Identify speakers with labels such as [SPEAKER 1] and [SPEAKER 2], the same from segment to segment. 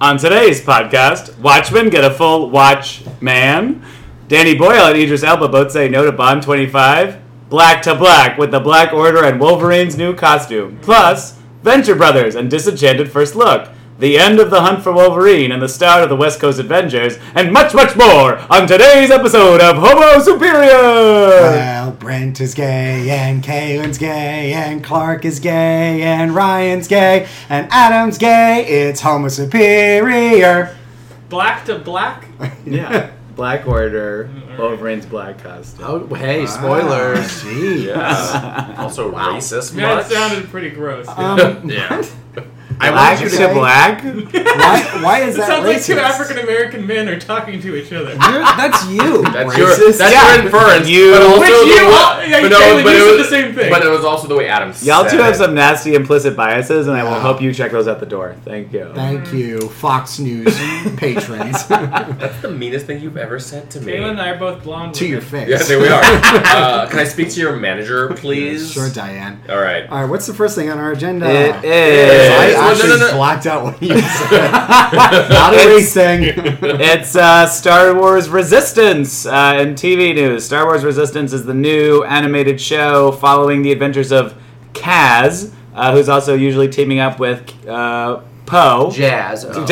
[SPEAKER 1] On today's podcast, Watchmen get a full watch man. Danny Boyle and Idris Elba both say no to Bond 25. Black to Black with the Black Order and Wolverine's new costume. Plus, Venture Brothers and Disenchanted First Look. The end of the hunt for Wolverine and the start of the West Coast Avengers, and much, much more on today's episode of Homo Superior!
[SPEAKER 2] Well, Brent is gay, and Kaylin's gay, and Clark is gay, and Ryan's gay, and Adam's gay. It's Homo Superior.
[SPEAKER 3] Black to black?
[SPEAKER 1] Yeah, Black Order, Wolverine's black costume.
[SPEAKER 4] Oh, hey, spoilers.
[SPEAKER 2] Ah, gee.
[SPEAKER 4] also racist
[SPEAKER 3] That
[SPEAKER 4] much.
[SPEAKER 3] sounded pretty gross.
[SPEAKER 2] Um,
[SPEAKER 4] yeah. I
[SPEAKER 1] Black
[SPEAKER 4] want
[SPEAKER 1] to
[SPEAKER 4] you to
[SPEAKER 2] say-
[SPEAKER 1] black?
[SPEAKER 2] why, why is
[SPEAKER 3] it
[SPEAKER 2] that
[SPEAKER 3] sounds like
[SPEAKER 2] racist? Uh,
[SPEAKER 3] two African American men are talking to each other.
[SPEAKER 2] You're- that's you.
[SPEAKER 4] That's
[SPEAKER 2] Brent.
[SPEAKER 4] your,
[SPEAKER 1] Racist?
[SPEAKER 4] that's
[SPEAKER 1] Yeah.
[SPEAKER 4] your inference.
[SPEAKER 1] You-
[SPEAKER 4] but also
[SPEAKER 1] Which
[SPEAKER 4] the
[SPEAKER 3] you-
[SPEAKER 4] wa-
[SPEAKER 3] yeah,
[SPEAKER 4] but
[SPEAKER 3] you
[SPEAKER 4] no,
[SPEAKER 3] totally
[SPEAKER 4] but it
[SPEAKER 3] said
[SPEAKER 4] was-
[SPEAKER 3] the same thing.
[SPEAKER 4] But it was also the way Adam said
[SPEAKER 1] Y'all two have
[SPEAKER 4] it.
[SPEAKER 1] some nasty implicit biases, and I will
[SPEAKER 2] Yeah.
[SPEAKER 1] help you check those at the door. Thank you.
[SPEAKER 2] Thank you, Fox News patrons.
[SPEAKER 4] That's the meanest thing you've ever said to me.
[SPEAKER 3] Kayla and I are both blonde.
[SPEAKER 2] to your
[SPEAKER 3] women.
[SPEAKER 2] face.
[SPEAKER 4] Yeah, there we are. uh, can I speak to your manager, please?
[SPEAKER 2] Sure, Uh, Diane.
[SPEAKER 4] All right.
[SPEAKER 2] All right, what's the first thing on our agenda?
[SPEAKER 1] It
[SPEAKER 2] I
[SPEAKER 1] is.
[SPEAKER 4] Well, no,
[SPEAKER 2] actually
[SPEAKER 4] no, no.
[SPEAKER 2] blacked out what you said. Not a
[SPEAKER 1] It's,
[SPEAKER 2] race thing.
[SPEAKER 1] it's uh, Star Wars Resistance uh, in TV news. Star Wars Resistance is the new animated show following the adventures of Kaz, uh, who's also usually teaming up with uh, Poe.
[SPEAKER 4] Jazz.
[SPEAKER 1] Jazz,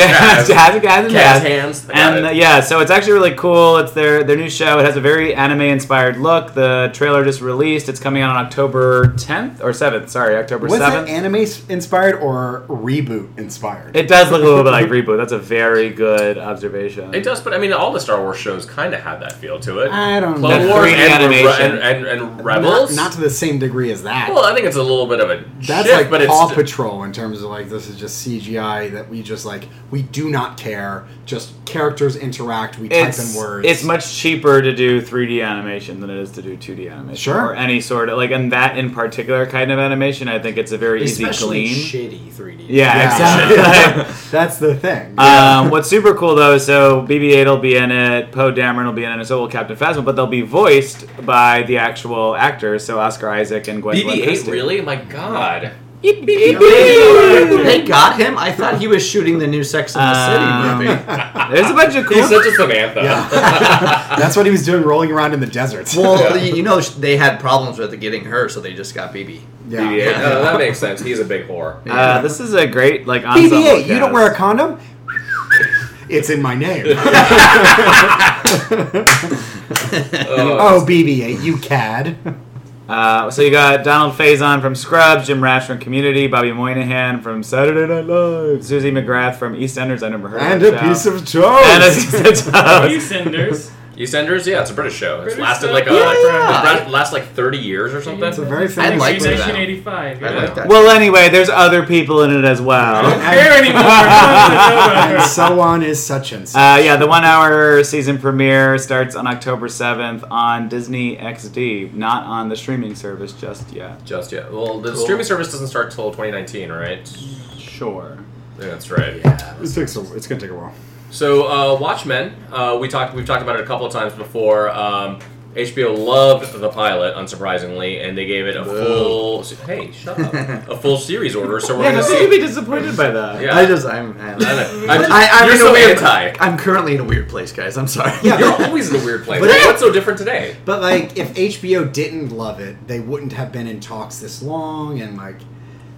[SPEAKER 1] jazz, jazz, and
[SPEAKER 4] Jazz
[SPEAKER 1] jazz.
[SPEAKER 4] hands. I got
[SPEAKER 1] And uh,
[SPEAKER 4] it.
[SPEAKER 1] yeah, so it's actually really cool. It's their their new show. It has a very anime inspired look. The trailer just released. It's coming out on October 10th or 7th. Sorry, October
[SPEAKER 2] Was
[SPEAKER 1] 7th.
[SPEAKER 2] that anime s- inspired or reboot inspired?
[SPEAKER 1] it does look a little bit like reboot. That's a very good observation.
[SPEAKER 4] It does, but I mean, all the Star Wars shows kind of have that feel to it.
[SPEAKER 2] I don't
[SPEAKER 4] Clone
[SPEAKER 2] know.
[SPEAKER 1] The
[SPEAKER 4] Wars
[SPEAKER 1] 3D
[SPEAKER 4] and,
[SPEAKER 1] animation.
[SPEAKER 4] and, and, and
[SPEAKER 2] Not-
[SPEAKER 4] Rebels.
[SPEAKER 2] Not, to the same degree as that.
[SPEAKER 4] well, I think it's a little bit of a
[SPEAKER 2] That's
[SPEAKER 4] shift,
[SPEAKER 2] like
[SPEAKER 4] but it's
[SPEAKER 2] Paw
[SPEAKER 4] st-
[SPEAKER 2] Patrol in terms of like this is just CGI that we just like we do not care. Just characters interact. We type in
[SPEAKER 1] it's,
[SPEAKER 2] words.
[SPEAKER 1] it's much cheaper to do 3D animation than it is to do 2D animation.
[SPEAKER 2] Sure.
[SPEAKER 1] Or any sort of, like, and that in particular kind of animation, I think it's a very
[SPEAKER 5] especially
[SPEAKER 1] easy clean.
[SPEAKER 5] shitty 3D.
[SPEAKER 1] Yeah,
[SPEAKER 2] Yeah.
[SPEAKER 1] exactly. Like,
[SPEAKER 2] That's the thing.
[SPEAKER 1] Um, what's super cool though is so BB-8 will be in it, Poe Dameron will be in it, and so will Captain Phasma, but they'll be voiced by the actual actors, so Oscar Isaac and Gwendoline
[SPEAKER 4] BB-8,
[SPEAKER 1] Christie.
[SPEAKER 4] really? My God.
[SPEAKER 5] They got him. I thought he was shooting the new Sex and the
[SPEAKER 1] Um,
[SPEAKER 5] City movie.
[SPEAKER 1] There's a bunch of cool.
[SPEAKER 4] He's such a Samantha.
[SPEAKER 2] That's what he was doing, rolling around in the desert.
[SPEAKER 5] Well, you you know sh- they had problems with getting her, so they just got BB.
[SPEAKER 2] yeah.
[SPEAKER 4] BB-8. No, that makes sense. He's a big whore.
[SPEAKER 1] uh, this is a great like ensemble
[SPEAKER 2] BB-8, you
[SPEAKER 1] cast.
[SPEAKER 2] don't wear a condom? it's in my name.
[SPEAKER 4] Oh,
[SPEAKER 2] oh, BB-8, you cad.
[SPEAKER 1] Uh, so you got Donald Faison from Scrubs, Jim Rash from Community, Bobby Moynihan from Saturday Night Live, Susie McGrath from EastEnders. I never heard
[SPEAKER 2] And
[SPEAKER 1] of
[SPEAKER 2] a
[SPEAKER 1] that
[SPEAKER 2] piece
[SPEAKER 1] show.
[SPEAKER 2] of toast.
[SPEAKER 1] and a piece of
[SPEAKER 3] Are you
[SPEAKER 1] toast.
[SPEAKER 3] Cinders?
[SPEAKER 4] EastEnders? Yeah, it's a British show. It's
[SPEAKER 3] British
[SPEAKER 4] lasted
[SPEAKER 3] show?
[SPEAKER 4] like, a,
[SPEAKER 3] Yeah,
[SPEAKER 4] like
[SPEAKER 5] yeah.
[SPEAKER 4] it's last like 30 years or something.
[SPEAKER 2] it's a very
[SPEAKER 5] I'd
[SPEAKER 2] famous
[SPEAKER 5] like
[SPEAKER 2] thing.
[SPEAKER 5] to that.
[SPEAKER 3] 1985. Yeah.
[SPEAKER 5] I like that.
[SPEAKER 1] Well, anyway, there's other people in it as well.
[SPEAKER 3] I don't care
[SPEAKER 2] And
[SPEAKER 3] anymore.
[SPEAKER 2] so on is such and such.
[SPEAKER 1] Uh, yeah, the one hour season premiere starts on October 7th on Disney XD, not on the streaming service just yet.
[SPEAKER 4] Just yet. Well, the streaming service doesn't start till 2019, right?
[SPEAKER 1] Sure.
[SPEAKER 4] Yeah, that's right.
[SPEAKER 2] It takes a- it's gonna take a while.
[SPEAKER 4] So uh, Watchmen, uh, we talked. We've talked about it a couple of times before. Um, HBO loved the pilot, unsurprisingly, and they gave it a full. Hey, shut up! a full series order. So we're
[SPEAKER 1] Yeah,
[SPEAKER 4] gonna
[SPEAKER 1] how could
[SPEAKER 4] see.
[SPEAKER 1] you be disappointed by that?
[SPEAKER 4] Yeah.
[SPEAKER 5] I just I'm I,
[SPEAKER 4] I know. I'm just-
[SPEAKER 5] am
[SPEAKER 4] you're
[SPEAKER 5] in
[SPEAKER 4] so
[SPEAKER 5] a weird,
[SPEAKER 4] anti.
[SPEAKER 5] I'm currently in a weird place, guys. I'm sorry.
[SPEAKER 4] You're always in a weird place.
[SPEAKER 2] But-
[SPEAKER 4] What's so different today?
[SPEAKER 2] But like, if HBO didn't love it, they wouldn't have been in talks this long, and like,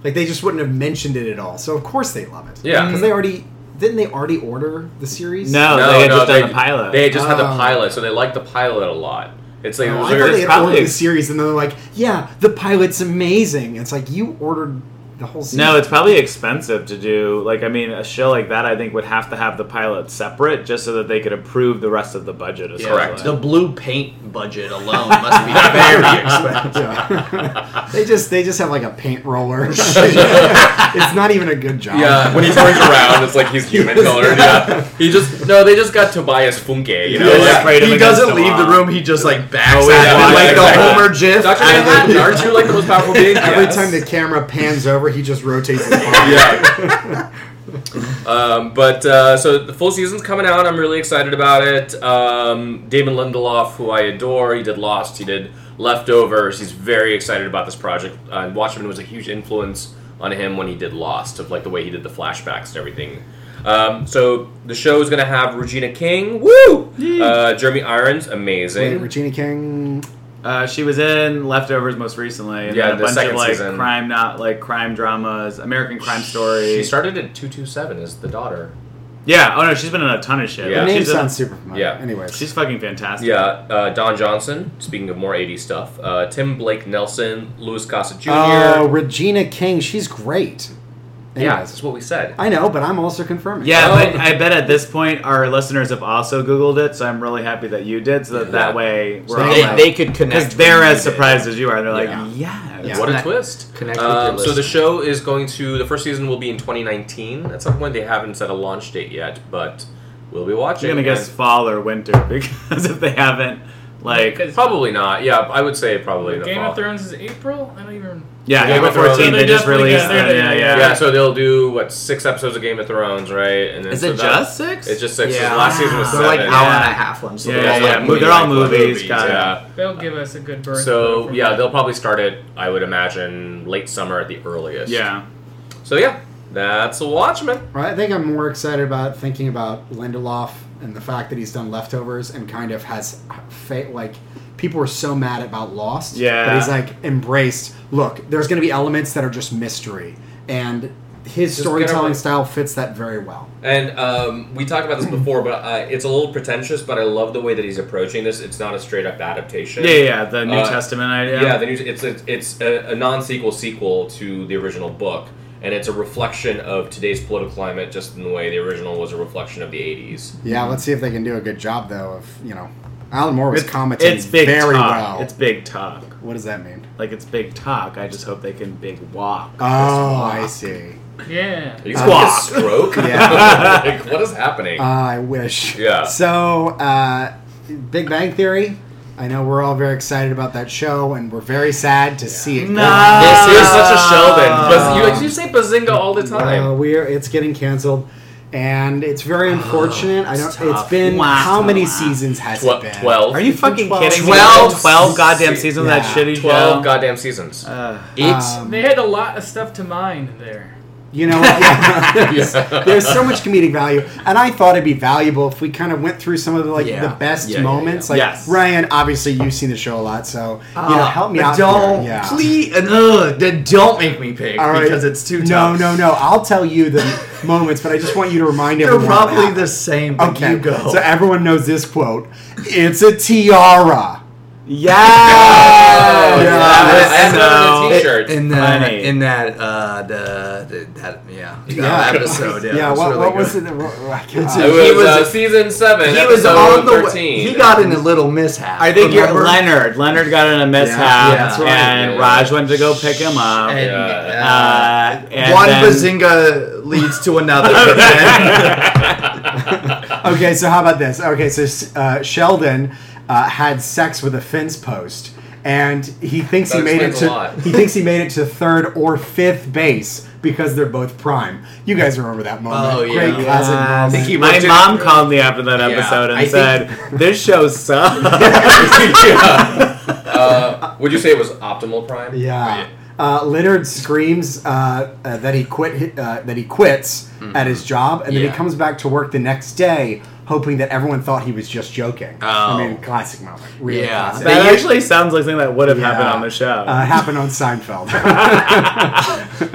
[SPEAKER 2] like they just wouldn't have mentioned it at all. So of course they love it.
[SPEAKER 4] Yeah.
[SPEAKER 2] because they already didn't they already order the series?
[SPEAKER 1] No, Oh, they had just done the pilot.
[SPEAKER 4] They had just had the
[SPEAKER 2] Oh.
[SPEAKER 4] pilot, so they liked the pilot a lot. It's like
[SPEAKER 2] Oh,
[SPEAKER 4] it
[SPEAKER 2] I
[SPEAKER 4] was
[SPEAKER 2] thought
[SPEAKER 4] very-
[SPEAKER 2] they had
[SPEAKER 1] probably-
[SPEAKER 2] ordered the series, and then they're like, "Yeah, the pilot's amazing." It's like you ordered the whole series.
[SPEAKER 1] No, it's probably expensive to do. Like, I mean, a show like that, I think, would have to have the pilot separate just so that they could approve the rest of the budget. As
[SPEAKER 5] Yeah.
[SPEAKER 4] Correct.
[SPEAKER 5] The blue paint budget alone must be very expensive.
[SPEAKER 2] Yeah. they just they just have like a paint roller. it's not even a good job.
[SPEAKER 4] Yeah, when he turns around, it's like he's human colored. Yeah, he just no. They just got Tobias Funke. You know,
[SPEAKER 1] Yeah,
[SPEAKER 4] like,
[SPEAKER 1] yeah. Afraid of
[SPEAKER 5] he
[SPEAKER 1] against
[SPEAKER 5] doesn't
[SPEAKER 1] the
[SPEAKER 5] leave the
[SPEAKER 1] wall.
[SPEAKER 5] room. He just like backs
[SPEAKER 1] Oh, yeah,
[SPEAKER 5] at him
[SPEAKER 1] yeah,
[SPEAKER 5] like
[SPEAKER 1] exactly.
[SPEAKER 5] the Homer GIF.
[SPEAKER 4] Dr.
[SPEAKER 5] And then-
[SPEAKER 4] Manhattan, aren't you like the most powerful being?
[SPEAKER 2] Every
[SPEAKER 4] Yes.
[SPEAKER 2] time the camera pans over, he just rotates his body.
[SPEAKER 4] Yeah. um, but uh, so the full season's coming out. I'm really excited about it. Um, Damon Lindelof, who I adore, he did Lost, he did Leftovers. He's very excited about this project. Uh, and Watchmen was a huge influence on him when he did Lost, of like the way he did the flashbacks and everything. Um, so the show is going to have Regina King, woo, uh, Jeremy Irons, amazing.
[SPEAKER 2] Wait, Regina King.
[SPEAKER 1] Uh, she was in Leftovers most recently, and
[SPEAKER 4] Yeah,
[SPEAKER 1] then a
[SPEAKER 4] the
[SPEAKER 1] bunch of
[SPEAKER 4] second
[SPEAKER 1] like
[SPEAKER 4] season.
[SPEAKER 1] crime not like crime dramas, American Crime Story.
[SPEAKER 4] She started at two two seven as the daughter.
[SPEAKER 1] yeah. Oh no, she's been in a ton of shit.
[SPEAKER 2] Her
[SPEAKER 4] Yeah.
[SPEAKER 1] Like,
[SPEAKER 2] name
[SPEAKER 1] she's in-
[SPEAKER 2] sounds super familiar.
[SPEAKER 4] Yeah.
[SPEAKER 2] Anyways.
[SPEAKER 1] she's fucking fantastic.
[SPEAKER 4] Yeah, uh, Don Johnson. Speaking of more 80s stuff, uh, Tim Blake Nelson, Louis Gossett Jr.
[SPEAKER 2] Oh, Regina King. She's great.
[SPEAKER 4] yeah,
[SPEAKER 2] Anyways.
[SPEAKER 4] that's what we said.
[SPEAKER 2] I know, but I'm also confirming.
[SPEAKER 1] Yeah,
[SPEAKER 4] Oh.
[SPEAKER 1] but I bet at this point our listeners have also Googled it, so I'm really happy that you did, so that,
[SPEAKER 4] Yeah.
[SPEAKER 1] that way we're all
[SPEAKER 5] They,
[SPEAKER 1] like,
[SPEAKER 5] they could connect.
[SPEAKER 1] because they're
[SPEAKER 5] when you
[SPEAKER 1] as
[SPEAKER 5] did.
[SPEAKER 1] surprised as you are. They're like,
[SPEAKER 2] Yeah.
[SPEAKER 1] yeah,
[SPEAKER 2] Yeah.
[SPEAKER 4] What a
[SPEAKER 5] Connect-
[SPEAKER 4] twist!
[SPEAKER 5] Connect with
[SPEAKER 4] Um,
[SPEAKER 5] your
[SPEAKER 4] so the
[SPEAKER 5] listeners.
[SPEAKER 4] show is going to the first season will be in 2019. At some point, they haven't set a launch date yet, but we'll be watching.
[SPEAKER 1] You're gonna guess fall or winter because if they haven't, like,
[SPEAKER 3] Because
[SPEAKER 4] Probably not. Yeah, I would say probably in the
[SPEAKER 3] Game
[SPEAKER 4] fall.
[SPEAKER 3] of Thrones is April. I don't even.
[SPEAKER 1] yeah,
[SPEAKER 4] Game
[SPEAKER 1] April
[SPEAKER 4] of Thrones.
[SPEAKER 1] 14th they
[SPEAKER 3] They
[SPEAKER 1] just
[SPEAKER 3] definitely
[SPEAKER 1] released.
[SPEAKER 3] got
[SPEAKER 1] it,
[SPEAKER 3] it.
[SPEAKER 1] Yeah,
[SPEAKER 4] Yeah.
[SPEAKER 1] yeah.
[SPEAKER 4] so they'll do what six episodes of Game of Thrones, right? And then,
[SPEAKER 1] Is
[SPEAKER 4] so
[SPEAKER 1] it
[SPEAKER 4] that-
[SPEAKER 1] just six?
[SPEAKER 4] It's just six. 'cause
[SPEAKER 1] Yeah.
[SPEAKER 4] Last season was
[SPEAKER 5] They're
[SPEAKER 4] seven.
[SPEAKER 5] like hour and
[SPEAKER 1] Yeah.
[SPEAKER 5] a half ones. so
[SPEAKER 1] Yeah,
[SPEAKER 5] they're all,
[SPEAKER 1] yeah,
[SPEAKER 5] like,
[SPEAKER 1] yeah.
[SPEAKER 5] movie
[SPEAKER 1] They're all
[SPEAKER 5] length
[SPEAKER 1] movies, got it.
[SPEAKER 4] yeah.
[SPEAKER 3] They'll give us a good birth.
[SPEAKER 4] So
[SPEAKER 3] from
[SPEAKER 4] yeah,
[SPEAKER 3] that.
[SPEAKER 4] they'll probably start it. I would imagine late summer at the earliest.
[SPEAKER 1] yeah.
[SPEAKER 4] So yeah, that's Watchmen.
[SPEAKER 2] Well, I think I'm more excited about thinking about Lindelof and the fact that he's done leftovers and kind of has fa- like people were so mad about Lost.
[SPEAKER 1] Yeah.
[SPEAKER 2] But he's like embraced. Look, there's going to be elements that are just mystery, and his
[SPEAKER 4] Just
[SPEAKER 2] storytelling
[SPEAKER 4] gonna-
[SPEAKER 2] style fits that very well.
[SPEAKER 4] And um, we talked about this before, but uh, it's a little pretentious. But I love the way that he's approaching this. It's not a straight up adaptation.
[SPEAKER 1] Yeah, yeah, yeah, the New
[SPEAKER 4] Uh,
[SPEAKER 1] Testament idea.
[SPEAKER 4] Yeah, the news. It's it's, it's a, a non-sequel sequel to the original book, and it's a reflection of today's political climate, just in the way the original was a reflection of the '80s.
[SPEAKER 2] Yeah, let's see if they can do a good job though. Of you know, Alan Moore was
[SPEAKER 1] it's,
[SPEAKER 2] commenting
[SPEAKER 1] it's big
[SPEAKER 2] very
[SPEAKER 1] talk.
[SPEAKER 2] well.
[SPEAKER 1] It's big talk.
[SPEAKER 2] what does that mean?
[SPEAKER 1] Like it's big talk. I just hope they can big walk.
[SPEAKER 2] Oh, I see.
[SPEAKER 3] yeah.
[SPEAKER 5] Uh,
[SPEAKER 4] Are you having
[SPEAKER 1] Squawk.
[SPEAKER 4] a stroke?
[SPEAKER 2] Yeah.
[SPEAKER 4] like, what is happening?
[SPEAKER 2] I wish.
[SPEAKER 4] Yeah.
[SPEAKER 2] So, uh, Big Bang Theory. I know we're all very excited about that show, and we're very sad to see it.
[SPEAKER 1] No.
[SPEAKER 2] go.
[SPEAKER 4] This is
[SPEAKER 1] Ah.
[SPEAKER 4] such a Sheldon.
[SPEAKER 5] uh,
[SPEAKER 4] Baz- you, you say Bazinga all the time.
[SPEAKER 2] Well, we're Uh, it's getting canceled, and it's very unfortunate. I don't.
[SPEAKER 1] it's tough.
[SPEAKER 2] It's been
[SPEAKER 1] Wow.
[SPEAKER 2] how many seasons has
[SPEAKER 4] Twe-
[SPEAKER 2] it been?
[SPEAKER 4] Twelve.
[SPEAKER 1] Are you
[SPEAKER 2] It's been
[SPEAKER 1] fucking
[SPEAKER 2] 12.
[SPEAKER 1] kidding me?
[SPEAKER 5] 12
[SPEAKER 1] Twelve goddamn
[SPEAKER 4] se-
[SPEAKER 1] seasons of that
[SPEAKER 2] yeah.
[SPEAKER 1] shitty
[SPEAKER 4] Twelve
[SPEAKER 1] show.
[SPEAKER 4] goddamn seasons.
[SPEAKER 1] Ugh.
[SPEAKER 5] It's
[SPEAKER 2] Um,
[SPEAKER 3] They had a lot of stuff to mine there.
[SPEAKER 2] You know, what? yeah, there's,
[SPEAKER 4] Yeah.
[SPEAKER 2] there's so much comedic value, and I thought it'd be valuable if we kind of went through some of the like
[SPEAKER 5] Yeah.
[SPEAKER 2] the best
[SPEAKER 5] Yeah, yeah,
[SPEAKER 2] moments.
[SPEAKER 5] yeah.
[SPEAKER 2] Like
[SPEAKER 1] Yes.
[SPEAKER 2] Ryan, obviously you've seen the show a lot, so you know, help me
[SPEAKER 5] but
[SPEAKER 2] out.
[SPEAKER 5] Don't
[SPEAKER 2] here. Yeah.
[SPEAKER 5] Ah, please, and, ugh, then don't make me pick
[SPEAKER 2] All right.
[SPEAKER 5] because it's too
[SPEAKER 2] No,
[SPEAKER 5] tough.
[SPEAKER 2] no, no. I'll tell you the moments, but I just want you to remind
[SPEAKER 5] They're
[SPEAKER 2] everyone. what
[SPEAKER 5] probably
[SPEAKER 2] happened.
[SPEAKER 5] the same. But
[SPEAKER 2] Okay,
[SPEAKER 5] you go. Oh,
[SPEAKER 2] so everyone knows this quote. It's a tiara.
[SPEAKER 1] Yeah.
[SPEAKER 5] Oh,
[SPEAKER 2] yeah.
[SPEAKER 1] That
[SPEAKER 4] I have
[SPEAKER 1] was
[SPEAKER 4] it on
[SPEAKER 1] so-
[SPEAKER 4] a t-shirt.
[SPEAKER 5] uh, in that
[SPEAKER 1] Funny.
[SPEAKER 5] in that uh the, the that yeah, that
[SPEAKER 2] Yeah.
[SPEAKER 5] episode yeah,
[SPEAKER 2] Yeah.
[SPEAKER 5] it was
[SPEAKER 2] what,
[SPEAKER 5] really
[SPEAKER 2] what was
[SPEAKER 5] good.
[SPEAKER 2] it? that- what- I can't-
[SPEAKER 5] It's
[SPEAKER 4] It
[SPEAKER 5] a-
[SPEAKER 4] was,
[SPEAKER 5] He was-
[SPEAKER 4] uh, season seven.
[SPEAKER 5] He was
[SPEAKER 4] episode
[SPEAKER 5] on the way.
[SPEAKER 4] 13.
[SPEAKER 5] He got in a little mishap.
[SPEAKER 1] I think you're
[SPEAKER 5] remember?
[SPEAKER 1] Leonard. Leonard got in a mishap,
[SPEAKER 5] Yeah, that's
[SPEAKER 2] right.
[SPEAKER 1] and
[SPEAKER 4] Yeah.
[SPEAKER 1] Raj went to go pick him up.
[SPEAKER 5] Um, And,
[SPEAKER 4] Yeah.
[SPEAKER 5] uh,
[SPEAKER 1] uh, and
[SPEAKER 5] one
[SPEAKER 1] then-
[SPEAKER 5] bazinga leads to another.
[SPEAKER 2] Okay, so how about this? Okay, so uh, Sheldon uh, had sex with a fence post, and he thinks he
[SPEAKER 4] That
[SPEAKER 2] made it
[SPEAKER 4] explains a
[SPEAKER 2] to
[SPEAKER 4] lot.
[SPEAKER 2] he thinks he made it to third or fifth base because they're both prime. You guys remember that moment?
[SPEAKER 5] Oh, yeah.
[SPEAKER 2] Great
[SPEAKER 5] Yeah.
[SPEAKER 2] classic
[SPEAKER 5] I
[SPEAKER 2] moment.
[SPEAKER 5] think he
[SPEAKER 1] My
[SPEAKER 5] worked in-
[SPEAKER 1] mom called me after that episode and
[SPEAKER 5] I think-
[SPEAKER 1] said, "This show sucks."
[SPEAKER 4] Yeah. Uh, would you say it was optimal prime?
[SPEAKER 2] Yeah. Uh, Leonard screams uh, uh, that he quit uh, that he quits at his job, and then
[SPEAKER 5] Mm-hmm. Yeah.
[SPEAKER 2] he comes back to work the next day, hoping that everyone thought he was just joking.
[SPEAKER 5] Oh.
[SPEAKER 2] I mean, classic moment. Really
[SPEAKER 5] Yeah.
[SPEAKER 2] classic.
[SPEAKER 1] that
[SPEAKER 5] They-
[SPEAKER 1] actually sounds like something that would have
[SPEAKER 2] Yeah.
[SPEAKER 1] happened on the show.
[SPEAKER 2] Uh, happened on Seinfeld.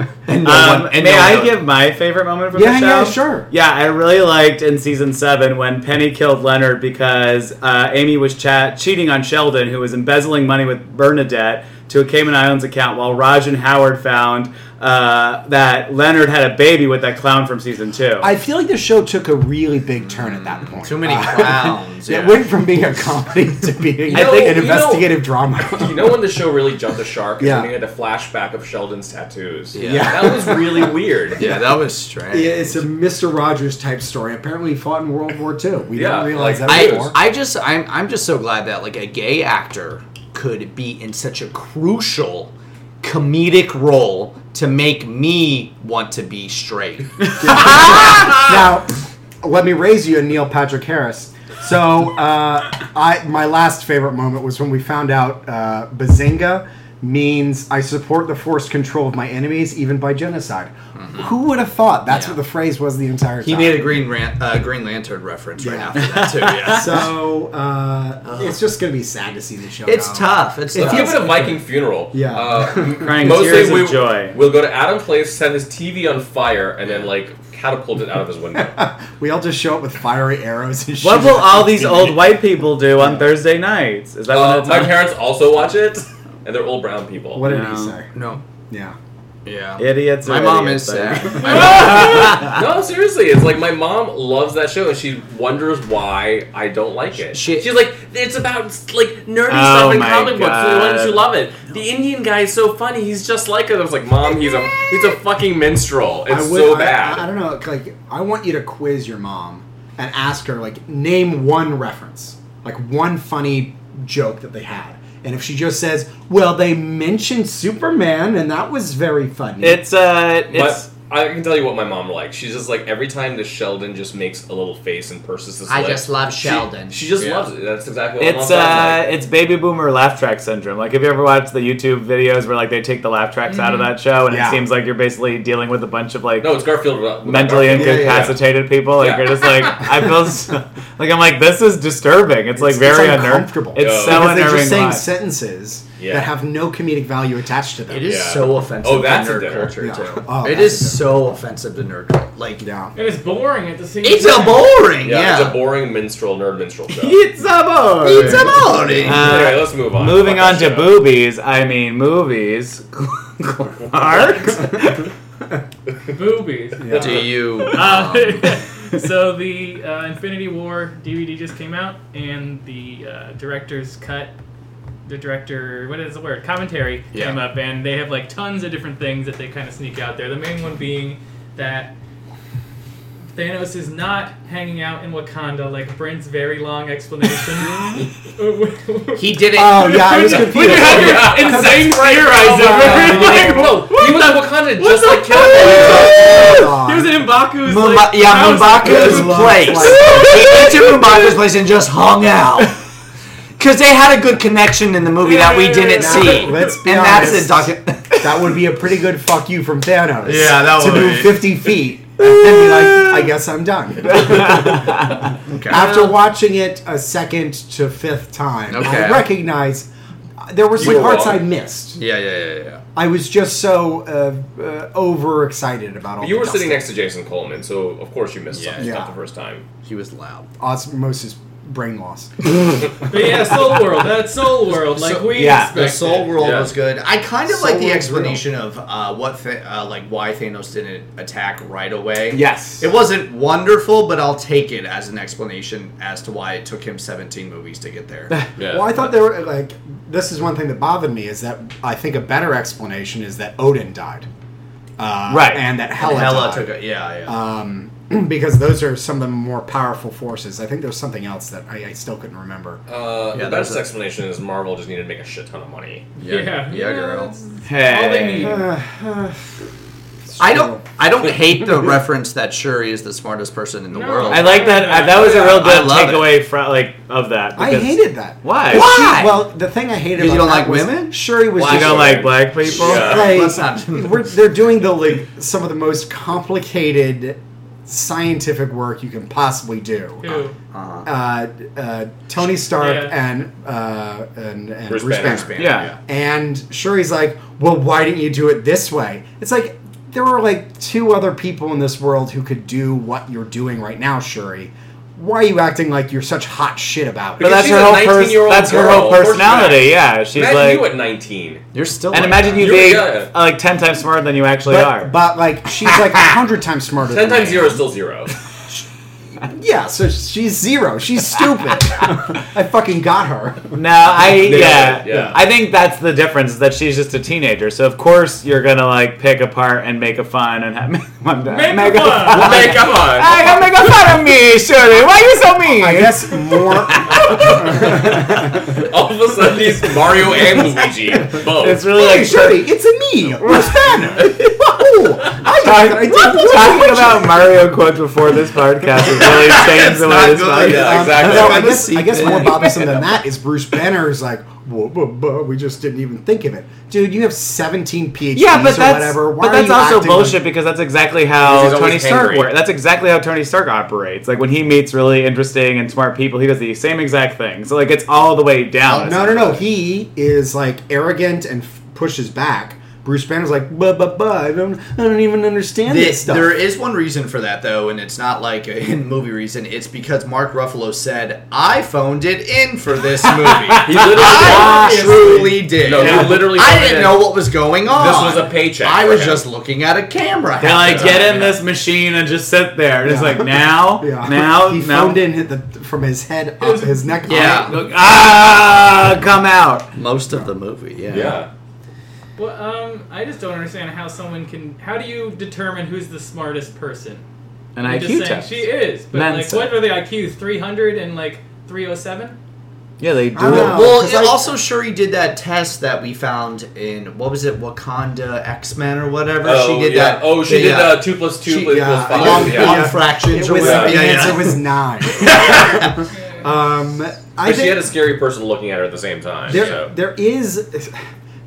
[SPEAKER 5] And no
[SPEAKER 1] Um,
[SPEAKER 5] one- and
[SPEAKER 1] may
[SPEAKER 5] no
[SPEAKER 1] I
[SPEAKER 5] one-
[SPEAKER 1] give my favorite moment from the
[SPEAKER 2] Yeah,
[SPEAKER 1] show?
[SPEAKER 2] yeah, sure.
[SPEAKER 1] Yeah, I really liked in season seven when Penny killed Leonard because uh, Amy was chat cheating on Sheldon, who was embezzling money with Bernadette to a Cayman Islands account, while Raj and Howard found uh, that Leonard had a baby with that clown from season two.
[SPEAKER 2] I feel like the show took a really big turn at that point.
[SPEAKER 5] Too many
[SPEAKER 2] Uh,
[SPEAKER 5] clowns.
[SPEAKER 2] It
[SPEAKER 5] yeah.
[SPEAKER 2] went from being a comedy to being
[SPEAKER 4] I think-
[SPEAKER 2] an
[SPEAKER 4] you know-
[SPEAKER 2] investigative drama.
[SPEAKER 1] Oh,
[SPEAKER 4] You know when the show really jumped the shark is
[SPEAKER 2] Yeah.
[SPEAKER 4] when he had the flashback of Sheldon's tattoos.
[SPEAKER 5] Yeah.
[SPEAKER 2] Yeah.
[SPEAKER 4] That was really weird.
[SPEAKER 5] yeah, that was strange.
[SPEAKER 2] Yeah, it's a Mr. Rogers type story. Apparently, he fought in World War II. We
[SPEAKER 4] Yeah,
[SPEAKER 2] didn't realize
[SPEAKER 4] like,
[SPEAKER 2] that
[SPEAKER 5] I,
[SPEAKER 2] before.
[SPEAKER 5] I just I'm, I'm just so glad that like a gay actor could be in such a crucial comedic role to make me want to be straight.
[SPEAKER 2] now, let me raise you a Neil Patrick Harris. So, uh, I my last favorite moment was when we found out uh, Bazinga means I support the forced control of my enemies, even by genocide. Who would have thought that's
[SPEAKER 5] Yeah.
[SPEAKER 2] what the phrase was the entire time?
[SPEAKER 5] He made a Green Ran- uh, Green Lantern reference right
[SPEAKER 2] Yeah.
[SPEAKER 5] after that too. Yeah.
[SPEAKER 2] So uh, it's just going to be sad to see the show.
[SPEAKER 5] it's
[SPEAKER 2] go.
[SPEAKER 5] tough. It's
[SPEAKER 4] If
[SPEAKER 5] tough.
[SPEAKER 4] you have a Viking funeral,
[SPEAKER 2] Yeah.
[SPEAKER 4] uh,
[SPEAKER 1] Crying
[SPEAKER 4] mostly
[SPEAKER 1] tears of
[SPEAKER 4] we,
[SPEAKER 1] joy.
[SPEAKER 4] we'll go to Adam's place, set his TV on fire, and then like catapult it out of his window.
[SPEAKER 2] We all just show up with fiery arrows and shit.
[SPEAKER 1] What will all these old white people do on Thursday nights? Is that what
[SPEAKER 4] uh,
[SPEAKER 1] it's
[SPEAKER 4] my
[SPEAKER 1] on?
[SPEAKER 4] parents also watch it, and they're old brown people.
[SPEAKER 2] What did he
[SPEAKER 1] No.
[SPEAKER 2] say?
[SPEAKER 5] no.
[SPEAKER 2] Yeah.
[SPEAKER 5] Yeah.
[SPEAKER 1] Idiots.
[SPEAKER 5] My
[SPEAKER 1] are
[SPEAKER 5] mom
[SPEAKER 1] idiots,
[SPEAKER 5] is
[SPEAKER 1] but-
[SPEAKER 5] sad. My mom-
[SPEAKER 4] No, seriously, it's like my mom loves that show, and she wonders why I don't like it.
[SPEAKER 5] She-
[SPEAKER 4] She's like, it's about like nerdy
[SPEAKER 1] Oh
[SPEAKER 4] stuff and
[SPEAKER 1] my
[SPEAKER 4] comic books. so Why don't
[SPEAKER 1] God.
[SPEAKER 4] you love it? The Indian guy is so funny. He's just like us. I was like, mom, he's a he's a fucking minstrel. It's
[SPEAKER 2] I would-
[SPEAKER 4] so
[SPEAKER 2] I-
[SPEAKER 4] bad.
[SPEAKER 2] I, I don't know. Like, I want you to quiz your mom and ask her, like, name one reference, like one funny joke that they had. And if she just says, "Well, they mentioned Superman, and that was very funny,"
[SPEAKER 1] It's uh,
[SPEAKER 4] But
[SPEAKER 1] it's
[SPEAKER 4] I can tell you what my mom likes. She's just like every time the Sheldon just makes a little face and purses his
[SPEAKER 5] I
[SPEAKER 4] lip,
[SPEAKER 5] just love
[SPEAKER 4] she-
[SPEAKER 5] Sheldon.
[SPEAKER 4] She, just
[SPEAKER 5] Yeah.
[SPEAKER 4] loves it. That's exactly what
[SPEAKER 1] it's
[SPEAKER 4] my mom
[SPEAKER 1] uh, it's baby boomer laugh track syndrome. Like, have you ever watched the YouTube videos where like they take the laugh tracks out of that show, and
[SPEAKER 2] Yeah.
[SPEAKER 1] it seems like you're basically dealing with a bunch of like
[SPEAKER 4] No, it's Garfield. without- without
[SPEAKER 1] mentally
[SPEAKER 4] Garfield.
[SPEAKER 2] Yeah, yeah, yeah.
[SPEAKER 1] incapacitated people. Like
[SPEAKER 4] Yeah.
[SPEAKER 1] you're just like I feel so, like I'm like this is disturbing. It's, like
[SPEAKER 2] It's-
[SPEAKER 1] very
[SPEAKER 2] it's
[SPEAKER 1] unnerv-
[SPEAKER 2] uncomfortable.
[SPEAKER 1] It's
[SPEAKER 4] Yeah.
[SPEAKER 1] so
[SPEAKER 2] because they're
[SPEAKER 1] unnerving.
[SPEAKER 2] just saying
[SPEAKER 1] live.
[SPEAKER 2] sentences
[SPEAKER 4] Yeah.
[SPEAKER 2] that have no comedic value attached to them.
[SPEAKER 5] It is
[SPEAKER 4] Yeah.
[SPEAKER 5] so offensive
[SPEAKER 4] Oh, that's
[SPEAKER 5] to
[SPEAKER 4] a
[SPEAKER 5] nerd
[SPEAKER 4] dinner.
[SPEAKER 5] culture
[SPEAKER 2] Yeah.
[SPEAKER 5] too.
[SPEAKER 2] Oh,
[SPEAKER 5] it
[SPEAKER 2] that's
[SPEAKER 5] is
[SPEAKER 2] a dinner.
[SPEAKER 5] so offensive to nerd culture. Like
[SPEAKER 2] Yeah.
[SPEAKER 3] And it's boring at the same
[SPEAKER 5] it's a
[SPEAKER 3] time.
[SPEAKER 5] boring.
[SPEAKER 4] Yeah,
[SPEAKER 5] Yeah.
[SPEAKER 4] it's a boring minstrel nerd minstrel show.
[SPEAKER 1] It's a boy.
[SPEAKER 5] It's a boring.
[SPEAKER 1] Uh,
[SPEAKER 4] anyway, let's move on.
[SPEAKER 1] Moving
[SPEAKER 4] Fuck
[SPEAKER 1] on
[SPEAKER 4] that
[SPEAKER 1] to
[SPEAKER 4] show.
[SPEAKER 1] boobies, I mean movies. Clark?
[SPEAKER 3] Boobies.
[SPEAKER 5] Do you? um,
[SPEAKER 4] Um,
[SPEAKER 3] Uh, so the uh, Infinity War DVD just came out, and the uh, director's cut, the director, what is the word? Commentary
[SPEAKER 5] Yeah.
[SPEAKER 3] came up, and they have like tons of different things that they kind of sneak out there. The main one being that Thanos is not hanging out in Wakanda, like Brent's very long explanation.
[SPEAKER 5] he didn't.
[SPEAKER 2] Oh yeah, I was
[SPEAKER 3] When
[SPEAKER 2] confused.
[SPEAKER 3] you have your
[SPEAKER 4] Yeah.
[SPEAKER 3] insane
[SPEAKER 4] Oh,
[SPEAKER 3] theorizing.
[SPEAKER 4] yeah.
[SPEAKER 2] Oh
[SPEAKER 4] Whoa, he was in Wakanda just
[SPEAKER 3] the
[SPEAKER 4] like
[SPEAKER 3] fuck?
[SPEAKER 4] Captain.
[SPEAKER 3] He was in Mbaku's
[SPEAKER 5] Mumba-
[SPEAKER 3] like,
[SPEAKER 5] yeah,
[SPEAKER 3] house.
[SPEAKER 5] Mumbaku's
[SPEAKER 2] Good luck,
[SPEAKER 5] place.
[SPEAKER 2] like-
[SPEAKER 5] he went to Mumbaku's place and just hung out. Because they had a good connection in the movie that we didn't
[SPEAKER 2] Yeah,
[SPEAKER 5] see.
[SPEAKER 2] let's be
[SPEAKER 5] and that's
[SPEAKER 2] honest.
[SPEAKER 5] the docu-
[SPEAKER 2] that would be a pretty good fuck you from Thanos.
[SPEAKER 5] Yeah, that
[SPEAKER 2] to
[SPEAKER 5] would
[SPEAKER 2] move
[SPEAKER 5] be.
[SPEAKER 2] fifty feet and be like, I guess I'm done. After watching it a second to fifth time,
[SPEAKER 5] Okay.
[SPEAKER 2] I recognize uh, there were some
[SPEAKER 4] You were
[SPEAKER 2] parts
[SPEAKER 4] wrong.
[SPEAKER 2] I missed.
[SPEAKER 5] Yeah, yeah, yeah, yeah.
[SPEAKER 2] I was just so uh, uh, overexcited about all.
[SPEAKER 4] You
[SPEAKER 2] the
[SPEAKER 4] were sitting
[SPEAKER 2] dusting.
[SPEAKER 4] next to Jason Coleman, so of course you missed
[SPEAKER 5] Yeah.
[SPEAKER 4] something.
[SPEAKER 2] Yeah.
[SPEAKER 4] Not the first time.
[SPEAKER 5] He was loud.
[SPEAKER 2] osmosis brain loss.
[SPEAKER 3] But yeah, Soul World. That's Soul World. Like
[SPEAKER 5] So-
[SPEAKER 3] we
[SPEAKER 1] yeah,
[SPEAKER 3] expected.
[SPEAKER 5] The Soul World
[SPEAKER 4] Yeah.
[SPEAKER 5] was good. I kind of
[SPEAKER 2] Soul
[SPEAKER 5] like the
[SPEAKER 2] World's
[SPEAKER 5] explanation of uh, what, Th- uh, like, why Thanos didn't attack right away.
[SPEAKER 2] Yes.
[SPEAKER 5] it wasn't wonderful, but I'll take it as an explanation as to why it took him 17 movies to get there.
[SPEAKER 4] Yeah.
[SPEAKER 2] Well, I thought there were like this is one thing that bothered me is that I think a better explanation is that Odin died, uh,
[SPEAKER 1] Right.
[SPEAKER 2] and that Hela,
[SPEAKER 5] Hella, Uh,
[SPEAKER 2] died.
[SPEAKER 5] took it. Yeah, yeah.
[SPEAKER 2] um, because those are some of the more powerful forces. I think there's something else that I, I still couldn't remember.
[SPEAKER 4] Uh,
[SPEAKER 5] Yeah,
[SPEAKER 4] the
[SPEAKER 5] there's
[SPEAKER 4] best
[SPEAKER 5] a-
[SPEAKER 4] explanation is Marvel just needed to make a shit ton of money.
[SPEAKER 3] Yeah.
[SPEAKER 5] yeah, girl.
[SPEAKER 3] that's
[SPEAKER 1] Hey.
[SPEAKER 3] All they need.
[SPEAKER 2] uh,
[SPEAKER 5] I don't. I don't hate the reference that Shuri is the smartest person in the
[SPEAKER 3] No.
[SPEAKER 5] world.
[SPEAKER 1] I like that. I, that was a real
[SPEAKER 5] I
[SPEAKER 1] good
[SPEAKER 5] love it.
[SPEAKER 1] takeaway from like of that.
[SPEAKER 2] I
[SPEAKER 1] because
[SPEAKER 2] hated that.
[SPEAKER 1] Why?
[SPEAKER 2] She-
[SPEAKER 5] Why?
[SPEAKER 2] well, the thing I hated.
[SPEAKER 5] Because you
[SPEAKER 2] about
[SPEAKER 5] don't
[SPEAKER 2] that
[SPEAKER 5] like
[SPEAKER 2] was
[SPEAKER 5] women?
[SPEAKER 2] Shuri was.
[SPEAKER 4] Why
[SPEAKER 1] You
[SPEAKER 2] just
[SPEAKER 1] don't
[SPEAKER 4] Sure.
[SPEAKER 1] like black people?
[SPEAKER 4] Yeah.
[SPEAKER 2] Like,
[SPEAKER 5] Let's not-
[SPEAKER 2] we're, they're doing the like some of the most complicated scientific work you can possibly do.
[SPEAKER 5] Uh-huh.
[SPEAKER 3] Who?
[SPEAKER 2] Uh, uh, Tony Stark
[SPEAKER 3] Yeah.
[SPEAKER 2] and uh, and and
[SPEAKER 4] Bruce
[SPEAKER 2] Bruce,
[SPEAKER 4] Banner.
[SPEAKER 2] Banner.
[SPEAKER 1] Yeah.
[SPEAKER 2] And Shuri's like, well, why didn't you do it this way? It's like, there were like two other people in this world who could do what you're doing right now, Shuri. Why are you acting like you're such hot shit about
[SPEAKER 1] But
[SPEAKER 2] it?
[SPEAKER 4] Because
[SPEAKER 1] that's
[SPEAKER 4] she's
[SPEAKER 1] her
[SPEAKER 4] a
[SPEAKER 1] whole pers-
[SPEAKER 4] 19-year-old
[SPEAKER 1] that's her whole
[SPEAKER 4] girl. Of course
[SPEAKER 1] personality. Yeah, she's
[SPEAKER 4] Imagine
[SPEAKER 1] like,
[SPEAKER 4] you at 19.
[SPEAKER 5] You're still.
[SPEAKER 1] and
[SPEAKER 5] like
[SPEAKER 1] imagine
[SPEAKER 5] that.
[SPEAKER 1] you
[SPEAKER 4] You're
[SPEAKER 1] being
[SPEAKER 4] a-
[SPEAKER 1] uh, like ten times smarter than you actually are.
[SPEAKER 2] But, but like, she's like a hundred times smarter
[SPEAKER 4] 10
[SPEAKER 2] than
[SPEAKER 4] times
[SPEAKER 2] I
[SPEAKER 4] zero
[SPEAKER 2] am.
[SPEAKER 4] is still zero.
[SPEAKER 2] Yeah, so she's zero. She's stupid. I fucking got her.
[SPEAKER 1] no, I yeah,
[SPEAKER 4] yeah, yeah.
[SPEAKER 1] I think that's the difference. Is that she's just a teenager. So of course you're gonna like pick apart and make a fun and have
[SPEAKER 3] Make
[SPEAKER 1] make
[SPEAKER 3] a fun.
[SPEAKER 1] fun.
[SPEAKER 4] Hey, come on.
[SPEAKER 1] I gotta make a fun of me, Shirley. Why are you so mean?
[SPEAKER 2] I guess more.
[SPEAKER 4] All of a sudden, he's Mario and Luigi. Both.
[SPEAKER 1] it's really
[SPEAKER 2] Hey,
[SPEAKER 1] like
[SPEAKER 2] Shuri, it's a me, Bruce Banner. Wahoo! I joke that I did.
[SPEAKER 1] Talking about Mario quotes before this podcast is really changed the way
[SPEAKER 5] not
[SPEAKER 1] this
[SPEAKER 5] good,
[SPEAKER 1] podcast.
[SPEAKER 5] yeah.
[SPEAKER 2] Um,
[SPEAKER 4] exactly.
[SPEAKER 2] no,
[SPEAKER 5] By
[SPEAKER 2] I
[SPEAKER 5] the
[SPEAKER 2] guess, I guess
[SPEAKER 5] sequel.
[SPEAKER 2] more bothersome than that is Bruce Banner is like, whoa, buh, buh, we just didn't even think of it. Dude, you have 17 PhDs
[SPEAKER 1] Yeah, but
[SPEAKER 2] or
[SPEAKER 1] that's
[SPEAKER 2] whatever.
[SPEAKER 1] but
[SPEAKER 2] Why
[SPEAKER 1] that's
[SPEAKER 2] are you
[SPEAKER 1] also
[SPEAKER 2] acting like-
[SPEAKER 1] bullshit because that's exactly
[SPEAKER 4] Because
[SPEAKER 1] how
[SPEAKER 4] he's
[SPEAKER 1] Tony
[SPEAKER 4] always
[SPEAKER 1] Stark
[SPEAKER 4] hangry.
[SPEAKER 1] works. That's exactly how Tony Stark operates. Like when he meets really interesting and smart people, he does the same exact thing. So like it's all the way down.
[SPEAKER 2] Oh, no, no, no. He is like arrogant and f- pushes back. Bruce Banner's like, buh, buh, buh. I don't, I don't even understand this,
[SPEAKER 5] This,
[SPEAKER 2] stuff.
[SPEAKER 5] there is one reason for that though, and it's not like a hidden movie reason. It's because Mark Ruffalo said I phoned it in for this
[SPEAKER 4] He
[SPEAKER 5] movie.
[SPEAKER 4] literally
[SPEAKER 1] Ah,
[SPEAKER 5] I truly did.
[SPEAKER 4] Ah, No,
[SPEAKER 1] Yeah.
[SPEAKER 4] he literally.
[SPEAKER 5] I
[SPEAKER 4] phoned it
[SPEAKER 5] didn't
[SPEAKER 4] in.
[SPEAKER 5] know what was going on.
[SPEAKER 4] This was a paycheck.
[SPEAKER 5] I
[SPEAKER 4] for
[SPEAKER 5] was
[SPEAKER 4] him.
[SPEAKER 5] just looking at a camera.
[SPEAKER 1] They're
[SPEAKER 5] half
[SPEAKER 1] like,
[SPEAKER 5] the
[SPEAKER 1] get
[SPEAKER 5] time.
[SPEAKER 1] in this machine and just sit there. And It's
[SPEAKER 2] Yeah.
[SPEAKER 1] like now,
[SPEAKER 2] yeah.
[SPEAKER 1] now,
[SPEAKER 2] he
[SPEAKER 1] now.
[SPEAKER 2] phoned in hit the, from his head up,
[SPEAKER 3] was-
[SPEAKER 2] his neck
[SPEAKER 5] Yeah.
[SPEAKER 2] up.
[SPEAKER 1] Look, ah, come out.
[SPEAKER 5] Most of the movie, yeah.
[SPEAKER 4] Yeah.
[SPEAKER 3] Well, um, I just don't understand how someone can. How do you determine who's the smartest person?
[SPEAKER 1] An
[SPEAKER 3] I'm just
[SPEAKER 1] IQ
[SPEAKER 3] saying
[SPEAKER 1] test.
[SPEAKER 3] she is, but
[SPEAKER 1] Mensa.
[SPEAKER 3] like, what are the IQs? Three hundred and like three oh seven.
[SPEAKER 1] Yeah, they do.
[SPEAKER 2] I don't
[SPEAKER 1] it.
[SPEAKER 2] know.
[SPEAKER 5] Well,
[SPEAKER 2] 'cause
[SPEAKER 5] it
[SPEAKER 2] I-
[SPEAKER 5] also sure he did that test that we found in what was it, Wakanda X Men or whatever.
[SPEAKER 4] Oh,
[SPEAKER 5] she did
[SPEAKER 4] yeah.
[SPEAKER 5] that.
[SPEAKER 4] Oh, she
[SPEAKER 5] the,
[SPEAKER 4] did
[SPEAKER 5] uh,
[SPEAKER 4] uh, two plus two
[SPEAKER 5] she-
[SPEAKER 4] equals
[SPEAKER 2] yeah,
[SPEAKER 4] five.
[SPEAKER 5] long,
[SPEAKER 4] yeah.
[SPEAKER 5] long fractions
[SPEAKER 2] It
[SPEAKER 5] or
[SPEAKER 2] was,
[SPEAKER 5] whatever.
[SPEAKER 2] the
[SPEAKER 5] Yeah, yeah.
[SPEAKER 2] answer was nine. um, I
[SPEAKER 4] But she
[SPEAKER 2] think
[SPEAKER 4] had a scary person looking at her at the same time.
[SPEAKER 2] There,
[SPEAKER 4] so.
[SPEAKER 2] there is,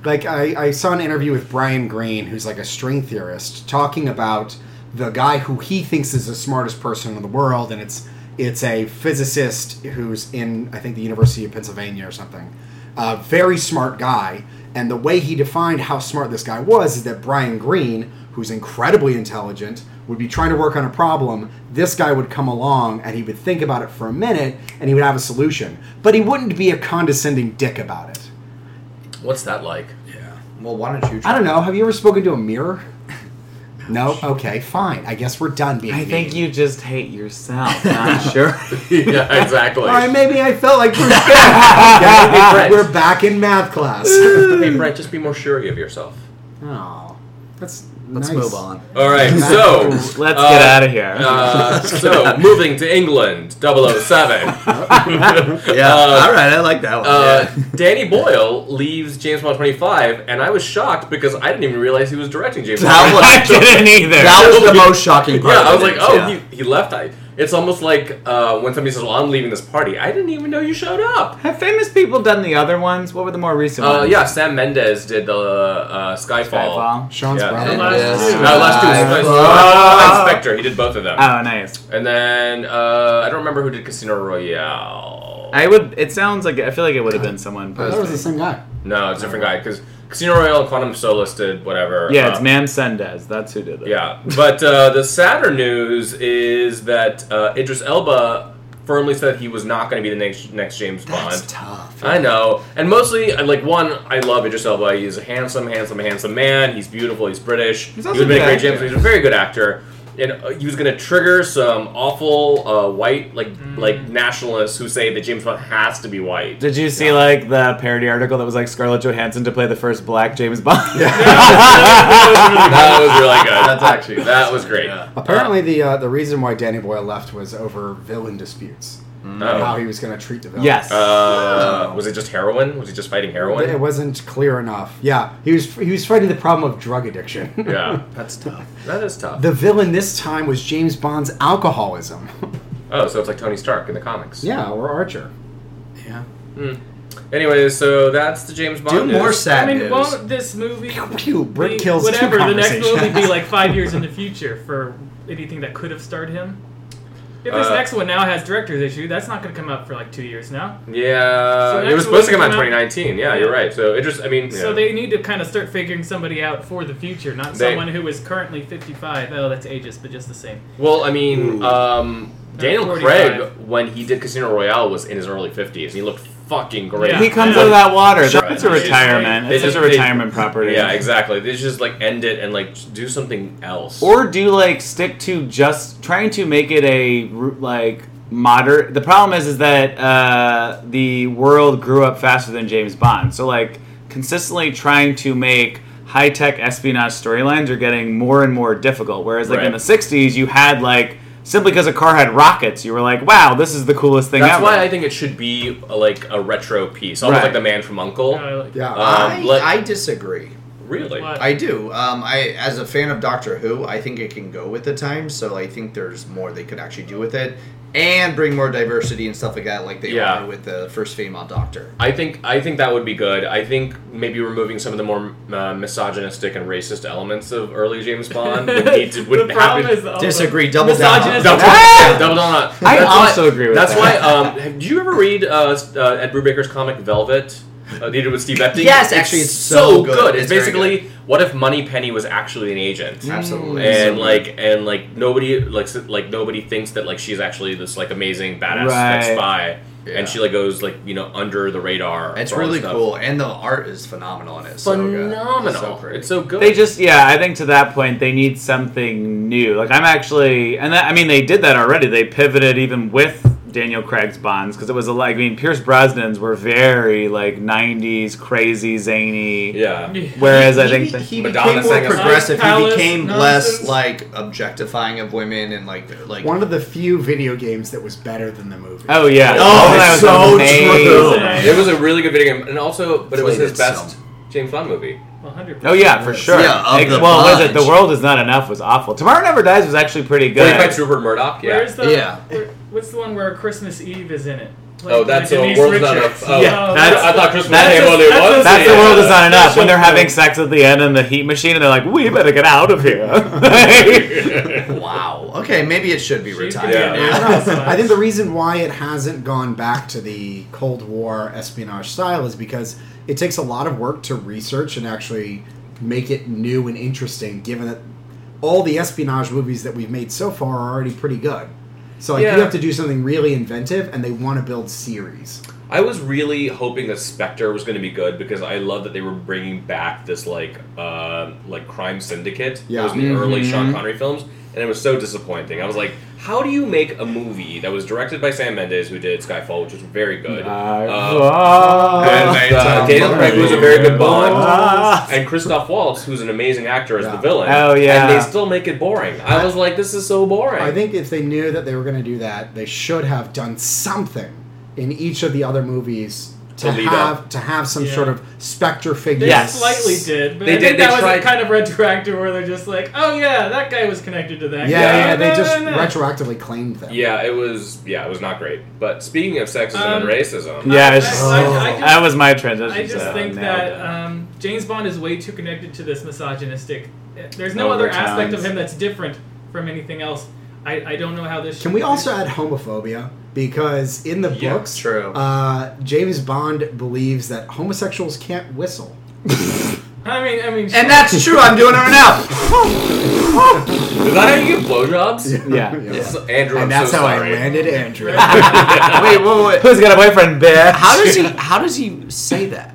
[SPEAKER 2] like, I, I saw an interview with Brian Green, who's like a string theorist, talking about the guy who he thinks is the smartest person in the world, and it's it's a physicist who's in I think the University of Pennsylvania or something. A very smart guy, and the way he defined how smart this guy was is that Brian Green, who's incredibly intelligent, would be trying to work on a problem. This guy would come along and he would think about it for a minute and he would have a solution, but he wouldn't be a condescending dick about it.
[SPEAKER 4] What's that like?
[SPEAKER 5] Yeah. Well, why don't you? Try
[SPEAKER 2] I don't know. Have you ever spoken to a mirror? No. Okay. Fine. I guess we're done being.
[SPEAKER 1] I think
[SPEAKER 2] mean.
[SPEAKER 1] you just hate yourself. Not sure.
[SPEAKER 4] yeah, exactly.
[SPEAKER 2] All right. Maybe I felt like Bruce Banner.
[SPEAKER 4] Hey, Brett.
[SPEAKER 2] we're back in math class.
[SPEAKER 4] hey, Brett, just be more sure of yourself.
[SPEAKER 2] oh, that's
[SPEAKER 5] Let's
[SPEAKER 2] nice.
[SPEAKER 5] move on.
[SPEAKER 4] All right, so
[SPEAKER 1] Let's get out of here.
[SPEAKER 4] Uh, so moving to England, 007.
[SPEAKER 5] Yeah.
[SPEAKER 4] Uh,
[SPEAKER 5] all right, I like that one.
[SPEAKER 4] Uh,
[SPEAKER 5] yeah.
[SPEAKER 4] Danny Boyle leaves James Bond 25, and I was shocked because I didn't even realize he was directing James
[SPEAKER 5] That
[SPEAKER 4] Bond.
[SPEAKER 5] was-
[SPEAKER 1] I didn't either.
[SPEAKER 5] That was the most shocking part.
[SPEAKER 4] yeah,
[SPEAKER 5] of
[SPEAKER 4] I was
[SPEAKER 5] it,
[SPEAKER 4] like, oh,
[SPEAKER 5] yeah.
[SPEAKER 4] he, he left. I. It's almost like uh, when somebody says, "Well, I'm leaving this party." I didn't even know you showed up.
[SPEAKER 1] Have famous people done the other ones? What were the more recent
[SPEAKER 4] Uh,
[SPEAKER 1] ones?
[SPEAKER 4] yeah, Sam Mendes did the uh, Skyfall.
[SPEAKER 1] Skyfall.
[SPEAKER 2] Sean's
[SPEAKER 4] Yeah.
[SPEAKER 2] brother.
[SPEAKER 5] And
[SPEAKER 3] last
[SPEAKER 5] this
[SPEAKER 3] two.
[SPEAKER 4] No, last two.
[SPEAKER 5] guy-
[SPEAKER 4] was
[SPEAKER 1] Oh.
[SPEAKER 4] Sky- Spectre. He did both of them.
[SPEAKER 1] Oh, nice.
[SPEAKER 4] And then uh, I don't remember who did Casino Royale.
[SPEAKER 1] I would. It sounds like I feel like it would have been someone.
[SPEAKER 2] I thought it was the same guy.
[SPEAKER 4] no, it's a different guy because Casino Royale and Quantum of Solace did whatever.
[SPEAKER 1] Yeah, it's
[SPEAKER 4] uh,
[SPEAKER 1] Man Sendez. That's who did it.
[SPEAKER 4] Yeah, but uh, the sadder news is that uh, Idris Elba firmly said he was not going to be the next next James
[SPEAKER 5] That's
[SPEAKER 4] Bond.
[SPEAKER 5] tough.
[SPEAKER 4] I know, and mostly, I- like one, I love Idris Elba. He's a handsome, handsome, handsome man. He's beautiful. He's British.
[SPEAKER 1] He's
[SPEAKER 4] he
[SPEAKER 1] also
[SPEAKER 4] would have been
[SPEAKER 1] a
[SPEAKER 4] a
[SPEAKER 1] good
[SPEAKER 4] great James.
[SPEAKER 1] actor.
[SPEAKER 4] Bond. He's a very good actor, and uh, he was going to trigger some awful uh, white, like like nationalists who say that James Bond has to be white.
[SPEAKER 1] Did you see like the parody article that was like Scarlett Johansson to play the first black James Bond?
[SPEAKER 4] that was really good.
[SPEAKER 5] That's actually-
[SPEAKER 4] that was great.
[SPEAKER 5] Yeah.
[SPEAKER 2] Apparently, the uh, the reason why Danny Boyle left was over villain disputes and how
[SPEAKER 4] Oh.
[SPEAKER 2] he was going to treat the villain.
[SPEAKER 1] yes.
[SPEAKER 4] Uh, was it just heroin? Was he just fighting heroin?
[SPEAKER 2] it wasn't clear enough. Yeah, he was he was fighting the problem of drug addiction.
[SPEAKER 4] Yeah,
[SPEAKER 5] That's tough.
[SPEAKER 4] that is tough.
[SPEAKER 2] The villain this time was James Bond's alcoholism.
[SPEAKER 4] oh, so it's like Tony Stark in the comics.
[SPEAKER 2] yeah, or Archer.
[SPEAKER 5] Yeah.
[SPEAKER 4] Anyway, so that's the James Bond.
[SPEAKER 5] Do more
[SPEAKER 4] news.
[SPEAKER 5] sad
[SPEAKER 3] I mean,
[SPEAKER 5] news.
[SPEAKER 3] won't this movie?
[SPEAKER 2] Pew, pew, Brit
[SPEAKER 3] be-
[SPEAKER 2] kills two
[SPEAKER 3] whatever the next
[SPEAKER 2] conversations.
[SPEAKER 3] movie be like five years in the future for anything that could have starred him. If this
[SPEAKER 4] Uh,
[SPEAKER 3] next one now has director's issue, that's not going to come out for like two years now.
[SPEAKER 4] Yeah,
[SPEAKER 3] So
[SPEAKER 4] it was
[SPEAKER 3] next
[SPEAKER 4] supposed to come out in
[SPEAKER 3] one-
[SPEAKER 4] 2019. Yeah, you're right. So it just, I mean,
[SPEAKER 3] So
[SPEAKER 4] yeah.
[SPEAKER 3] they need to kind of start figuring somebody out for the future, not
[SPEAKER 4] They-
[SPEAKER 3] someone who is currently 55. Oh, that's ageist, but just the same.
[SPEAKER 4] Well, I mean, um, Daniel
[SPEAKER 3] 45.
[SPEAKER 4] Craig when he did Casino Royale was in his early 50s. He looked fucking great.
[SPEAKER 3] Yeah.
[SPEAKER 1] he comes
[SPEAKER 4] Yeah.
[SPEAKER 1] out of that water.
[SPEAKER 4] Sure.
[SPEAKER 1] That's a
[SPEAKER 4] They just-
[SPEAKER 1] retirement.
[SPEAKER 4] they
[SPEAKER 1] It's just a
[SPEAKER 4] just- they-
[SPEAKER 1] retirement property.
[SPEAKER 4] Yeah, exactly. They just like end it and like just do something else.
[SPEAKER 1] Or do like stick to just trying to make it a ru- like moderate. The problem is is that uh, the world grew up faster than James Bond. So like consistently trying to make high tech espionage storylines are getting more and more difficult. Whereas like in
[SPEAKER 4] Right.
[SPEAKER 1] the '60s, you had like simply because a car had rockets, you were like, wow, this is the coolest thing
[SPEAKER 4] that's
[SPEAKER 1] ever.
[SPEAKER 4] why I think it should be uh, like a retro piece, almost
[SPEAKER 1] Right.
[SPEAKER 4] like The Man from Uncle.
[SPEAKER 3] Uh, like-
[SPEAKER 2] Yeah.
[SPEAKER 4] Uh,
[SPEAKER 5] I,
[SPEAKER 4] let-
[SPEAKER 5] I disagree.
[SPEAKER 4] Really?
[SPEAKER 3] What?
[SPEAKER 6] I do. Um, I, as a fan of Doctor Who, I think it can go with the times. So I think there's more they could actually do with it, and bring more diversity and stuff like that, like they
[SPEAKER 4] Yeah.
[SPEAKER 6] are with the first female Doctor.
[SPEAKER 4] I think I think that would be good. I think maybe removing some of the more uh, misogynistic and racist elements of early James Bond would need to would
[SPEAKER 3] the
[SPEAKER 4] happen.
[SPEAKER 3] problem is the
[SPEAKER 6] Disagree. Double down.
[SPEAKER 3] Misogynist-
[SPEAKER 4] Double down, double down on-
[SPEAKER 1] I
[SPEAKER 4] That's why-
[SPEAKER 1] also agree with
[SPEAKER 4] That's
[SPEAKER 1] that.
[SPEAKER 4] why. Um, have- did you ever read uh, s- uh, Ed Brubaker's comic Velvet? Uh, they did with Steve Epting.
[SPEAKER 6] Yes, actually, it's so good.
[SPEAKER 4] It's,
[SPEAKER 6] It's very
[SPEAKER 4] basically what if Money Penny was actually an agent,
[SPEAKER 6] Absolutely.
[SPEAKER 4] and
[SPEAKER 6] So-
[SPEAKER 4] like and like nobody like s- like nobody thinks that like she's actually this like amazing badass like,
[SPEAKER 1] Right.
[SPEAKER 4] spy,
[SPEAKER 6] Yeah.
[SPEAKER 4] and she like goes like you know under the radar.
[SPEAKER 6] It's
[SPEAKER 4] for all this
[SPEAKER 6] really
[SPEAKER 4] stuff.
[SPEAKER 6] cool, and the art is phenomenal in it. So good.
[SPEAKER 4] Phenomenal.
[SPEAKER 6] It's so pretty.
[SPEAKER 4] it's so good.
[SPEAKER 1] They just, yeah, I think to that point they need something new. Like I'm actually, and that, I mean they did that already. They pivoted even with Daniel Craig's Bonds because it was a like, I mean Pierce Brosnan's were very like '90s crazy zany.
[SPEAKER 4] yeah.
[SPEAKER 1] Whereas I
[SPEAKER 6] He
[SPEAKER 1] think
[SPEAKER 6] be-
[SPEAKER 1] that-
[SPEAKER 6] he
[SPEAKER 4] Madonna
[SPEAKER 6] became
[SPEAKER 4] sang
[SPEAKER 6] more
[SPEAKER 4] a song.
[SPEAKER 6] progressive. He
[SPEAKER 3] Palace
[SPEAKER 6] became less
[SPEAKER 3] nonsense.
[SPEAKER 6] like objectifying of women and like like
[SPEAKER 2] uh, One of the few video games that was better than the movie.
[SPEAKER 1] oh yeah,
[SPEAKER 6] Oh,
[SPEAKER 1] That
[SPEAKER 6] it's
[SPEAKER 1] was
[SPEAKER 6] so
[SPEAKER 1] amazing.
[SPEAKER 6] true.
[SPEAKER 4] It was a really good video game, and also, but it was
[SPEAKER 6] Played
[SPEAKER 4] his
[SPEAKER 6] it
[SPEAKER 4] best
[SPEAKER 6] some.
[SPEAKER 4] James Bond movie.
[SPEAKER 3] 100%.
[SPEAKER 1] Oh yeah, for sure.
[SPEAKER 6] Yeah, of
[SPEAKER 1] Ex-
[SPEAKER 6] the
[SPEAKER 1] well, was it
[SPEAKER 6] bunch.
[SPEAKER 1] The World Is Not Enough was awful. Tomorrow Never Dies was actually pretty
[SPEAKER 4] Yeah. Played by
[SPEAKER 1] good.
[SPEAKER 4] Rupert Murdoch. Yeah.
[SPEAKER 3] Where's the
[SPEAKER 6] Yeah.
[SPEAKER 3] where- what's the one where Christmas Eve is in it?
[SPEAKER 4] Oh, that's a
[SPEAKER 3] Denise
[SPEAKER 4] world's not
[SPEAKER 3] Richards.
[SPEAKER 4] enough. Oh,
[SPEAKER 1] Yeah,
[SPEAKER 3] No,
[SPEAKER 1] that's-
[SPEAKER 4] I thought Christmas
[SPEAKER 1] that's
[SPEAKER 4] Day
[SPEAKER 1] a-
[SPEAKER 4] only
[SPEAKER 3] that's a-
[SPEAKER 4] was.
[SPEAKER 1] That's
[SPEAKER 4] yeah.
[SPEAKER 1] the world is not enough. When they're
[SPEAKER 3] Special
[SPEAKER 1] having
[SPEAKER 3] film.
[SPEAKER 1] sex at the end in the heat machine, and they're like, "We better get out of here." Like-
[SPEAKER 6] wow. Okay, maybe it should be
[SPEAKER 3] She
[SPEAKER 6] retired.
[SPEAKER 4] could be
[SPEAKER 6] now.
[SPEAKER 2] I, don't know.
[SPEAKER 3] Yeah.
[SPEAKER 2] I think the reason why it hasn't gone back to the Cold War espionage style is because it takes a lot of work to research and actually make it new and interesting. Given that all the espionage movies that we've made so far are already pretty good, so like,
[SPEAKER 4] Yeah.
[SPEAKER 2] you have to do something really inventive, and they want to build series.
[SPEAKER 4] I was really hoping that Spectre was going to be good because I love that they were bringing back this like uh, like crime syndicate. that was in the
[SPEAKER 1] Yeah.
[SPEAKER 4] early
[SPEAKER 1] Mhm.
[SPEAKER 4] Sean Connery films, and it was so disappointing. I was like, how do you make a movie that was directed by Sam Mendes, who did Skyfall, which was very good, uh, and uh, Daniel Craig was a very good Bond,
[SPEAKER 1] Ah.
[SPEAKER 4] and Christoph Waltz, who's an amazing actor as the
[SPEAKER 2] Yeah.
[SPEAKER 4] villain.
[SPEAKER 1] Oh, yeah.
[SPEAKER 4] and they still make it boring. I was like, this is so boring.
[SPEAKER 2] I think if they knew that they were going to do that, they should have done something in each of the other movies
[SPEAKER 4] To
[SPEAKER 2] to,
[SPEAKER 4] lead
[SPEAKER 2] have to have some
[SPEAKER 3] Yeah.
[SPEAKER 2] sort of specter figure.
[SPEAKER 3] They
[SPEAKER 1] Yes.
[SPEAKER 3] slightly did, but
[SPEAKER 4] They
[SPEAKER 3] I
[SPEAKER 4] did,
[SPEAKER 3] think
[SPEAKER 4] they
[SPEAKER 3] that was
[SPEAKER 4] tried-
[SPEAKER 3] a kind of retroactive where they're just like, oh yeah, that guy was connected to that.
[SPEAKER 2] Yeah, yeah,
[SPEAKER 4] Yeah.
[SPEAKER 3] guy.
[SPEAKER 2] yeah, they
[SPEAKER 3] No,
[SPEAKER 2] just
[SPEAKER 3] no, no.
[SPEAKER 2] retroactively claimed that.
[SPEAKER 4] Yeah, it was. Yeah, it was not great. But speaking of sexism
[SPEAKER 3] Um,
[SPEAKER 4] and racism,
[SPEAKER 1] Yeah, it's-
[SPEAKER 3] I- I- I just-
[SPEAKER 1] that was my transition.
[SPEAKER 3] I just
[SPEAKER 1] so
[SPEAKER 3] think
[SPEAKER 1] nailed
[SPEAKER 3] that
[SPEAKER 1] it.
[SPEAKER 3] um, James Bond is way too connected to this misogynistic. eh, There's
[SPEAKER 4] Oh,
[SPEAKER 3] no
[SPEAKER 1] Over
[SPEAKER 3] other aspect
[SPEAKER 1] times.
[SPEAKER 3] of him that's different from anything else. I, I don't know how this.
[SPEAKER 2] Can we also add homophobia? Because in the
[SPEAKER 4] Yeah,
[SPEAKER 2] books,
[SPEAKER 6] true.
[SPEAKER 2] Uh, James Bond believes that homosexuals can't whistle.
[SPEAKER 3] I mean, I mean,
[SPEAKER 6] And that's true. I'm doing it right now.
[SPEAKER 4] is that how you give blowjobs?
[SPEAKER 1] Yeah.
[SPEAKER 4] It's- Andrew, I'm
[SPEAKER 2] And that's
[SPEAKER 4] so
[SPEAKER 2] how
[SPEAKER 4] sorry.
[SPEAKER 2] I landed Andrew.
[SPEAKER 5] wait, wait, wait.
[SPEAKER 1] Who's got a boyfriend, bitch?
[SPEAKER 5] How does he? How does he say that?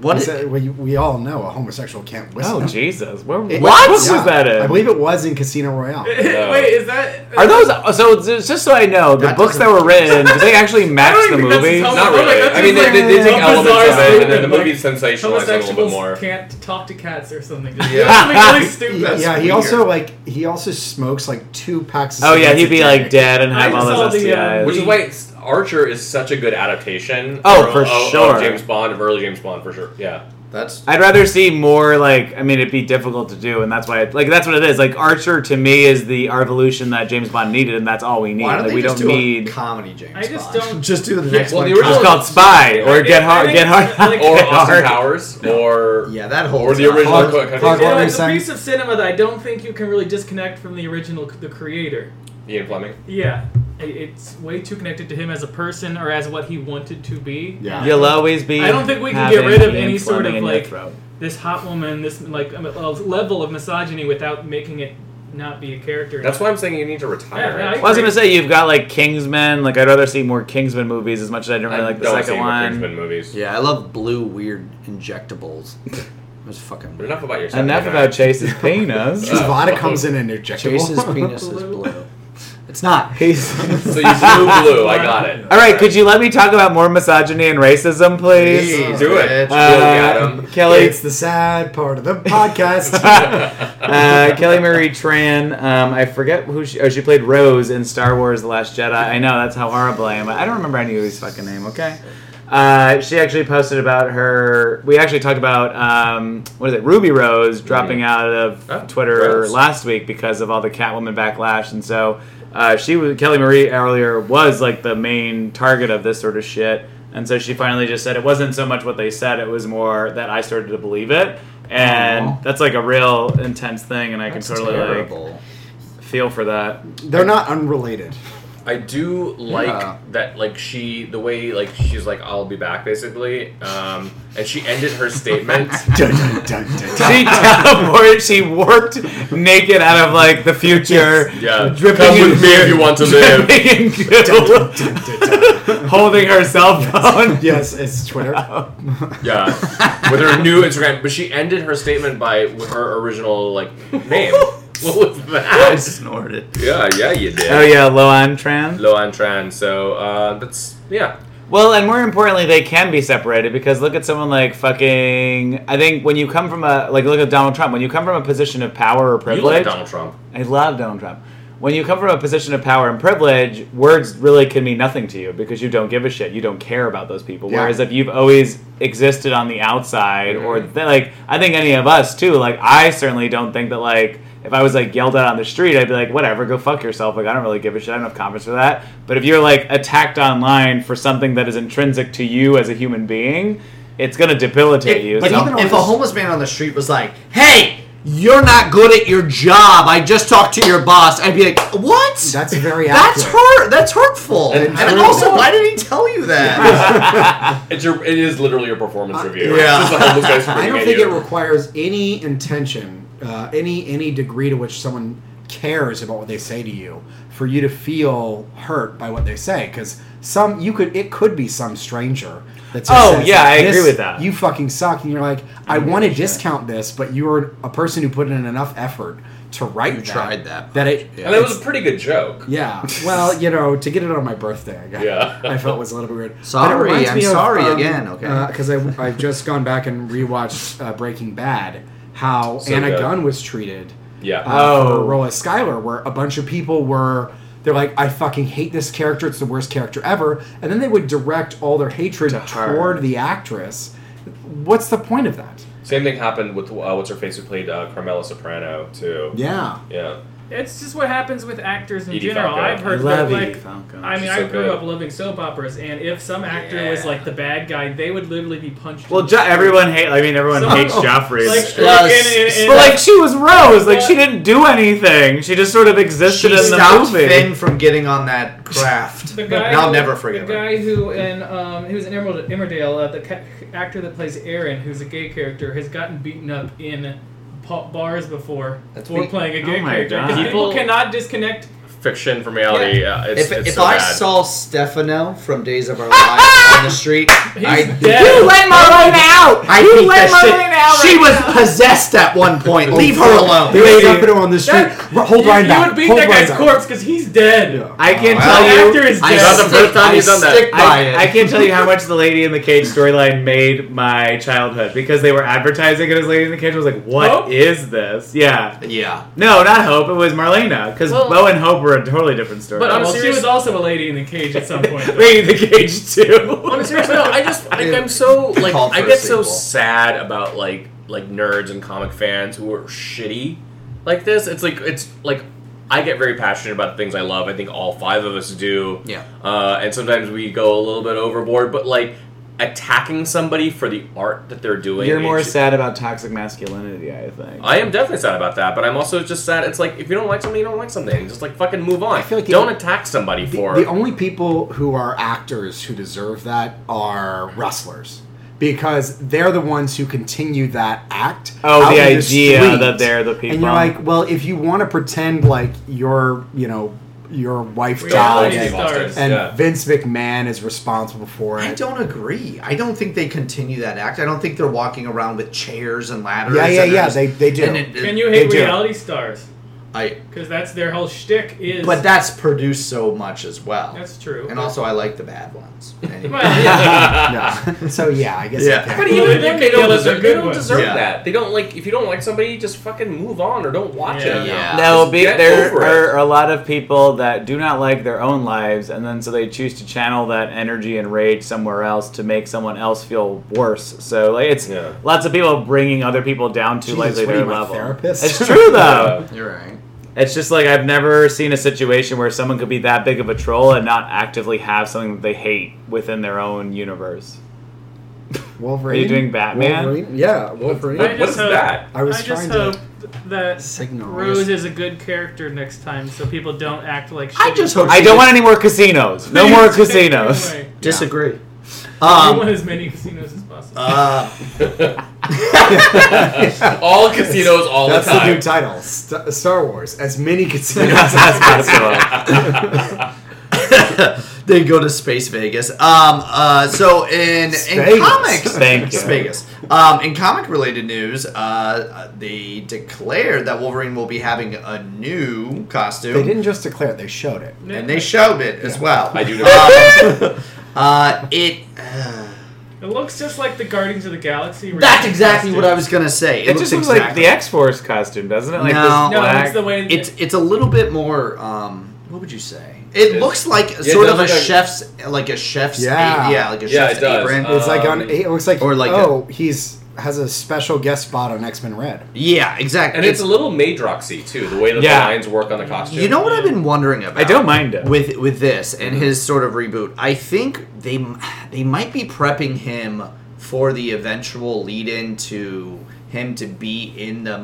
[SPEAKER 5] What
[SPEAKER 2] He
[SPEAKER 5] is?
[SPEAKER 2] said- we, we all know a homosexual can't whistle.
[SPEAKER 1] Oh Jesus! Where,
[SPEAKER 2] It-
[SPEAKER 1] what book
[SPEAKER 2] Yeah.
[SPEAKER 1] was that in?
[SPEAKER 2] I believe it was in Casino Royale.
[SPEAKER 3] Wait, is that?
[SPEAKER 1] Are those so? j- Just so I know, the
[SPEAKER 6] That
[SPEAKER 1] books that were written do they actually match
[SPEAKER 3] don't
[SPEAKER 1] the
[SPEAKER 3] even think
[SPEAKER 1] movie?
[SPEAKER 3] that's
[SPEAKER 4] Not
[SPEAKER 3] Oh my
[SPEAKER 4] really.
[SPEAKER 3] God,
[SPEAKER 4] I mean, they,
[SPEAKER 3] that's
[SPEAKER 4] they, they
[SPEAKER 3] like
[SPEAKER 4] take
[SPEAKER 3] a
[SPEAKER 4] elements
[SPEAKER 3] bizarre
[SPEAKER 4] of it, and then the
[SPEAKER 3] statement,
[SPEAKER 4] movie's sensationalized it a little bit
[SPEAKER 3] homosexuals
[SPEAKER 4] more.
[SPEAKER 3] can't talk to cats or something?
[SPEAKER 4] Yeah.
[SPEAKER 3] Something really
[SPEAKER 2] He-
[SPEAKER 3] stupid.
[SPEAKER 6] That's
[SPEAKER 2] yeah, he
[SPEAKER 6] weird.
[SPEAKER 2] also like he also smokes like two packs. Of
[SPEAKER 1] Oh yeah,
[SPEAKER 2] cigarettes
[SPEAKER 1] he'd
[SPEAKER 2] a
[SPEAKER 1] be
[SPEAKER 2] day.
[SPEAKER 1] like dead and have
[SPEAKER 3] I
[SPEAKER 1] all
[SPEAKER 3] saw
[SPEAKER 1] those
[SPEAKER 3] the,
[SPEAKER 1] STIs.
[SPEAKER 3] uh,
[SPEAKER 4] Which is why it's- Archer is such a good adaptation.
[SPEAKER 1] Oh,
[SPEAKER 4] of-
[SPEAKER 1] for
[SPEAKER 4] of- of
[SPEAKER 1] sure.
[SPEAKER 4] James Bond, of early James Bond, for sure. Yeah.
[SPEAKER 6] That's
[SPEAKER 1] I'd rather see more like I mean it'd be difficult to do, and that's why it, like that's what it is. Like Archer to me is the evolution that James Bond needed, and that's all we need.
[SPEAKER 6] why don't
[SPEAKER 1] Like
[SPEAKER 6] they
[SPEAKER 1] we
[SPEAKER 6] just
[SPEAKER 1] don't
[SPEAKER 6] do a
[SPEAKER 1] need.
[SPEAKER 6] comedy James
[SPEAKER 3] I just
[SPEAKER 6] Bond.
[SPEAKER 3] don't-
[SPEAKER 2] just do the
[SPEAKER 4] Yeah,
[SPEAKER 2] next
[SPEAKER 4] well,
[SPEAKER 2] one.
[SPEAKER 4] the original-
[SPEAKER 1] It's called Spy or
[SPEAKER 4] Yeah,
[SPEAKER 1] Get
[SPEAKER 4] I
[SPEAKER 1] Hard.
[SPEAKER 3] think
[SPEAKER 1] Get
[SPEAKER 3] it's
[SPEAKER 1] Hard.
[SPEAKER 3] like-
[SPEAKER 4] Or
[SPEAKER 1] Get
[SPEAKER 4] Austin
[SPEAKER 1] Hard.
[SPEAKER 4] Powers, or
[SPEAKER 6] Yeah, that whole
[SPEAKER 4] or the original
[SPEAKER 2] Hard-
[SPEAKER 4] co- kind of-
[SPEAKER 2] Hard-
[SPEAKER 3] You know, it's a
[SPEAKER 2] Hard-
[SPEAKER 3] piece of cinema that I don't think you can really disconnect from the original, the creator.
[SPEAKER 4] Ian Fleming.
[SPEAKER 3] Yeah, I- it's way too connected to him as a person or as what he wanted to be.
[SPEAKER 2] Yeah.
[SPEAKER 1] You'll always be.
[SPEAKER 3] I don't think we can
[SPEAKER 1] having
[SPEAKER 3] get rid of
[SPEAKER 1] Ian
[SPEAKER 3] any sort
[SPEAKER 1] Fleming
[SPEAKER 3] of
[SPEAKER 1] in your
[SPEAKER 3] like
[SPEAKER 1] throat.
[SPEAKER 3] this hot woman, this like um, uh, level of misogyny without making it not be a character.
[SPEAKER 4] That's why I'm saying you need to retire.
[SPEAKER 3] Yeah,
[SPEAKER 1] Well, I was gonna say you've got like Kingsman. Like I'd rather see more Kingsman movies as much as I don't really like the
[SPEAKER 4] don't see
[SPEAKER 1] second
[SPEAKER 4] more
[SPEAKER 1] one.
[SPEAKER 4] Kingsman movies.
[SPEAKER 5] Yeah, I love blue weird injectables. it was fucking
[SPEAKER 4] But
[SPEAKER 5] weird.
[SPEAKER 4] enough about your.
[SPEAKER 1] Enough about Chase's penis.
[SPEAKER 4] Uh,
[SPEAKER 2] Truvada comes in and injects
[SPEAKER 5] Chase's penis is blue. It's not.
[SPEAKER 4] So you blew blue. I got it.
[SPEAKER 1] All right, could you let me talk about more misogyny and racism, please?
[SPEAKER 6] Jeez,
[SPEAKER 4] do it?
[SPEAKER 6] bitch.
[SPEAKER 4] Uh, Adam.
[SPEAKER 1] Kelly,
[SPEAKER 2] It's the sad part of the podcast.
[SPEAKER 1] uh, Kelly Marie Tran. Um, I forget who she. Oh, she played Rose in Star Wars: The Last Jedi. I know that's how horrible I am. I don't remember any of his fucking name. Okay. Uh, she actually posted about her. We actually talked about um, what is it, Ruby Rose dropping out of
[SPEAKER 4] Oh,
[SPEAKER 1] Twitter
[SPEAKER 4] Rose.
[SPEAKER 1] last week because of all the Catwoman backlash, and so uh, she was Kelly Marie earlier was like the main target of this sort of shit, and so she finally just said it wasn't so much what they said, it was more that I started to believe it, and
[SPEAKER 2] Aw.
[SPEAKER 1] that's like a real intense thing, and I can
[SPEAKER 5] That's
[SPEAKER 1] totally
[SPEAKER 5] terrible.
[SPEAKER 1] like feel for that.
[SPEAKER 2] They're not unrelated.
[SPEAKER 4] I do like
[SPEAKER 6] Yeah.
[SPEAKER 4] that, like she, the way, like she's like, "I'll be back," basically, um, and she ended her statement.
[SPEAKER 2] dun, dun, dun, dun, dun.
[SPEAKER 1] She teleported. She warped naked out of like the future.
[SPEAKER 4] yeah,
[SPEAKER 1] Dripping
[SPEAKER 4] come
[SPEAKER 1] in
[SPEAKER 4] with me if you want to live.
[SPEAKER 1] dripping in goo, holding her cell phone.
[SPEAKER 2] Yes, it's Twitter.
[SPEAKER 4] Yeah, with her new Instagram, but she ended her statement by with her original like name. what was
[SPEAKER 5] I
[SPEAKER 4] that?
[SPEAKER 5] snorted.
[SPEAKER 4] Yeah, yeah, you did.
[SPEAKER 1] Oh yeah, Loan Tran.
[SPEAKER 4] Loan Tran. So uh, that's yeah.
[SPEAKER 1] Well, and more importantly, they can be separated because look at someone like fucking. I think when you come from a like look at Donald Trump. When you come from a position of power or
[SPEAKER 4] You
[SPEAKER 1] privilege,
[SPEAKER 4] like Donald Trump.
[SPEAKER 1] I love Donald Trump. When you come from a position of power and privilege, words really can mean nothing to you because you don't give a shit. You don't care about those people.
[SPEAKER 2] Yeah.
[SPEAKER 1] Whereas if you've always existed on the outside, or th- like I think any of us too, like I certainly don't think that like if I was like yelled at on the street, I'd be like, whatever, go fuck yourself. Like I don't really give a shit. I don't have confidence for that. But if you're like attacked online for something that is intrinsic to you as a human being, it's gonna debilitate you.
[SPEAKER 6] But
[SPEAKER 1] So-
[SPEAKER 6] even if a homeless man on the street was like, "Hey,
[SPEAKER 5] You're not good at your job. I just talked to your boss. I'd be like, what?
[SPEAKER 2] That's very
[SPEAKER 5] That's
[SPEAKER 2] accurate.
[SPEAKER 5] hurt. That's hurtful. And,
[SPEAKER 6] and also, why did he tell you that?"
[SPEAKER 4] It's your. It is literally your performance review.
[SPEAKER 6] yeah.
[SPEAKER 4] It's just a homeless guy's
[SPEAKER 2] I
[SPEAKER 4] screaming
[SPEAKER 2] don't
[SPEAKER 4] at
[SPEAKER 2] think it
[SPEAKER 4] you.
[SPEAKER 2] requires any intention, uh, any any degree to which someone cares about what they say to you for you to feel hurt by what they say. Because some you could it could be some stranger. That just
[SPEAKER 1] Oh,
[SPEAKER 2] says,
[SPEAKER 1] yeah, I
[SPEAKER 2] "This-
[SPEAKER 1] agree with that."
[SPEAKER 2] You fucking suck, and you're like, I want to discount this, but you are a person who put in enough effort to write.
[SPEAKER 5] You
[SPEAKER 2] that,
[SPEAKER 5] tried that
[SPEAKER 2] That it.
[SPEAKER 5] much,
[SPEAKER 4] And it was a pretty good joke.
[SPEAKER 2] Yeah. Well, you know, to get it on my birthday, I guess.
[SPEAKER 4] Yeah.
[SPEAKER 2] I felt was a little bit weird. But it
[SPEAKER 5] Sorry,
[SPEAKER 2] reminds
[SPEAKER 5] I'm
[SPEAKER 2] me of,
[SPEAKER 5] sorry again, okay.
[SPEAKER 2] Because I I've just gone back and rewatched uh, Breaking Bad, how
[SPEAKER 4] So
[SPEAKER 2] Anna
[SPEAKER 4] good.
[SPEAKER 2] Gunn was treated
[SPEAKER 4] Yeah.
[SPEAKER 2] uh,
[SPEAKER 1] Oh.
[SPEAKER 2] for Rolla Skyler, where a bunch of people were. They're like, I fucking hate this character. It's the worst character ever. And then they would direct all their hatred
[SPEAKER 1] her.
[SPEAKER 2] toward the actress. What's the point of that?
[SPEAKER 4] Same thing happened with uh, what's her face who played uh, Carmela Soprano too.
[SPEAKER 2] Yeah.
[SPEAKER 4] Yeah.
[SPEAKER 3] It's just what happens with actors in
[SPEAKER 4] Edie
[SPEAKER 3] general.
[SPEAKER 4] Falco.
[SPEAKER 3] I've heard
[SPEAKER 1] I love
[SPEAKER 3] that,
[SPEAKER 1] Edie
[SPEAKER 3] like,
[SPEAKER 1] Falco.
[SPEAKER 3] I mean,
[SPEAKER 4] She's
[SPEAKER 3] I
[SPEAKER 4] so
[SPEAKER 3] grew
[SPEAKER 4] good.
[SPEAKER 3] up loving soap operas, and if some actor was like the bad guy, they would literally be punched.
[SPEAKER 1] well,
[SPEAKER 3] in
[SPEAKER 1] jo-
[SPEAKER 3] the face.
[SPEAKER 1] everyone hate. I mean, everyone
[SPEAKER 3] Someone-
[SPEAKER 1] hates Joffrey.
[SPEAKER 3] Like,
[SPEAKER 5] Yeah.
[SPEAKER 3] like, in- in- in-
[SPEAKER 1] But like she was Rose, like she
[SPEAKER 3] Yeah.
[SPEAKER 1] didn't do anything. She just sort of
[SPEAKER 6] she
[SPEAKER 1] existed in the
[SPEAKER 6] stopped
[SPEAKER 1] movie.
[SPEAKER 6] Finn from getting on that craft,
[SPEAKER 3] The
[SPEAKER 6] and
[SPEAKER 3] guy
[SPEAKER 6] I'll
[SPEAKER 3] who-
[SPEAKER 6] never forget
[SPEAKER 3] The
[SPEAKER 6] her.
[SPEAKER 3] guy who in um, he was in Emerald, Emmerdale, uh, the ca- actor that plays Aaron, who's a gay character, has gotten beaten up in pa- bars before
[SPEAKER 6] That's
[SPEAKER 3] for
[SPEAKER 6] me.
[SPEAKER 3] playing a gay
[SPEAKER 1] Oh my
[SPEAKER 3] character.
[SPEAKER 1] God.
[SPEAKER 3] 'Cause
[SPEAKER 4] People-
[SPEAKER 3] People cannot disconnect.
[SPEAKER 4] Fiction from reality. Yeah. it's,
[SPEAKER 6] If,
[SPEAKER 4] it's
[SPEAKER 6] if
[SPEAKER 4] so
[SPEAKER 6] I
[SPEAKER 4] bad.
[SPEAKER 6] saw Stefano from Days of Our Lives on the street,
[SPEAKER 3] He's
[SPEAKER 6] I
[SPEAKER 3] dead.
[SPEAKER 5] let Marlena out.
[SPEAKER 6] I
[SPEAKER 5] you
[SPEAKER 6] beat
[SPEAKER 5] let
[SPEAKER 6] that shit.
[SPEAKER 5] Marlena out. She was possessed at one point. Leave her alone.
[SPEAKER 2] Oh, They were
[SPEAKER 1] Lady.
[SPEAKER 2] jumping on the street.
[SPEAKER 3] That-
[SPEAKER 2] R- Hold
[SPEAKER 3] you,
[SPEAKER 2] Ryan
[SPEAKER 3] you
[SPEAKER 2] back.
[SPEAKER 3] would beat
[SPEAKER 2] Hold
[SPEAKER 3] that
[SPEAKER 2] Ryan
[SPEAKER 3] guy's
[SPEAKER 2] back.
[SPEAKER 3] corpse because he's dead.
[SPEAKER 2] Yeah.
[SPEAKER 1] I can't
[SPEAKER 6] Wow.
[SPEAKER 1] tell
[SPEAKER 3] The
[SPEAKER 1] you.
[SPEAKER 3] actor is
[SPEAKER 5] I
[SPEAKER 3] dead.
[SPEAKER 4] Not the first time
[SPEAKER 5] I
[SPEAKER 4] he's done that.
[SPEAKER 5] stick by
[SPEAKER 1] I,
[SPEAKER 5] it.
[SPEAKER 1] I can't tell you how much the Lady in the Cage storyline made my childhood because they were advertising it as Lady in the Cage. I was like,
[SPEAKER 3] Hope?
[SPEAKER 1] "What is this?" Yeah,
[SPEAKER 5] yeah.
[SPEAKER 1] no, not Hope. It was Marlena because
[SPEAKER 4] Well-
[SPEAKER 1] Bo and Hope were a totally different story.
[SPEAKER 4] But on a
[SPEAKER 3] well, she
[SPEAKER 4] serious-
[SPEAKER 3] was also a lady in the cage at some point. though.
[SPEAKER 1] Lady in the Cage too.
[SPEAKER 4] I'm serious. No, I just like, I'm so like
[SPEAKER 6] Call for
[SPEAKER 4] I
[SPEAKER 6] a
[SPEAKER 4] get so
[SPEAKER 6] sequel.
[SPEAKER 4] sad about like like nerds and comic fans who are shitty like this. It's like it's like I get very passionate about things I love. I think all five of us do.
[SPEAKER 5] Yeah.
[SPEAKER 4] Uh, and sometimes we go a little bit overboard, but like attacking somebody for the art that they're doing.
[SPEAKER 1] You're more
[SPEAKER 4] it's-
[SPEAKER 1] sad about toxic masculinity, I think.
[SPEAKER 4] I am definitely sad about that, but I'm also just sad. It's like if you don't like something, you don't like something. Just like fucking move on.
[SPEAKER 2] feel like
[SPEAKER 4] don't
[SPEAKER 2] it-
[SPEAKER 4] attack somebody
[SPEAKER 2] The,
[SPEAKER 4] for
[SPEAKER 2] the only people who are actors who deserve that are wrestlers because they're the ones who continue that act.
[SPEAKER 1] Oh,
[SPEAKER 2] out
[SPEAKER 1] the
[SPEAKER 2] in
[SPEAKER 1] idea
[SPEAKER 2] street.
[SPEAKER 1] that they're the people.
[SPEAKER 2] And you're like, well, if you want to pretend like your, you know, your wife
[SPEAKER 3] We are
[SPEAKER 2] died
[SPEAKER 3] lady
[SPEAKER 4] Yeah.
[SPEAKER 2] and,
[SPEAKER 3] stars.
[SPEAKER 2] and
[SPEAKER 4] Yeah.
[SPEAKER 2] Vince McMahon is responsible for it.
[SPEAKER 6] I don't agree. I don't think they continue that act. I don't think they're walking around with chairs and ladders.
[SPEAKER 2] Yeah, yeah,
[SPEAKER 6] and
[SPEAKER 2] yeah,
[SPEAKER 6] there's-
[SPEAKER 2] they- they do.
[SPEAKER 6] and it-
[SPEAKER 3] Can you
[SPEAKER 2] They
[SPEAKER 3] hate
[SPEAKER 2] do.
[SPEAKER 3] reality stars?
[SPEAKER 6] I
[SPEAKER 3] because that's their whole shtick is.
[SPEAKER 6] but that's produced so much as well.
[SPEAKER 3] that's true.
[SPEAKER 6] And also, I like the bad ones. Anyway.
[SPEAKER 3] well, yeah.
[SPEAKER 2] No. so yeah, I guess.
[SPEAKER 6] Yeah.
[SPEAKER 2] I can.
[SPEAKER 4] But
[SPEAKER 3] even
[SPEAKER 4] even
[SPEAKER 3] then,
[SPEAKER 4] they
[SPEAKER 3] they
[SPEAKER 4] don't
[SPEAKER 3] give us
[SPEAKER 4] deserve,
[SPEAKER 3] a
[SPEAKER 4] they
[SPEAKER 3] good
[SPEAKER 4] don't
[SPEAKER 3] one.
[SPEAKER 4] deserve
[SPEAKER 6] Yeah.
[SPEAKER 4] that. They don't like if you don't like somebody, just fucking move on or don't watch
[SPEAKER 3] Yeah.
[SPEAKER 4] it.
[SPEAKER 5] Yeah.
[SPEAKER 1] No,
[SPEAKER 4] Just
[SPEAKER 1] be,
[SPEAKER 4] get
[SPEAKER 1] there
[SPEAKER 4] over
[SPEAKER 1] are
[SPEAKER 4] it.
[SPEAKER 1] a lot of people that do not like their own lives, and then so they choose to channel that energy and rage somewhere else to make someone else feel worse. So like it's
[SPEAKER 4] Yeah.
[SPEAKER 1] lots of people bringing other people down to
[SPEAKER 2] Jesus,
[SPEAKER 1] lightly
[SPEAKER 2] what are
[SPEAKER 1] their
[SPEAKER 2] you, my
[SPEAKER 1] level.
[SPEAKER 2] therapist?
[SPEAKER 1] It's true
[SPEAKER 4] Yeah.
[SPEAKER 1] though.
[SPEAKER 5] You're right.
[SPEAKER 1] It's just like I've never seen a situation where someone could be that big of a troll and not actively have something that they hate within their own universe.
[SPEAKER 2] Wolverine.
[SPEAKER 1] Are you doing Batman?
[SPEAKER 2] Wolverine? Yeah, Wolverine.
[SPEAKER 4] What- what
[SPEAKER 3] just
[SPEAKER 4] is
[SPEAKER 3] hope-
[SPEAKER 4] that?
[SPEAKER 2] I was
[SPEAKER 3] just
[SPEAKER 2] trying to
[SPEAKER 3] hope that
[SPEAKER 2] signal.
[SPEAKER 3] Rose is a good character next time, so people don't act like.
[SPEAKER 5] I
[SPEAKER 3] shitty
[SPEAKER 5] just hope-
[SPEAKER 1] I don't want any more casinos. No more
[SPEAKER 3] Take it
[SPEAKER 1] casinos.
[SPEAKER 3] away.
[SPEAKER 6] Disagree.
[SPEAKER 3] I
[SPEAKER 5] Um,
[SPEAKER 3] want as many casinos as possible.
[SPEAKER 6] Uh,
[SPEAKER 4] all casinos all
[SPEAKER 2] That's
[SPEAKER 4] the
[SPEAKER 2] the
[SPEAKER 4] time.
[SPEAKER 2] new title. St- Star Wars as many casinos.
[SPEAKER 1] That's possible.
[SPEAKER 6] they go to Space Vegas. Um, uh, so in in
[SPEAKER 2] Space.
[SPEAKER 6] comics,
[SPEAKER 1] Thank you.
[SPEAKER 6] Space. Um, in comic related news, uh, they declared that Wolverine will be having a new costume.
[SPEAKER 2] they didn't just declare it; they showed it.
[SPEAKER 6] and they showed it as well.
[SPEAKER 4] I do
[SPEAKER 6] know. uh, it. Uh,
[SPEAKER 3] It looks just like the Guardians of the Galaxy. where
[SPEAKER 6] that's
[SPEAKER 3] you
[SPEAKER 6] exactly
[SPEAKER 3] costume.
[SPEAKER 6] what I was gonna say. It,
[SPEAKER 1] It just looks like
[SPEAKER 6] exactly-
[SPEAKER 1] the X Force costume, doesn't it? Like
[SPEAKER 6] No.
[SPEAKER 1] this
[SPEAKER 3] No,
[SPEAKER 1] black.
[SPEAKER 3] it's the way that-
[SPEAKER 6] It's it's a little bit more. Um, what would you say? It
[SPEAKER 4] It's-
[SPEAKER 6] looks like
[SPEAKER 4] it
[SPEAKER 6] sort
[SPEAKER 4] does
[SPEAKER 6] of a
[SPEAKER 4] look like-
[SPEAKER 6] chef's, like a chef's,
[SPEAKER 2] Yeah.
[SPEAKER 6] yeah, like a
[SPEAKER 4] Yeah,
[SPEAKER 6] chef's
[SPEAKER 4] it does.
[SPEAKER 6] apron.
[SPEAKER 4] Uh,
[SPEAKER 2] It's like on.
[SPEAKER 4] Um,
[SPEAKER 2] It looks like
[SPEAKER 6] or like
[SPEAKER 2] oh, he's has a special guest spot on X Men Red.
[SPEAKER 6] yeah, exactly.
[SPEAKER 4] And it's a little Madroxy too, the way that
[SPEAKER 1] Yeah.
[SPEAKER 4] the lines work on the costume.
[SPEAKER 6] You know what I've been wondering about?
[SPEAKER 1] I don't mind it. Mm-hmm.
[SPEAKER 6] with with this and his sort of reboot. I think they they might be prepping him for the eventual lead in to him to be in the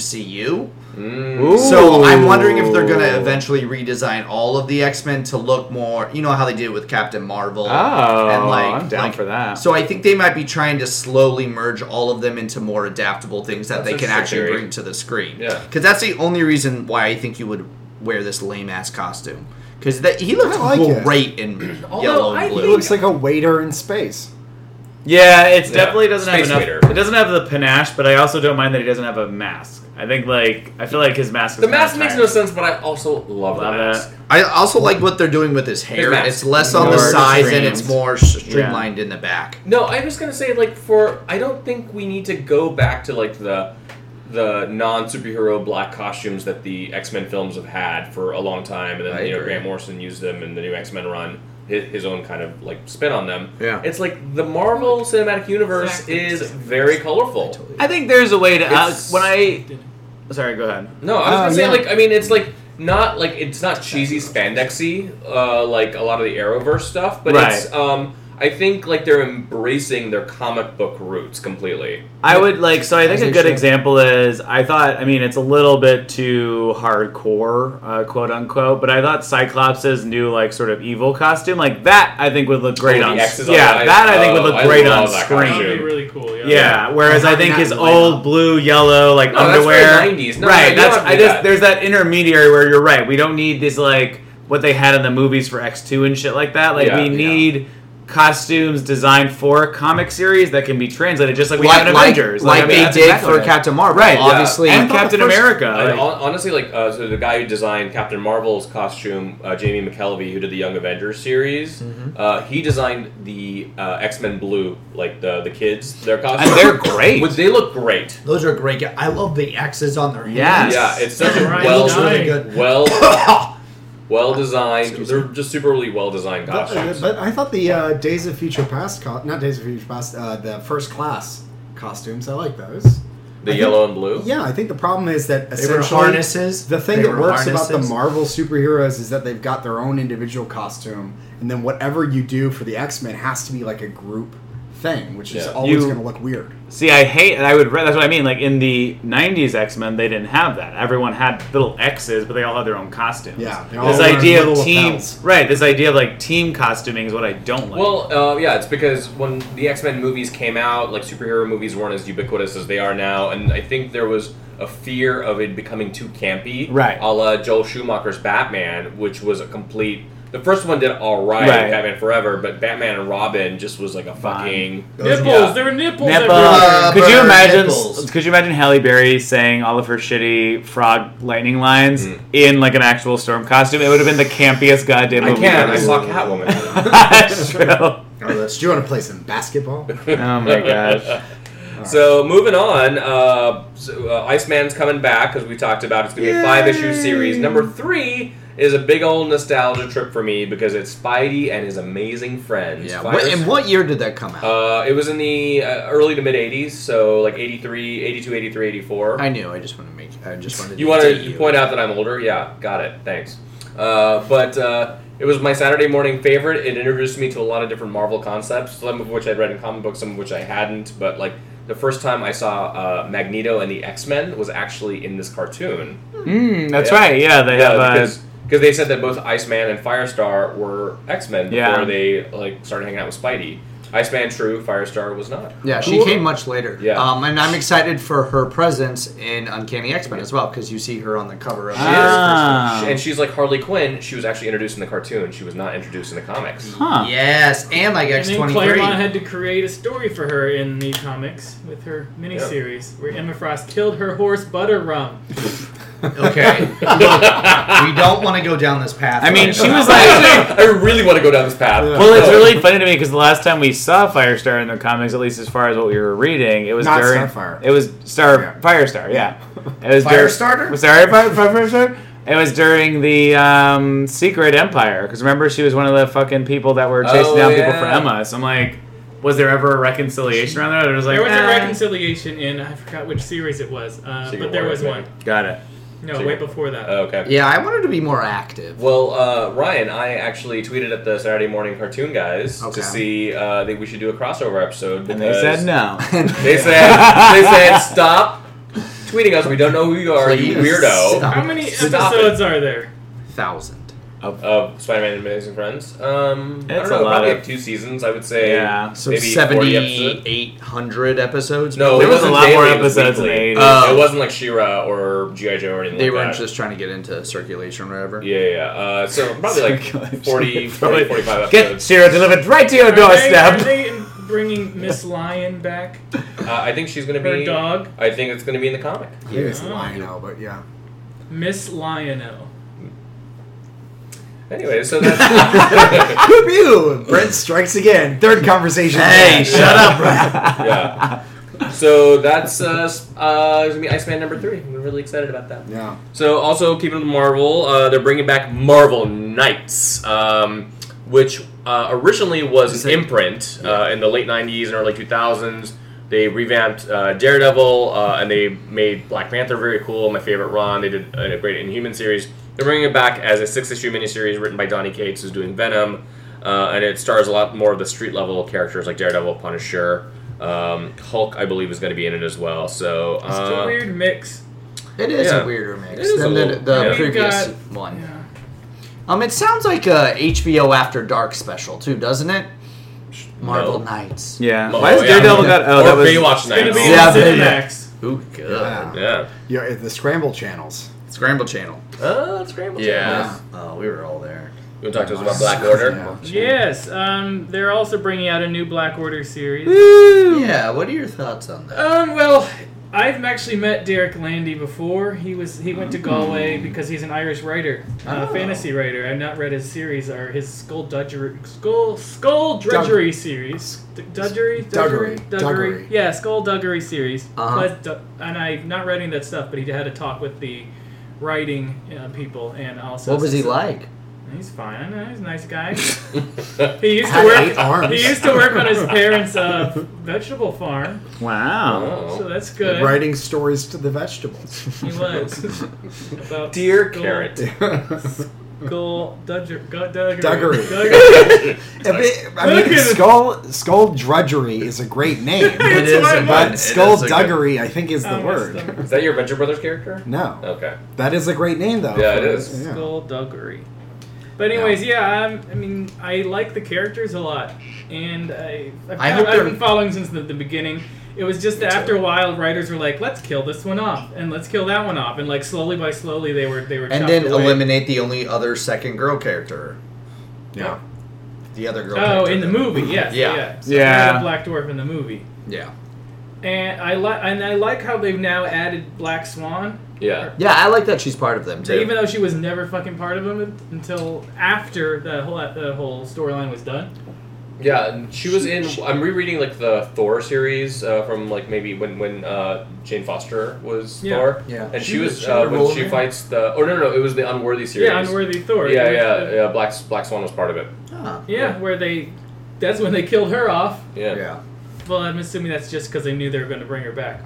[SPEAKER 6] MCU.
[SPEAKER 4] Mm.
[SPEAKER 6] So I'm wondering if they're going to eventually redesign all of the X Men to look more. You know how they did with Captain Marvel.
[SPEAKER 1] Oh, I'm down for that.
[SPEAKER 6] So I think they might be trying to slowly merge all of them into more adaptable things that
[SPEAKER 4] That's
[SPEAKER 6] they can
[SPEAKER 4] interesting
[SPEAKER 6] actually
[SPEAKER 4] theory.
[SPEAKER 6] bring to the screen.
[SPEAKER 4] Yeah.
[SPEAKER 6] because that's the only reason why I think you would wear this lame ass costume. Because that he looked
[SPEAKER 2] I like it.
[SPEAKER 6] great in
[SPEAKER 3] Although
[SPEAKER 6] yellow
[SPEAKER 3] I
[SPEAKER 6] and
[SPEAKER 2] He
[SPEAKER 6] blue.
[SPEAKER 2] looks like a waiter in space.
[SPEAKER 1] Yeah, it
[SPEAKER 4] Yeah.
[SPEAKER 1] definitely doesn't
[SPEAKER 4] Space
[SPEAKER 1] have enough.
[SPEAKER 4] waiter.
[SPEAKER 1] It doesn't have the panache, but I also don't mind that he doesn't have a mask. I think like I feel like his mask. Is
[SPEAKER 4] the mask
[SPEAKER 1] kinda
[SPEAKER 4] makes no
[SPEAKER 1] tight.
[SPEAKER 4] sense, but I also
[SPEAKER 1] Love
[SPEAKER 4] love, the mask.
[SPEAKER 1] it.
[SPEAKER 6] I also like what they're doing with his
[SPEAKER 4] His
[SPEAKER 6] hair.
[SPEAKER 4] mask.
[SPEAKER 6] It's less on the
[SPEAKER 1] More
[SPEAKER 6] sides and
[SPEAKER 1] streamed.
[SPEAKER 6] it's more streamlined in the back.
[SPEAKER 4] No, I was gonna say like for I don't think we need to go back to like the the non superhero black costumes that the X Men films have had for a long time, and then
[SPEAKER 6] I
[SPEAKER 4] you know
[SPEAKER 6] agree.
[SPEAKER 4] Grant Morrison used them in the new X Men run, his, his own kind of like spin on them.
[SPEAKER 6] Yeah.
[SPEAKER 4] it's like the Marvel Cinematic Universe
[SPEAKER 3] Exactly.
[SPEAKER 4] is very colorful.
[SPEAKER 1] I think there's a way to. Uh,
[SPEAKER 4] It's-
[SPEAKER 1] when I sorry, go ahead.
[SPEAKER 4] No,
[SPEAKER 6] Ah,
[SPEAKER 4] I
[SPEAKER 2] Oh,
[SPEAKER 4] was gonna say
[SPEAKER 2] yeah.
[SPEAKER 4] like I mean it's like not like it's not cheesy spandexy uh, like a lot of the Arrowverse stuff, but it's
[SPEAKER 1] Right.
[SPEAKER 4] um I think like they're embracing their comic book roots completely.
[SPEAKER 1] I would like so. I think
[SPEAKER 2] As
[SPEAKER 1] a
[SPEAKER 2] they
[SPEAKER 1] good
[SPEAKER 2] should.
[SPEAKER 1] example is I thought. I mean, it's a little bit too hardcore, uh, quote unquote. But I thought Cyclops' new like sort of evil costume, like that, I think would look great
[SPEAKER 4] Oh, the
[SPEAKER 1] on.
[SPEAKER 4] X's on
[SPEAKER 1] yeah,
[SPEAKER 4] the eyes.
[SPEAKER 1] that I think would
[SPEAKER 4] Oh,
[SPEAKER 1] look
[SPEAKER 4] I
[SPEAKER 1] great
[SPEAKER 4] love
[SPEAKER 1] on
[SPEAKER 4] that
[SPEAKER 1] screen.
[SPEAKER 3] That would
[SPEAKER 4] costume.
[SPEAKER 3] be really cool. Yeah.
[SPEAKER 1] Yeah, whereas I
[SPEAKER 2] Having
[SPEAKER 1] think
[SPEAKER 2] that
[SPEAKER 1] his
[SPEAKER 2] light
[SPEAKER 1] old
[SPEAKER 2] up.
[SPEAKER 1] blue, yellow, like
[SPEAKER 4] No, that's
[SPEAKER 1] underwear.
[SPEAKER 4] very 90s. No, no,
[SPEAKER 1] right.
[SPEAKER 4] you
[SPEAKER 1] that's
[SPEAKER 4] don't
[SPEAKER 1] I
[SPEAKER 4] do
[SPEAKER 1] just
[SPEAKER 4] that.
[SPEAKER 1] there's that intermediary where you're right. We don't need this like what they had in the movies for X two and shit like that. Like
[SPEAKER 4] Yeah,
[SPEAKER 1] we
[SPEAKER 4] yeah.
[SPEAKER 1] need costumes designed for a comic series that can be translated just like we have
[SPEAKER 5] like,
[SPEAKER 1] in
[SPEAKER 5] like,
[SPEAKER 1] Avengers.
[SPEAKER 5] like
[SPEAKER 1] I mean,
[SPEAKER 5] they
[SPEAKER 1] that's
[SPEAKER 5] did
[SPEAKER 1] exactly
[SPEAKER 5] for
[SPEAKER 1] right.
[SPEAKER 5] Captain Marvel.
[SPEAKER 1] Right, yeah.
[SPEAKER 5] obviously.
[SPEAKER 1] and Captain America.
[SPEAKER 4] And
[SPEAKER 1] like-
[SPEAKER 4] hon- honestly, like uh, so the guy who designed Captain Marvel's costume, uh, Jamie McKelvey, who did the Young Avengers series,
[SPEAKER 1] Mm-hmm.
[SPEAKER 4] uh, he designed the uh, X Men Blue, like the the kids, their costumes.
[SPEAKER 1] and they're great.
[SPEAKER 4] Would- they look great.
[SPEAKER 6] Those are great. I love the X's on their
[SPEAKER 1] Yes.
[SPEAKER 4] Yeah, it's such a
[SPEAKER 3] Right,
[SPEAKER 4] well,
[SPEAKER 3] it's really
[SPEAKER 6] good.
[SPEAKER 4] well, well designed. They're just super really well designed
[SPEAKER 2] But, uh,
[SPEAKER 4] costumes.
[SPEAKER 2] but I thought the uh, Days of Future Past, co- not Days of Future Past, uh, the first class costumes. I like those.
[SPEAKER 4] The
[SPEAKER 2] I think-
[SPEAKER 4] yellow and blue.
[SPEAKER 2] Yeah, I think the problem is that
[SPEAKER 6] They were
[SPEAKER 2] essentially
[SPEAKER 6] harnesses.
[SPEAKER 2] The thing
[SPEAKER 6] They
[SPEAKER 2] that
[SPEAKER 6] were
[SPEAKER 2] works about the
[SPEAKER 6] harnesses.
[SPEAKER 2] Marvel superheroes is that they've got their own individual costume, and then whatever you do for the X Men has to be like a group thing, which is
[SPEAKER 4] Yeah.
[SPEAKER 2] always
[SPEAKER 1] You-
[SPEAKER 2] going to look weird.
[SPEAKER 1] See, I hate, and I would. re- That's what I mean. Like in the '90s X Men, they didn't have that. Everyone had little X's, but they all had their own costumes.
[SPEAKER 2] Yeah, they all
[SPEAKER 1] This
[SPEAKER 2] were
[SPEAKER 1] idea of
[SPEAKER 2] little
[SPEAKER 1] team,
[SPEAKER 2] lapels.
[SPEAKER 1] right? This idea of like team costuming is what I don't like.
[SPEAKER 4] Well, uh, yeah, it's because when the X Men movies came out, like superhero movies weren't as ubiquitous as they are now, and I think there was a fear of it becoming too campy,
[SPEAKER 1] Right.
[SPEAKER 4] A la Joel Schumacher's Batman, which was a complete The first one did all right,
[SPEAKER 1] Right.
[SPEAKER 4] Batman Forever, but Batman and Robin just was like a fucking.
[SPEAKER 3] Nipples,
[SPEAKER 4] Yeah.
[SPEAKER 3] there were nipples
[SPEAKER 1] Nipple.
[SPEAKER 3] everywhere.
[SPEAKER 1] could you
[SPEAKER 6] Rubber
[SPEAKER 1] imagine?
[SPEAKER 6] nipples.
[SPEAKER 1] Could you imagine Halle Berry saying all of her shitty frog lightning lines in like an actual storm costume? It would have been the campiest goddamn
[SPEAKER 4] I
[SPEAKER 1] movie.
[SPEAKER 4] can. I
[SPEAKER 1] ever.
[SPEAKER 4] saw Catwoman.
[SPEAKER 1] That's true.
[SPEAKER 2] Oh, that's. Do you want to play some basketball?
[SPEAKER 1] Oh my gosh.
[SPEAKER 4] So moving on, uh, so, uh, Iceman's coming back because we talked about it's gonna be a five issue series. Number three is a big old nostalgia trip for me because it's Spidey and his amazing friends.
[SPEAKER 5] Yeah.
[SPEAKER 4] Fire-
[SPEAKER 5] What, and what year did that come out?
[SPEAKER 4] uh, it was in the uh, early to mid 80s, so like 83, 82, 83, 84.
[SPEAKER 5] I knew. I just want to make. I just wanted.
[SPEAKER 4] you want
[SPEAKER 5] date
[SPEAKER 4] to point out that I'm older? Yeah, got it. Thanks. Uh, but uh, it was my Saturday morning favorite. It introduced me to a lot of different Marvel concepts, some of which I'd read in comic books, some of which I hadn't. But like the first time I saw uh, Magneto and the X Men was actually in this cartoon.
[SPEAKER 1] Mm, that's
[SPEAKER 4] Yeah.
[SPEAKER 1] right. Yeah, they have. Uh,
[SPEAKER 4] because because they said that both Iceman and Firestar were X Men before
[SPEAKER 1] Yeah.
[SPEAKER 4] they like started hanging out with Spidey. Iceman true, Firestar was not.
[SPEAKER 5] Yeah, she
[SPEAKER 1] Cool.
[SPEAKER 5] came much later.
[SPEAKER 4] Yeah.
[SPEAKER 5] Um, and I'm excited for her presence in Uncanny X Men as well because you see her on the cover of.
[SPEAKER 4] She is.
[SPEAKER 1] Ah.
[SPEAKER 4] And she's like Harley Quinn. She was actually introduced in the cartoon. She was not introduced in the comics.
[SPEAKER 1] huh.
[SPEAKER 5] Yes, and like
[SPEAKER 3] And
[SPEAKER 5] X
[SPEAKER 3] then
[SPEAKER 5] twenty
[SPEAKER 3] Claremont
[SPEAKER 5] three.
[SPEAKER 3] had to create a story for her in the comics with her miniseries where Emma Frost killed her horse Butter Rum.
[SPEAKER 5] Okay, we don't want to go down this path.
[SPEAKER 1] I mean,
[SPEAKER 5] right
[SPEAKER 1] she
[SPEAKER 5] now.
[SPEAKER 1] was like.
[SPEAKER 4] I really want to go down this path.
[SPEAKER 1] Well, it's really funny to me because the last time we saw Firestar in the comics, at least as far as what we were reading, it was
[SPEAKER 2] Not
[SPEAKER 1] during
[SPEAKER 2] Starfire.
[SPEAKER 1] It was Star
[SPEAKER 2] Yeah.
[SPEAKER 1] Firestar, yeah. It was
[SPEAKER 5] Firestarter?
[SPEAKER 1] During, sorry, Fire, Fire, Firestar. It was during the um, Secret Empire because remember she was one of the fucking people that were chasing
[SPEAKER 4] Oh,
[SPEAKER 1] down people
[SPEAKER 4] yeah.
[SPEAKER 1] for Emma. So I'm like, was there ever a reconciliation around that? Or was like,
[SPEAKER 3] There was
[SPEAKER 1] eh.
[SPEAKER 3] a reconciliation in I forgot which series it was, uh,
[SPEAKER 4] Secret
[SPEAKER 3] but there
[SPEAKER 4] War,
[SPEAKER 3] was
[SPEAKER 4] maybe.
[SPEAKER 3] one.
[SPEAKER 1] Got it.
[SPEAKER 3] No,
[SPEAKER 4] Secret
[SPEAKER 3] way
[SPEAKER 4] War.
[SPEAKER 3] before that.
[SPEAKER 4] Oh, okay.
[SPEAKER 5] yeah, I wanted to be more active.
[SPEAKER 4] Well, uh, Ryan, I actually tweeted at the Saturday morning cartoon guys
[SPEAKER 5] Okay.
[SPEAKER 4] to see uh, that we should do a crossover episode.
[SPEAKER 1] And they
[SPEAKER 4] because
[SPEAKER 1] said no.
[SPEAKER 4] They said they said stop tweeting us. We don't know who you are, you
[SPEAKER 5] Please
[SPEAKER 4] weirdo.
[SPEAKER 5] stop.
[SPEAKER 3] How many
[SPEAKER 4] Stop
[SPEAKER 3] episodes are there?
[SPEAKER 5] Thousand.
[SPEAKER 4] Of Spider-Man and Amazing Friends. Um, I don't
[SPEAKER 1] It's a
[SPEAKER 4] know.
[SPEAKER 1] lot
[SPEAKER 4] probably
[SPEAKER 1] of-
[SPEAKER 4] like two seasons. I would say.
[SPEAKER 1] Yeah.
[SPEAKER 5] So
[SPEAKER 4] maybe 40
[SPEAKER 5] seventy
[SPEAKER 4] episodes.
[SPEAKER 5] eight hundred episodes.
[SPEAKER 4] No,
[SPEAKER 1] There
[SPEAKER 4] it
[SPEAKER 1] was a
[SPEAKER 4] wasn't
[SPEAKER 1] lot more
[SPEAKER 4] daily, it was
[SPEAKER 1] episodes in the
[SPEAKER 4] weekly. Uh,
[SPEAKER 1] 80s.
[SPEAKER 5] Oh.
[SPEAKER 4] it wasn't like Shira or GI Joe or anything.
[SPEAKER 5] they
[SPEAKER 4] like
[SPEAKER 5] were
[SPEAKER 4] that.
[SPEAKER 5] just trying to get into circulation or whatever.
[SPEAKER 4] Yeah, yeah. Uh, so probably like 40, 40 45
[SPEAKER 1] Get
[SPEAKER 4] episodes.
[SPEAKER 1] Shiro delivered right to your
[SPEAKER 3] Are they, are
[SPEAKER 1] doorstep.
[SPEAKER 3] they in- bringing Miss Lion back?
[SPEAKER 4] Uh, I think she's gonna
[SPEAKER 3] Her
[SPEAKER 4] be.
[SPEAKER 3] dog?
[SPEAKER 4] I think it's gonna be in the comic.
[SPEAKER 2] Maybe it's Lionel, but yeah.
[SPEAKER 3] Miss Lion-O.
[SPEAKER 4] Anyway, so that's
[SPEAKER 2] Pew pew! Brent strikes again. Third conversation.
[SPEAKER 5] Hey, shut up,
[SPEAKER 4] yeah. So that's uh, s- uh, it's gonna be Iceman number three. We're really excited about that.
[SPEAKER 2] Yeah.
[SPEAKER 4] So also keeping with Marvel, uh, they're bringing back Marvel Knights, um, which uh, originally was an imprint uh, in the late '90s and early 2000s. They revamped uh, Daredevil uh, and they made Black Panther very cool. My favorite run. They did a great Inhuman series. They're bringing it back as a six-issue miniseries written by Donny Cates, who's doing Venom, uh, and it stars a lot more of the street-level characters like Daredevil, Punisher, um, Hulk. I believe is going to be in it as well. So
[SPEAKER 3] It's
[SPEAKER 4] uh,
[SPEAKER 3] a weird mix.
[SPEAKER 5] It is
[SPEAKER 4] Yeah.
[SPEAKER 5] a weirder mix
[SPEAKER 4] It is
[SPEAKER 5] than
[SPEAKER 4] a
[SPEAKER 5] the,
[SPEAKER 4] little-
[SPEAKER 5] the
[SPEAKER 4] yeah. We've
[SPEAKER 5] previous
[SPEAKER 3] got-
[SPEAKER 5] one.
[SPEAKER 3] Yeah.
[SPEAKER 5] Um, it sounds like a HBO After Dark special too, doesn't it? Marvel
[SPEAKER 4] No.
[SPEAKER 5] Knights.
[SPEAKER 1] Yeah.
[SPEAKER 4] Oh,
[SPEAKER 1] Why is
[SPEAKER 4] yeah.
[SPEAKER 1] Daredevil got? Oh,
[SPEAKER 4] or
[SPEAKER 1] that was
[SPEAKER 4] Baywatch
[SPEAKER 3] It's gonna
[SPEAKER 4] Nights.
[SPEAKER 3] be
[SPEAKER 5] Yeah,
[SPEAKER 3] on
[SPEAKER 5] baby.
[SPEAKER 3] Cinemax.
[SPEAKER 5] Ooh, good.
[SPEAKER 2] Yeah.
[SPEAKER 4] Yeah.
[SPEAKER 2] Yeah, it- the scramble channels.
[SPEAKER 5] Scramble Channel.
[SPEAKER 4] Oh, it's Scramble
[SPEAKER 5] Yeah. Oh, we were all there.
[SPEAKER 4] You want to talk to us about Black Order?
[SPEAKER 2] Yeah.
[SPEAKER 3] Yes, um, they're also bringing out a new Black Order series.
[SPEAKER 5] Yeah. What are your thoughts on that?
[SPEAKER 3] Um, well, I've actually met Derek Landy before. He was he went to Galway because he's an Irish writer, a
[SPEAKER 5] Oh.
[SPEAKER 3] fantasy writer. I've not read his series or his skull dudgery, skull skull drudgery series, D- dudgery,
[SPEAKER 2] Duggery.
[SPEAKER 3] dudgery,
[SPEAKER 2] Duggery.
[SPEAKER 3] yeah, skull duggery series.
[SPEAKER 5] Uh-huh.
[SPEAKER 3] Plus du- and I've not read any of that stuff, but he had a talk with the writing uh, people and also
[SPEAKER 5] What was he like?
[SPEAKER 3] He's fine. He's a nice guy. He used to
[SPEAKER 2] Had eight
[SPEAKER 3] work.
[SPEAKER 2] arms.
[SPEAKER 3] He used to work on his parents' uh, vegetable farm,
[SPEAKER 1] Wow.
[SPEAKER 3] so
[SPEAKER 4] oh.
[SPEAKER 3] that's good.
[SPEAKER 2] Writing stories to the vegetables.
[SPEAKER 3] He was about
[SPEAKER 4] Dear
[SPEAKER 3] skull-
[SPEAKER 4] Carrot.
[SPEAKER 3] Skull dudger, gu- duggery.
[SPEAKER 2] Duggery.
[SPEAKER 3] Duggery.
[SPEAKER 2] A bit- I mean, skull skull drudgery is a great name,
[SPEAKER 3] It is a
[SPEAKER 2] but
[SPEAKER 5] good-
[SPEAKER 2] skull
[SPEAKER 5] it is a good-
[SPEAKER 2] duggery I think is
[SPEAKER 3] Oh,
[SPEAKER 2] the
[SPEAKER 3] my
[SPEAKER 2] word.
[SPEAKER 3] stomach.
[SPEAKER 4] Is that your Venture Brothers character?
[SPEAKER 2] No,
[SPEAKER 4] Okay.
[SPEAKER 2] that is a great name though.
[SPEAKER 4] Yeah, it is.
[SPEAKER 2] Yeah.
[SPEAKER 3] Skull duggery. But anyways, yeah. I'm, I mean, I like the characters a lot, and I I've,
[SPEAKER 5] I hope
[SPEAKER 3] I've
[SPEAKER 5] they're-
[SPEAKER 3] been following since the, the beginning. It was just that after a while, writers were like, "Let's kill this one off, and let's kill that one off," and like slowly by slowly, they were they were
[SPEAKER 5] And
[SPEAKER 3] chopped
[SPEAKER 5] then
[SPEAKER 3] away.
[SPEAKER 5] eliminate the only other second girl character.
[SPEAKER 2] Yeah.
[SPEAKER 6] The other girl.
[SPEAKER 3] Oh,
[SPEAKER 6] picked
[SPEAKER 3] in
[SPEAKER 6] her
[SPEAKER 3] the
[SPEAKER 6] then.
[SPEAKER 3] movie, yes,
[SPEAKER 6] Yeah.
[SPEAKER 3] yeah, yeah. So
[SPEAKER 1] Yeah.
[SPEAKER 3] they had a Black Dwarf in the movie,
[SPEAKER 6] Yeah.
[SPEAKER 3] and I like and I like how they've now added Black Swan,
[SPEAKER 4] Yeah.
[SPEAKER 6] Yeah, I like that she's part of them too.
[SPEAKER 3] even though she was never fucking part of them until after the whole uh, the whole storyline was done.
[SPEAKER 4] Yeah, and she was in. I'm rereading like the Thor series uh, from like maybe when when uh, Jane Foster was
[SPEAKER 3] Yeah.
[SPEAKER 4] Thor.
[SPEAKER 6] Yeah.
[SPEAKER 4] and she,
[SPEAKER 2] She was-
[SPEAKER 4] was
[SPEAKER 2] she
[SPEAKER 4] uh,
[SPEAKER 2] had a role
[SPEAKER 4] when she
[SPEAKER 2] in it?
[SPEAKER 4] fights the. Oh no no no! It was the Unworthy series.
[SPEAKER 3] Yeah, unworthy Thor.
[SPEAKER 4] Yeah
[SPEAKER 3] It was
[SPEAKER 4] yeah
[SPEAKER 3] the-
[SPEAKER 4] yeah. Black Black Swan was part of it.
[SPEAKER 6] Ah,
[SPEAKER 3] yeah, Where they, that's when they killed her off.
[SPEAKER 4] Yeah yeah.
[SPEAKER 6] yeah.
[SPEAKER 3] Well, I'm assuming that's just because they knew they were going to bring her back.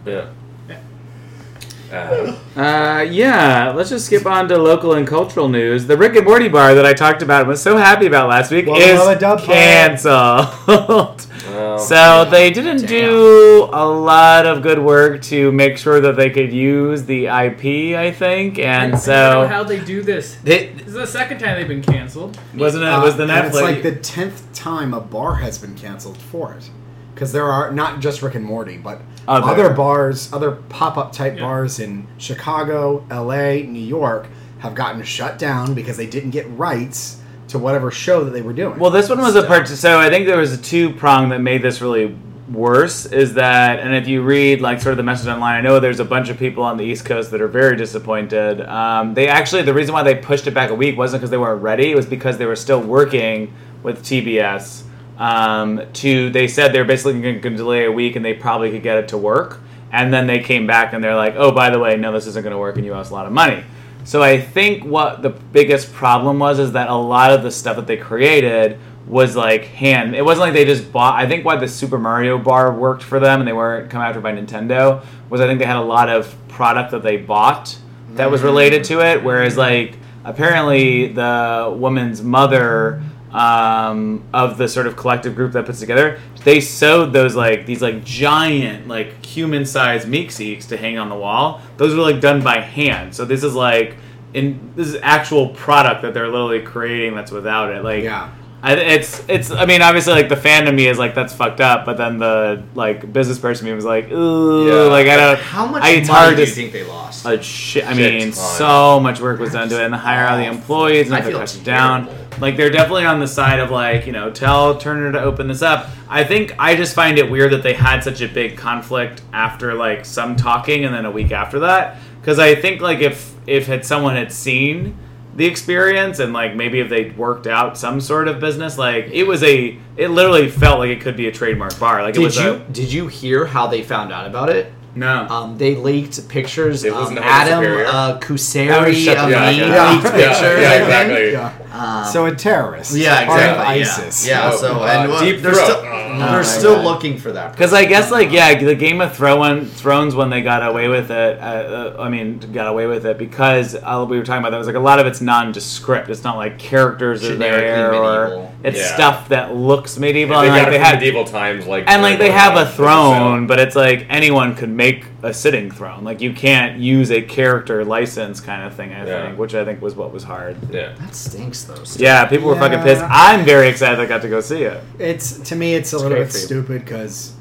[SPEAKER 4] Uh,
[SPEAKER 1] Uh, yeah, let's just skip on to local and cultural news. The Rick and Morty bar that I talked about and was so happy about last week
[SPEAKER 2] Wubba
[SPEAKER 1] is
[SPEAKER 2] Lubba Dub Bar.
[SPEAKER 1] canceled.
[SPEAKER 4] well,
[SPEAKER 1] so they didn't do a lot of good work to make sure that they could use the IP, I think, and
[SPEAKER 3] I don't know
[SPEAKER 1] so
[SPEAKER 3] how they do this.
[SPEAKER 6] They,
[SPEAKER 3] This is the second time they've been canceled.
[SPEAKER 1] wasn't it
[SPEAKER 2] Uh,
[SPEAKER 1] was the
[SPEAKER 2] and It's
[SPEAKER 1] Netflix?
[SPEAKER 2] like the tenth time a bar has been canceled for it, because there are not just Rick and Morty, but
[SPEAKER 1] Other.
[SPEAKER 2] other, bars, other pop-up type
[SPEAKER 3] Yeah.
[SPEAKER 2] bars in Chicago, L.A., New York have gotten shut down because they didn't get rights to whatever show that they were doing.
[SPEAKER 1] Well, this one was a part. So I think there was a two prong that made this really worse. Is that, and if you read like sort of the message online, I know there's a bunch of people on the East Coast that are very disappointed. Um, they actually the reason why they pushed it back a week wasn't because they weren't ready. It was because they were still working with TBS. Um, to they said they're basically going to delay a week and they probably could get it to work. And then they came back and they're like, oh, by the way, no, this isn't going to work and you owe us a lot of money. So I think what the biggest problem was is that a lot of the stuff that they created was like hand. It wasn't like they just bought. I think why the Super Mario bar worked for them and they weren't come after by Nintendo was I think they had a lot of product that they bought that was related to it. Whereas like apparently the woman's mother um, of the sort of collective group that puts together, they sewed those like these like giant like human sized meeksies to hang on the wall. Those were like done by hand. So this is like in this is actual product that they're literally creating that's without it. Like
[SPEAKER 2] yeah.
[SPEAKER 1] I, it's it's I mean obviously like the fandom me is like that's fucked up, but then the like business person me was like ooh
[SPEAKER 4] Yeah.
[SPEAKER 1] like I don't
[SPEAKER 6] how much
[SPEAKER 1] I, it's
[SPEAKER 6] money
[SPEAKER 1] hard
[SPEAKER 6] do
[SPEAKER 1] to
[SPEAKER 6] you think they lost?
[SPEAKER 1] a shit. I
[SPEAKER 4] Shit
[SPEAKER 1] mean,
[SPEAKER 4] ton.
[SPEAKER 1] so much work was done to it, and the hire all the employees, and
[SPEAKER 6] Oh, I
[SPEAKER 1] they
[SPEAKER 6] feel
[SPEAKER 1] cut it down.
[SPEAKER 6] terrible.
[SPEAKER 1] Like they're definitely on the side of like you know, tell Turner to open this up. I think I just find it weird that they had such a big conflict after like some talking, and then a week after that, because I think like if if had someone had seen the experience and like maybe if they worked out some sort of business like it was a it literally felt like it could be a trademark bar like it
[SPEAKER 6] did
[SPEAKER 1] was
[SPEAKER 6] you
[SPEAKER 1] a,
[SPEAKER 6] did you hear how they found out about it?
[SPEAKER 5] Ah.
[SPEAKER 1] no
[SPEAKER 6] Um, they leaked pictures.
[SPEAKER 4] It
[SPEAKER 6] Um,
[SPEAKER 4] wasn't
[SPEAKER 6] Adam
[SPEAKER 4] Superior.
[SPEAKER 6] uh,
[SPEAKER 1] That was
[SPEAKER 6] Kuseri
[SPEAKER 1] shut
[SPEAKER 6] of
[SPEAKER 1] the
[SPEAKER 4] yeah,
[SPEAKER 6] me
[SPEAKER 4] yeah,
[SPEAKER 2] yeah.
[SPEAKER 6] leaked
[SPEAKER 4] yeah,
[SPEAKER 6] pictures.
[SPEAKER 4] yeah,
[SPEAKER 6] I think.
[SPEAKER 4] exactly.
[SPEAKER 2] Yeah.
[SPEAKER 6] Um,
[SPEAKER 2] so a terrorist.
[SPEAKER 6] yeah,
[SPEAKER 2] part of
[SPEAKER 6] exactly. Yeah,
[SPEAKER 2] ISIS.
[SPEAKER 6] yeah.
[SPEAKER 4] Oh,
[SPEAKER 6] so
[SPEAKER 4] uh,
[SPEAKER 6] and well,
[SPEAKER 4] Deep
[SPEAKER 6] they're
[SPEAKER 4] Throat.
[SPEAKER 6] still,
[SPEAKER 4] Oh,
[SPEAKER 6] they're
[SPEAKER 2] my
[SPEAKER 6] still
[SPEAKER 2] God.
[SPEAKER 6] looking for that.
[SPEAKER 1] Because I guess like yeah, the Game of Thrones Thrones when they got away with it, uh, uh, I mean got away with it because uh, we were talking about that. It was like a lot of it's nondescript. It's not like characters are
[SPEAKER 6] Generically
[SPEAKER 1] there or
[SPEAKER 6] medieval.
[SPEAKER 1] it's
[SPEAKER 4] Yeah.
[SPEAKER 1] stuff that looks medieval.
[SPEAKER 4] they
[SPEAKER 1] and,
[SPEAKER 4] got
[SPEAKER 1] like
[SPEAKER 4] it
[SPEAKER 1] they
[SPEAKER 4] from
[SPEAKER 1] had
[SPEAKER 4] medieval times, like
[SPEAKER 1] and like they
[SPEAKER 4] uh,
[SPEAKER 1] have a
[SPEAKER 4] so-
[SPEAKER 1] throne, but it's like anyone could make a sitting throne. Like you can't use a character license kind of thing. I
[SPEAKER 4] Yeah.
[SPEAKER 1] think, which I think was what was hard.
[SPEAKER 4] Yeah,
[SPEAKER 6] That stinks though. still.
[SPEAKER 1] Yeah, people were fucking
[SPEAKER 2] Yeah.
[SPEAKER 1] pissed. I'm very excited I got to go see it.
[SPEAKER 2] It's to me, it's a little
[SPEAKER 1] great
[SPEAKER 2] bit
[SPEAKER 1] for you.
[SPEAKER 2] stupid because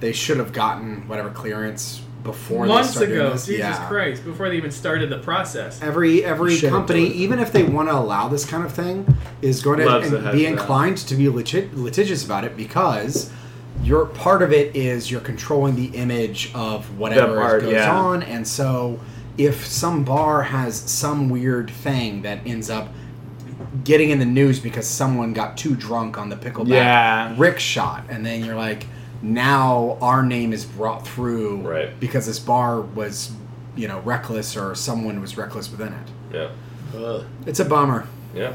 [SPEAKER 2] they should have gotten whatever clearance before they
[SPEAKER 3] Months
[SPEAKER 2] started doing
[SPEAKER 3] ago,
[SPEAKER 2] this.
[SPEAKER 3] Jesus Christ, before they even started the process.
[SPEAKER 2] Every every
[SPEAKER 6] Should've
[SPEAKER 2] company,
[SPEAKER 6] done it.
[SPEAKER 2] even if they want to allow this kind of thing, is going to
[SPEAKER 1] Loves
[SPEAKER 2] and
[SPEAKER 1] the heads
[SPEAKER 2] be
[SPEAKER 1] down.
[SPEAKER 2] inclined to be liti- litigious about it because your part of it is you're controlling the image of whatever
[SPEAKER 1] part,
[SPEAKER 2] goes
[SPEAKER 1] yeah.
[SPEAKER 2] on, and so if some bar has some weird thing that ends up getting in the news because someone got too drunk on the pickleback
[SPEAKER 1] Yeah.
[SPEAKER 2] Rick shot, and then you're like, now our name is brought through
[SPEAKER 4] Right.
[SPEAKER 2] because this bar was, you know, reckless or someone was reckless within it.
[SPEAKER 4] yeah,
[SPEAKER 2] It's a bummer.
[SPEAKER 4] yeah.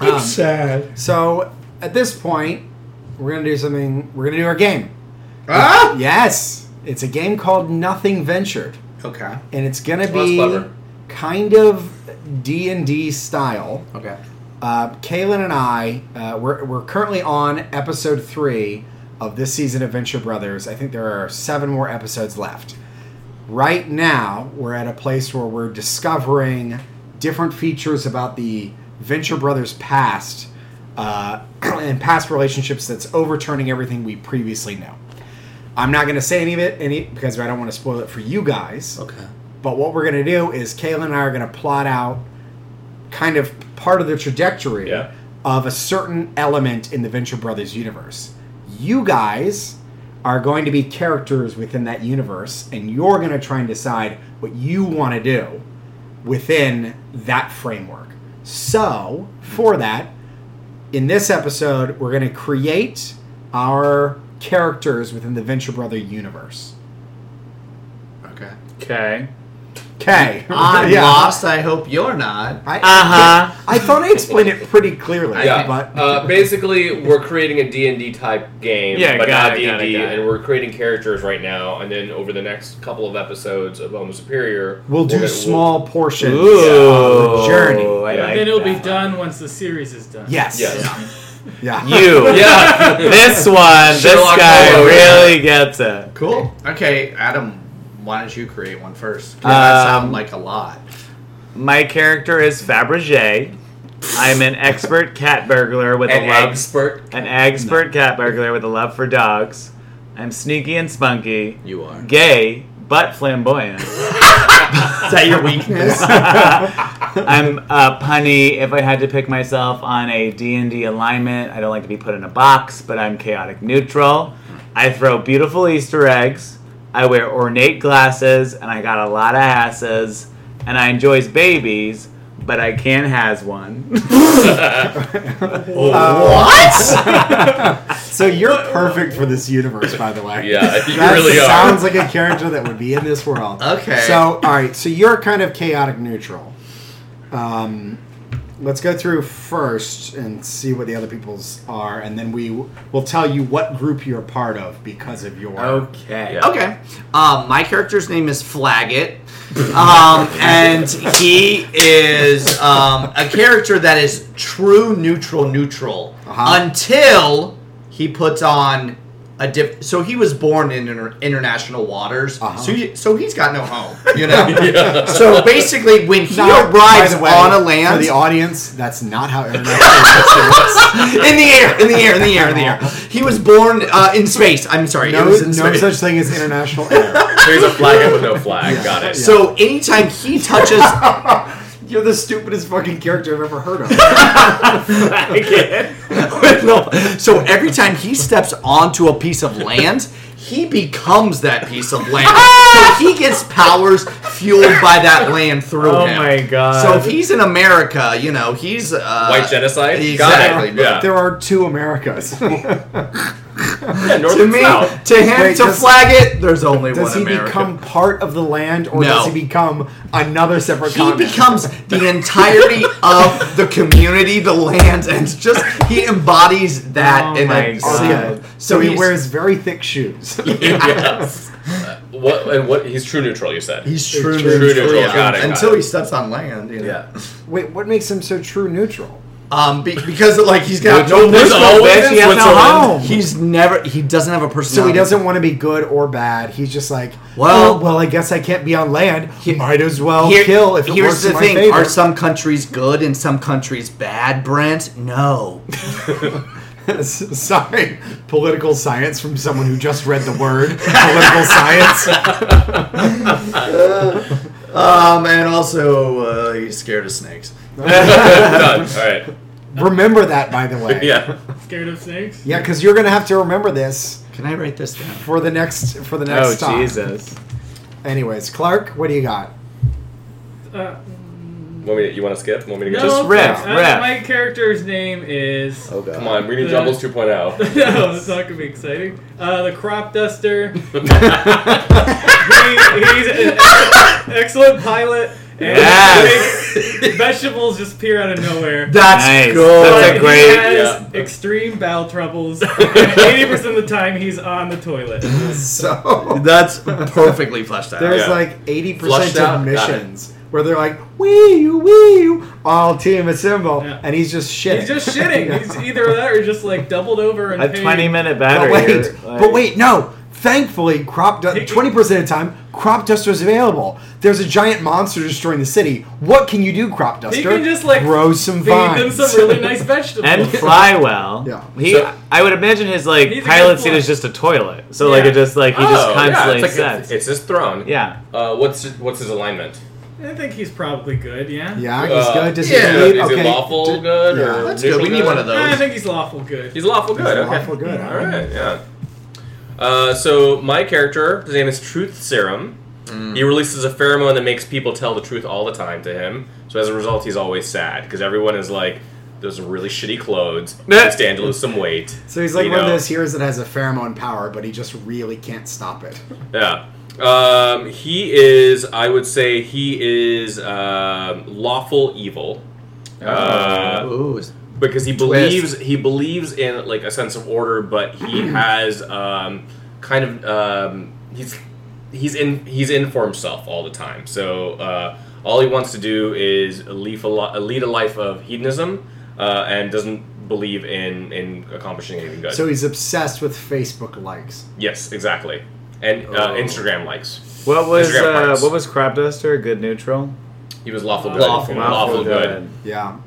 [SPEAKER 2] Um,
[SPEAKER 6] sad.
[SPEAKER 2] so at this point, we're gonna do something. We're gonna do our game.
[SPEAKER 6] Ah.
[SPEAKER 2] Yes, it's a game called Nothing Ventured,
[SPEAKER 6] Okay.
[SPEAKER 2] and it's gonna
[SPEAKER 4] Well, that's
[SPEAKER 2] be
[SPEAKER 4] clever.
[SPEAKER 2] kind of D and D style.
[SPEAKER 6] Okay.
[SPEAKER 2] Uh, Kaylin and I, uh, we're, we're currently on episode three of this season of Venture Brothers. I think there are seven more episodes left. Right now, we're at a place where we're discovering different features about the Venture Brothers past uh, and past relationships that's overturning everything we previously know. I'm not going to say any of it, any because I don't want to spoil it for you guys.
[SPEAKER 6] Okay.
[SPEAKER 2] But what we're going to do is Kayla and I are going to plot out kind of part of the trajectory
[SPEAKER 4] Yeah.
[SPEAKER 2] of a certain element in the Venture Brothers universe. You guys are going to be characters within that universe, and you're going to try and decide what you want to do within that framework. So, for that, in this episode, we're going to create our characters within the Venture Brother universe.
[SPEAKER 6] Okay.
[SPEAKER 1] Okay.
[SPEAKER 2] Okay.
[SPEAKER 6] I'm
[SPEAKER 2] Yeah.
[SPEAKER 6] lost. I hope you're not.
[SPEAKER 2] I,
[SPEAKER 1] Uh-huh.
[SPEAKER 2] I thought I explained it pretty clearly.
[SPEAKER 4] Yeah.
[SPEAKER 2] But
[SPEAKER 4] Uh, basically, we're creating a D&D type game,
[SPEAKER 1] Yeah,
[SPEAKER 4] but
[SPEAKER 1] got
[SPEAKER 4] not
[SPEAKER 1] it, got it,
[SPEAKER 4] D&D,
[SPEAKER 1] got it.
[SPEAKER 4] and we're creating characters right now, and then over the next couple of episodes of Homo Superior,
[SPEAKER 2] we'll do
[SPEAKER 4] we'll-
[SPEAKER 2] small portions of
[SPEAKER 1] Ooh.
[SPEAKER 2] the journey.
[SPEAKER 1] I
[SPEAKER 4] Yeah.
[SPEAKER 1] like
[SPEAKER 3] then it'll be
[SPEAKER 1] that.
[SPEAKER 3] done once the series is done.
[SPEAKER 2] Yes.
[SPEAKER 4] Yes.
[SPEAKER 2] Yeah.
[SPEAKER 1] You.
[SPEAKER 4] yeah.
[SPEAKER 1] This one, this
[SPEAKER 4] Sherlock
[SPEAKER 1] guy
[SPEAKER 4] Holmes.
[SPEAKER 1] really gets it.
[SPEAKER 6] Cool. Okay, Adam, why don't you create one first? 'Cause that
[SPEAKER 1] Um,
[SPEAKER 6] sound like a lot.
[SPEAKER 1] My character is Fabergé. I'm an expert cat burglar with
[SPEAKER 4] An
[SPEAKER 1] a love
[SPEAKER 4] expert.
[SPEAKER 1] an expert cat burglar with a love for dogs. I'm sneaky and spunky,
[SPEAKER 6] You are.
[SPEAKER 1] gay but flamboyant.
[SPEAKER 6] Is that your weakness?
[SPEAKER 1] I'm uh, punny. If I had to pick myself on a D&D alignment, I don't like to be put in a box, but I'm chaotic neutral. I throw beautiful Easter eggs. I wear ornate glasses, and I got a lot of asses. And I enjoys babies, but I can't has one.
[SPEAKER 2] So you're perfect for this universe, by the way.
[SPEAKER 4] Yeah, I think you
[SPEAKER 2] That
[SPEAKER 4] really are.
[SPEAKER 2] sounds like a character that would be in this world.
[SPEAKER 6] Okay.
[SPEAKER 2] So all right, so you're kind of chaotic neutral. Um, let's go through first and see what the other people's are, and then we w- will tell you what group you're part of because of your.
[SPEAKER 1] Oh. Okay.
[SPEAKER 6] Okay. Um, my character's name is Flaggett. Um, and he is um, a character that is true neutral neutral
[SPEAKER 2] Uh-huh.
[SPEAKER 6] until he puts on a diff. So he was born in inter- international waters.
[SPEAKER 2] Uh-huh.
[SPEAKER 6] So, he- so he's got no home, you know?
[SPEAKER 4] Yeah.
[SPEAKER 6] So basically, when he
[SPEAKER 2] Not-
[SPEAKER 6] arrives
[SPEAKER 2] by the way,
[SPEAKER 6] on a land,
[SPEAKER 2] for the audience. That's not how international works.
[SPEAKER 6] in the air, in the air, in the air, in the air. He was born uh, in space. I'm sorry. it
[SPEAKER 2] No,
[SPEAKER 6] was in
[SPEAKER 2] no
[SPEAKER 6] space.
[SPEAKER 2] such thing as international air.
[SPEAKER 4] Here's a flag with no flag. Got it.
[SPEAKER 6] so anytime he touches
[SPEAKER 2] You're the stupidest fucking character I've ever heard of.
[SPEAKER 6] no. So every time he steps onto a piece of land, he becomes that piece of land. so he gets powers fueled by that land through
[SPEAKER 1] Oh
[SPEAKER 6] him.
[SPEAKER 1] my god.
[SPEAKER 6] So if he's in America, you know, he's uh,
[SPEAKER 4] White genocide?
[SPEAKER 6] Exactly.
[SPEAKER 4] Got it. Yeah.
[SPEAKER 2] There are two Americas.
[SPEAKER 4] yeah, north
[SPEAKER 6] To
[SPEAKER 4] and
[SPEAKER 6] me,
[SPEAKER 4] south.
[SPEAKER 6] to him,
[SPEAKER 2] Wait,
[SPEAKER 6] to
[SPEAKER 2] does-
[SPEAKER 6] flag it, there's only
[SPEAKER 2] Does
[SPEAKER 6] one
[SPEAKER 2] he
[SPEAKER 6] America.
[SPEAKER 2] become part of the land, or
[SPEAKER 6] No.
[SPEAKER 2] does he become another separate?
[SPEAKER 6] he
[SPEAKER 2] continent?
[SPEAKER 6] becomes the entirety of the community, the land, and just he embodies that.
[SPEAKER 1] Oh
[SPEAKER 6] in
[SPEAKER 1] my
[SPEAKER 6] a,
[SPEAKER 1] God.
[SPEAKER 2] So,
[SPEAKER 6] So
[SPEAKER 2] he
[SPEAKER 6] he's-
[SPEAKER 2] wears very thick shoes.
[SPEAKER 4] yes. Uh, What and what? He's true neutral. You said.
[SPEAKER 6] He's true,
[SPEAKER 2] True
[SPEAKER 6] neutral.
[SPEAKER 4] neutral, got it, got
[SPEAKER 6] Until
[SPEAKER 4] it.
[SPEAKER 6] he steps on land. You know?
[SPEAKER 4] yeah.
[SPEAKER 2] Wait, what makes him so true neutral?
[SPEAKER 6] Um, be- because like he's got
[SPEAKER 4] Neutral,
[SPEAKER 6] no
[SPEAKER 4] there's
[SPEAKER 6] personal-
[SPEAKER 4] always
[SPEAKER 1] bitch, he has no home.
[SPEAKER 4] Switzerland.
[SPEAKER 6] He's never. He doesn't have a
[SPEAKER 2] So
[SPEAKER 6] personality.
[SPEAKER 2] he doesn't want to be good or bad. He's just like, well,
[SPEAKER 6] Well-
[SPEAKER 2] oh, well, I guess I can't be on land.
[SPEAKER 6] Here-
[SPEAKER 2] Might as well
[SPEAKER 6] Here-
[SPEAKER 2] kill if it
[SPEAKER 6] here's
[SPEAKER 2] works
[SPEAKER 6] the
[SPEAKER 2] in my
[SPEAKER 6] thing:
[SPEAKER 2] favor.
[SPEAKER 6] Are some countries good and some countries bad? Brent, no.
[SPEAKER 2] Sorry, political science from someone who just read the word political science.
[SPEAKER 6] um, and also uh, he's scared of snakes.
[SPEAKER 4] Done. All right.
[SPEAKER 2] Remember that, by the way.
[SPEAKER 4] Yeah.
[SPEAKER 3] Scared of snakes?
[SPEAKER 2] Yeah, because you're gonna have to remember this
[SPEAKER 6] Can I write this down?
[SPEAKER 2] for the next for the next
[SPEAKER 1] oh
[SPEAKER 2] time.
[SPEAKER 1] Jesus.
[SPEAKER 2] Anyways, Clark, what do you got?
[SPEAKER 3] Uh,
[SPEAKER 4] Want me to- you want to skip? Want me to go?
[SPEAKER 3] no,
[SPEAKER 1] Just riff,
[SPEAKER 3] uh,
[SPEAKER 1] riff.
[SPEAKER 3] My character's name is.
[SPEAKER 6] Oh god.
[SPEAKER 4] Come on, we need Jumbles oh. 2.0.
[SPEAKER 3] no, it's not gonna be exciting. Uh, the crop duster. he, he's an ex- excellent pilot. And
[SPEAKER 1] Yes.
[SPEAKER 3] like, vegetables just appear out of nowhere.
[SPEAKER 6] That's
[SPEAKER 1] Nice.
[SPEAKER 6] good.
[SPEAKER 1] That's a
[SPEAKER 3] But
[SPEAKER 1] great-
[SPEAKER 3] He has
[SPEAKER 4] yeah.
[SPEAKER 3] extreme bowel troubles. and Eighty percent of the time, he's on the toilet.
[SPEAKER 2] So
[SPEAKER 6] That's perfectly fleshed out.
[SPEAKER 2] there's
[SPEAKER 4] Yeah.
[SPEAKER 2] like eighty
[SPEAKER 4] Flushed
[SPEAKER 2] percent of
[SPEAKER 4] out? Got it.
[SPEAKER 2] missions where they're like wee wee all team assemble,
[SPEAKER 3] Yeah.
[SPEAKER 2] and he's just shitting.
[SPEAKER 3] He's just shitting. He's either that or just like doubled over and
[SPEAKER 1] A
[SPEAKER 3] paid.
[SPEAKER 1] 20 minute
[SPEAKER 2] but
[SPEAKER 1] battery.
[SPEAKER 2] wait,
[SPEAKER 1] like-
[SPEAKER 2] but wait, no. Thankfully, crop
[SPEAKER 3] He-
[SPEAKER 2] twenty percent of the time, crop duster is available. There's a giant monster destroying the city. What can you do, crop duster?
[SPEAKER 3] He can just like
[SPEAKER 2] grow some
[SPEAKER 3] feed
[SPEAKER 2] vines.
[SPEAKER 3] them some really nice vegetables.
[SPEAKER 1] and fly well.
[SPEAKER 2] Yeah.
[SPEAKER 1] He,
[SPEAKER 4] So-
[SPEAKER 1] I would imagine his
[SPEAKER 3] He's a
[SPEAKER 1] like
[SPEAKER 3] good
[SPEAKER 1] pilot seat
[SPEAKER 3] pilot.
[SPEAKER 1] is just a toilet. So like
[SPEAKER 3] Yeah.
[SPEAKER 1] it just like he
[SPEAKER 4] Oh,
[SPEAKER 1] just
[SPEAKER 4] yeah,
[SPEAKER 1] constantly
[SPEAKER 4] it's, like-
[SPEAKER 1] sets.
[SPEAKER 4] it's his throne.
[SPEAKER 1] yeah.
[SPEAKER 4] Uh, what's what's his alignment?
[SPEAKER 3] I think he's probably good. Yeah.
[SPEAKER 2] Yeah, he's
[SPEAKER 4] Uh,
[SPEAKER 2] good. Does
[SPEAKER 4] yeah,
[SPEAKER 2] he bleed?
[SPEAKER 4] is
[SPEAKER 2] okay.
[SPEAKER 4] he lawful
[SPEAKER 2] d-
[SPEAKER 4] good
[SPEAKER 2] yeah.
[SPEAKER 4] or
[SPEAKER 2] That's
[SPEAKER 6] good, we
[SPEAKER 4] neutral
[SPEAKER 6] need one of those.
[SPEAKER 3] I think he's lawful good.
[SPEAKER 4] He's lawful
[SPEAKER 2] He's
[SPEAKER 4] good. okay.
[SPEAKER 2] lawful good,
[SPEAKER 4] All
[SPEAKER 2] alright.
[SPEAKER 4] right. Yeah. Uh, so my character, his name is Truth Serum.
[SPEAKER 2] Mm.
[SPEAKER 4] He releases a pheromone that makes people tell the truth all the time to him. So as a result, he's always sad because everyone is like, "Those are really shitty clothes. I stand to lose some weight."
[SPEAKER 2] So he's like
[SPEAKER 4] you
[SPEAKER 2] one of
[SPEAKER 4] know?
[SPEAKER 2] those heroes that has a pheromone power, but he just really can't stop it.
[SPEAKER 4] Yeah. Um, he is, I would say, he is um, lawful evil. Uh,
[SPEAKER 5] Ooh, is-
[SPEAKER 4] because he
[SPEAKER 5] Oh. Twist.
[SPEAKER 4] believes he believes in like a sense of order, but he has um, kind of um, he's he's in he's in for himself all the time. So uh, all he wants to do is leave a li- lead a life of hedonism uh, and doesn't believe in in accomplishing anything good.
[SPEAKER 2] So he's obsessed with Facebook likes.
[SPEAKER 4] yes, exactly, and uh, Instagram likes.
[SPEAKER 1] What was
[SPEAKER 4] Instagram
[SPEAKER 1] uh,
[SPEAKER 4] parts.
[SPEAKER 1] what was crop duster? Good neutral.
[SPEAKER 4] He was lawful good.
[SPEAKER 5] Lawful.
[SPEAKER 4] lawful good.
[SPEAKER 2] Yeah.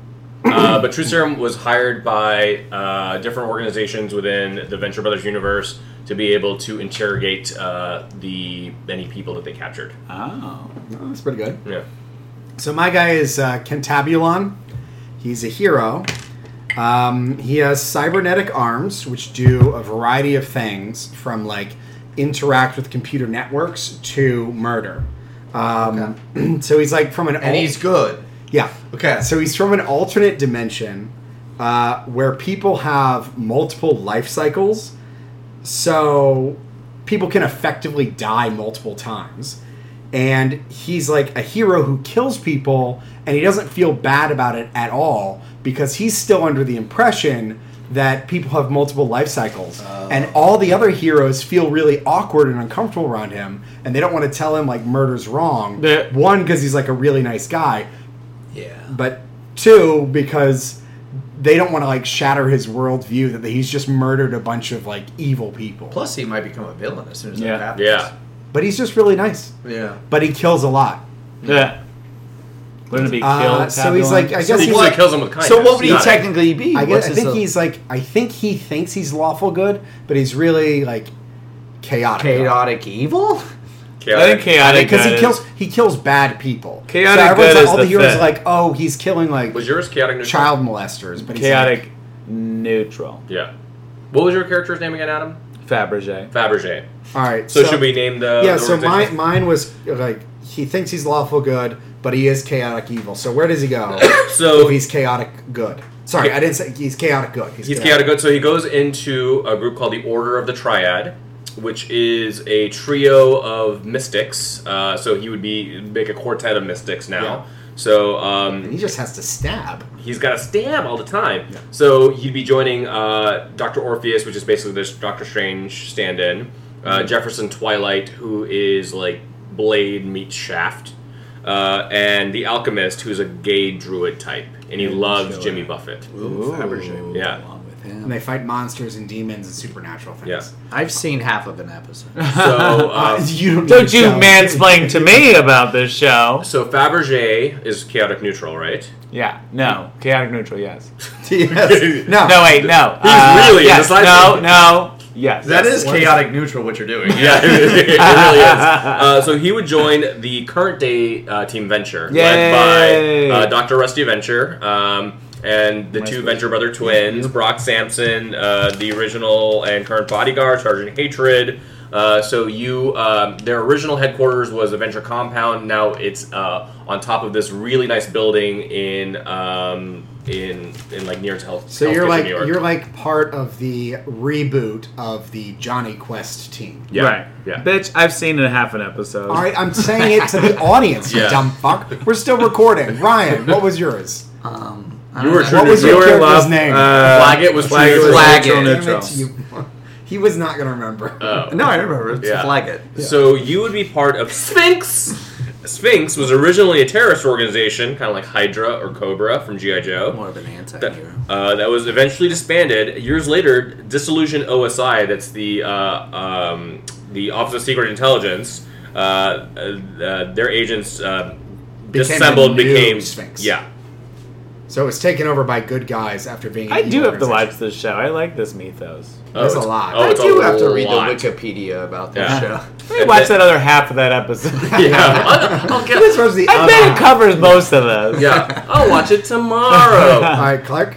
[SPEAKER 4] Uh, but True Serum was hired by uh, different organizations within the Venture Brothers universe to be able to interrogate uh, the many people that they captured.
[SPEAKER 1] Oh.
[SPEAKER 2] No, that's pretty good.
[SPEAKER 4] Yeah.
[SPEAKER 2] So my guy is uh, Kentabulon. He's a hero. Um, he has cybernetic arms, which do a variety of things, from like interact with computer networks to murder. Um, So he's like from an
[SPEAKER 6] And he's good.
[SPEAKER 2] yeah
[SPEAKER 6] Okay.
[SPEAKER 2] So he's from an alternate dimension uh, where people have multiple life cycles. So people can effectively die multiple times. And he's like a hero who kills people and he doesn't feel bad about it at all because he's still under the impression that people have multiple life cycles. And all the other heroes feel really awkward and uncomfortable around him and they don't want to tell him like murder's wrong.
[SPEAKER 1] Yeah.
[SPEAKER 2] One, because he's like a really nice guy,
[SPEAKER 6] Yeah.
[SPEAKER 2] but two because they don't want to like shatter his worldview that he's just murdered a bunch of like evil people.
[SPEAKER 6] Plus, he might become a villain as soon as
[SPEAKER 1] Yeah.
[SPEAKER 6] that happens.
[SPEAKER 4] Yeah.
[SPEAKER 2] But he's just really nice.
[SPEAKER 6] Yeah.
[SPEAKER 2] But he kills a lot.
[SPEAKER 1] Yeah. Wouldn't it be killed?
[SPEAKER 2] Uh, so he's
[SPEAKER 1] Tabulon?
[SPEAKER 2] like, I guess
[SPEAKER 4] He
[SPEAKER 2] he's
[SPEAKER 4] usually
[SPEAKER 2] like,
[SPEAKER 4] kills them with kindness.
[SPEAKER 5] so what would he
[SPEAKER 4] Got it.
[SPEAKER 5] technically be?
[SPEAKER 2] I
[SPEAKER 5] What's
[SPEAKER 2] guess I
[SPEAKER 5] his,
[SPEAKER 2] think
[SPEAKER 5] uh,
[SPEAKER 2] he's like, I think he thinks he's lawful good, but he's really like chaotic.
[SPEAKER 5] chaotic evil.
[SPEAKER 1] I think
[SPEAKER 4] Chaotic.
[SPEAKER 1] chaotic
[SPEAKER 2] Because
[SPEAKER 1] good
[SPEAKER 2] he
[SPEAKER 1] is-
[SPEAKER 2] kills he kills bad people.
[SPEAKER 1] Chaotic
[SPEAKER 2] so everyone's
[SPEAKER 1] good
[SPEAKER 2] like,
[SPEAKER 1] is
[SPEAKER 2] all the,
[SPEAKER 1] the
[SPEAKER 2] heroes
[SPEAKER 1] fit.
[SPEAKER 2] are like, oh, he's killing like
[SPEAKER 4] Was yours chaotic neutral?
[SPEAKER 2] child molesters, but
[SPEAKER 1] chaotic neutral.
[SPEAKER 4] Yeah. What was your character's name again, Adam?
[SPEAKER 1] Fabergé.
[SPEAKER 4] Fabergé.
[SPEAKER 2] he's like, all right.
[SPEAKER 4] So, should we name the?
[SPEAKER 2] yeah
[SPEAKER 4] Uh, the
[SPEAKER 2] so my,
[SPEAKER 4] organization?
[SPEAKER 2] mine was like he thinks he's lawful good but he is chaotic evil so where does he go
[SPEAKER 4] So
[SPEAKER 2] oh he's chaotic good sorry i didn't say he's chaotic good
[SPEAKER 4] He's chaotic good. So he goes into a group called the Order of the Triad, which is a trio of mystics. Uh, so he would be make a quartet of mystics now.
[SPEAKER 2] Yeah.
[SPEAKER 4] So
[SPEAKER 2] and he
[SPEAKER 4] um,
[SPEAKER 2] just has to stab
[SPEAKER 4] he's got a stab all the time. So he'd be joining uh, Doctor Orpheus, which is basically this Doctor Strange stand-in.
[SPEAKER 2] Mm-hmm.
[SPEAKER 4] Uh, Jefferson Twilight, who is like Blade meets Shaft, uh, and the Alchemist, who's a gay druid type, and he loves Jimmy Buffett.
[SPEAKER 6] Ooh, Fabergé.
[SPEAKER 4] Yeah.
[SPEAKER 2] and they fight monsters and demons and supernatural things
[SPEAKER 4] Yeah.
[SPEAKER 6] I've seen half of an episode.
[SPEAKER 4] So
[SPEAKER 2] Uh,
[SPEAKER 4] um,
[SPEAKER 2] you don't, need
[SPEAKER 1] Don't
[SPEAKER 2] to
[SPEAKER 1] you
[SPEAKER 2] show.
[SPEAKER 1] mansplain to me about this show?
[SPEAKER 4] So Fabergé is chaotic neutral, right?
[SPEAKER 1] Yeah. No. Chaotic neutral. Yes.
[SPEAKER 6] yes.
[SPEAKER 2] no,
[SPEAKER 1] No. Wait. No. Uh,
[SPEAKER 4] He's really
[SPEAKER 1] Yes.
[SPEAKER 4] indecisive.
[SPEAKER 1] No. No. Yes.
[SPEAKER 6] That
[SPEAKER 1] Yes.
[SPEAKER 6] is chaotic neutral what you're doing.
[SPEAKER 4] Yeah, it really is. Uh, so he would join the current day uh, team Venture, led
[SPEAKER 1] Yay.
[SPEAKER 4] by uh, Dr. Rusty Venture um, and the
[SPEAKER 1] Nice
[SPEAKER 4] two
[SPEAKER 1] voice.
[SPEAKER 4] Venture brother twins,
[SPEAKER 2] Mm-hmm.
[SPEAKER 4] Brock Sampson, uh, the original and current bodyguard, Sergeant Hatred. Uh, so you, um, their original headquarters was a venture compound. Now it's uh, on top of this really nice building in um, in in like near to health.
[SPEAKER 2] so
[SPEAKER 4] Hell's
[SPEAKER 2] you're
[SPEAKER 4] Kitchen,
[SPEAKER 2] like
[SPEAKER 4] New York.
[SPEAKER 2] you're like part of the reboot of the johnny quest team
[SPEAKER 4] yeah,
[SPEAKER 1] Right.
[SPEAKER 4] yeah.
[SPEAKER 1] Bitch, I've seen a half an episode.
[SPEAKER 2] all right i'm saying it to the audience you
[SPEAKER 4] Yeah.
[SPEAKER 2] dumb fuck we're still recording ryan what was yours
[SPEAKER 5] Um,
[SPEAKER 4] You were
[SPEAKER 2] What
[SPEAKER 4] true
[SPEAKER 2] was
[SPEAKER 4] neutral.
[SPEAKER 2] your
[SPEAKER 1] Viewer
[SPEAKER 2] character's
[SPEAKER 1] love,
[SPEAKER 2] name?
[SPEAKER 1] uh,
[SPEAKER 4] Flaggett was
[SPEAKER 1] Flaggett
[SPEAKER 4] true
[SPEAKER 1] was
[SPEAKER 5] Flaggett. Damn
[SPEAKER 1] neutral
[SPEAKER 2] Damn
[SPEAKER 1] neutral.
[SPEAKER 2] it, you- he was not going to remember
[SPEAKER 4] Oh.
[SPEAKER 5] no, I remember. It's
[SPEAKER 4] Yeah.
[SPEAKER 5] yeah. flag it.
[SPEAKER 4] So you would be part of Sphinx. Sphinx was originally a terrorist organization, kind of like Hydra or Cobra from GI Joe.
[SPEAKER 5] More of an anti
[SPEAKER 4] That,
[SPEAKER 5] hero.
[SPEAKER 4] uh, that was eventually disbanded years later. Disillusion OSI, that's the uh, um, the Office of Secret Intelligence. Uh, uh, their agents uh,
[SPEAKER 2] Became the
[SPEAKER 4] dissembled,
[SPEAKER 2] new
[SPEAKER 4] became
[SPEAKER 2] Sphinx.
[SPEAKER 4] Yeah,
[SPEAKER 2] So it was taken over by good guys after being. an
[SPEAKER 1] I
[SPEAKER 2] evil
[SPEAKER 1] do have to
[SPEAKER 2] organization.
[SPEAKER 1] watch this show. I like this mythos.
[SPEAKER 4] Oh,
[SPEAKER 2] There's a
[SPEAKER 4] it's-
[SPEAKER 2] lot.
[SPEAKER 4] Oh,
[SPEAKER 6] I
[SPEAKER 4] it's
[SPEAKER 6] do
[SPEAKER 4] a
[SPEAKER 6] have to read
[SPEAKER 4] lot.
[SPEAKER 6] the Wikipedia about this
[SPEAKER 4] Yeah.
[SPEAKER 6] show.
[SPEAKER 1] Let me watch that other half of that episode.
[SPEAKER 4] Yeah, I'll, I'll get
[SPEAKER 2] This was the
[SPEAKER 1] I
[SPEAKER 2] other
[SPEAKER 1] bet it
[SPEAKER 2] half.
[SPEAKER 1] covers most of those.
[SPEAKER 4] Yeah, I'll watch it tomorrow.
[SPEAKER 2] All right, Clark.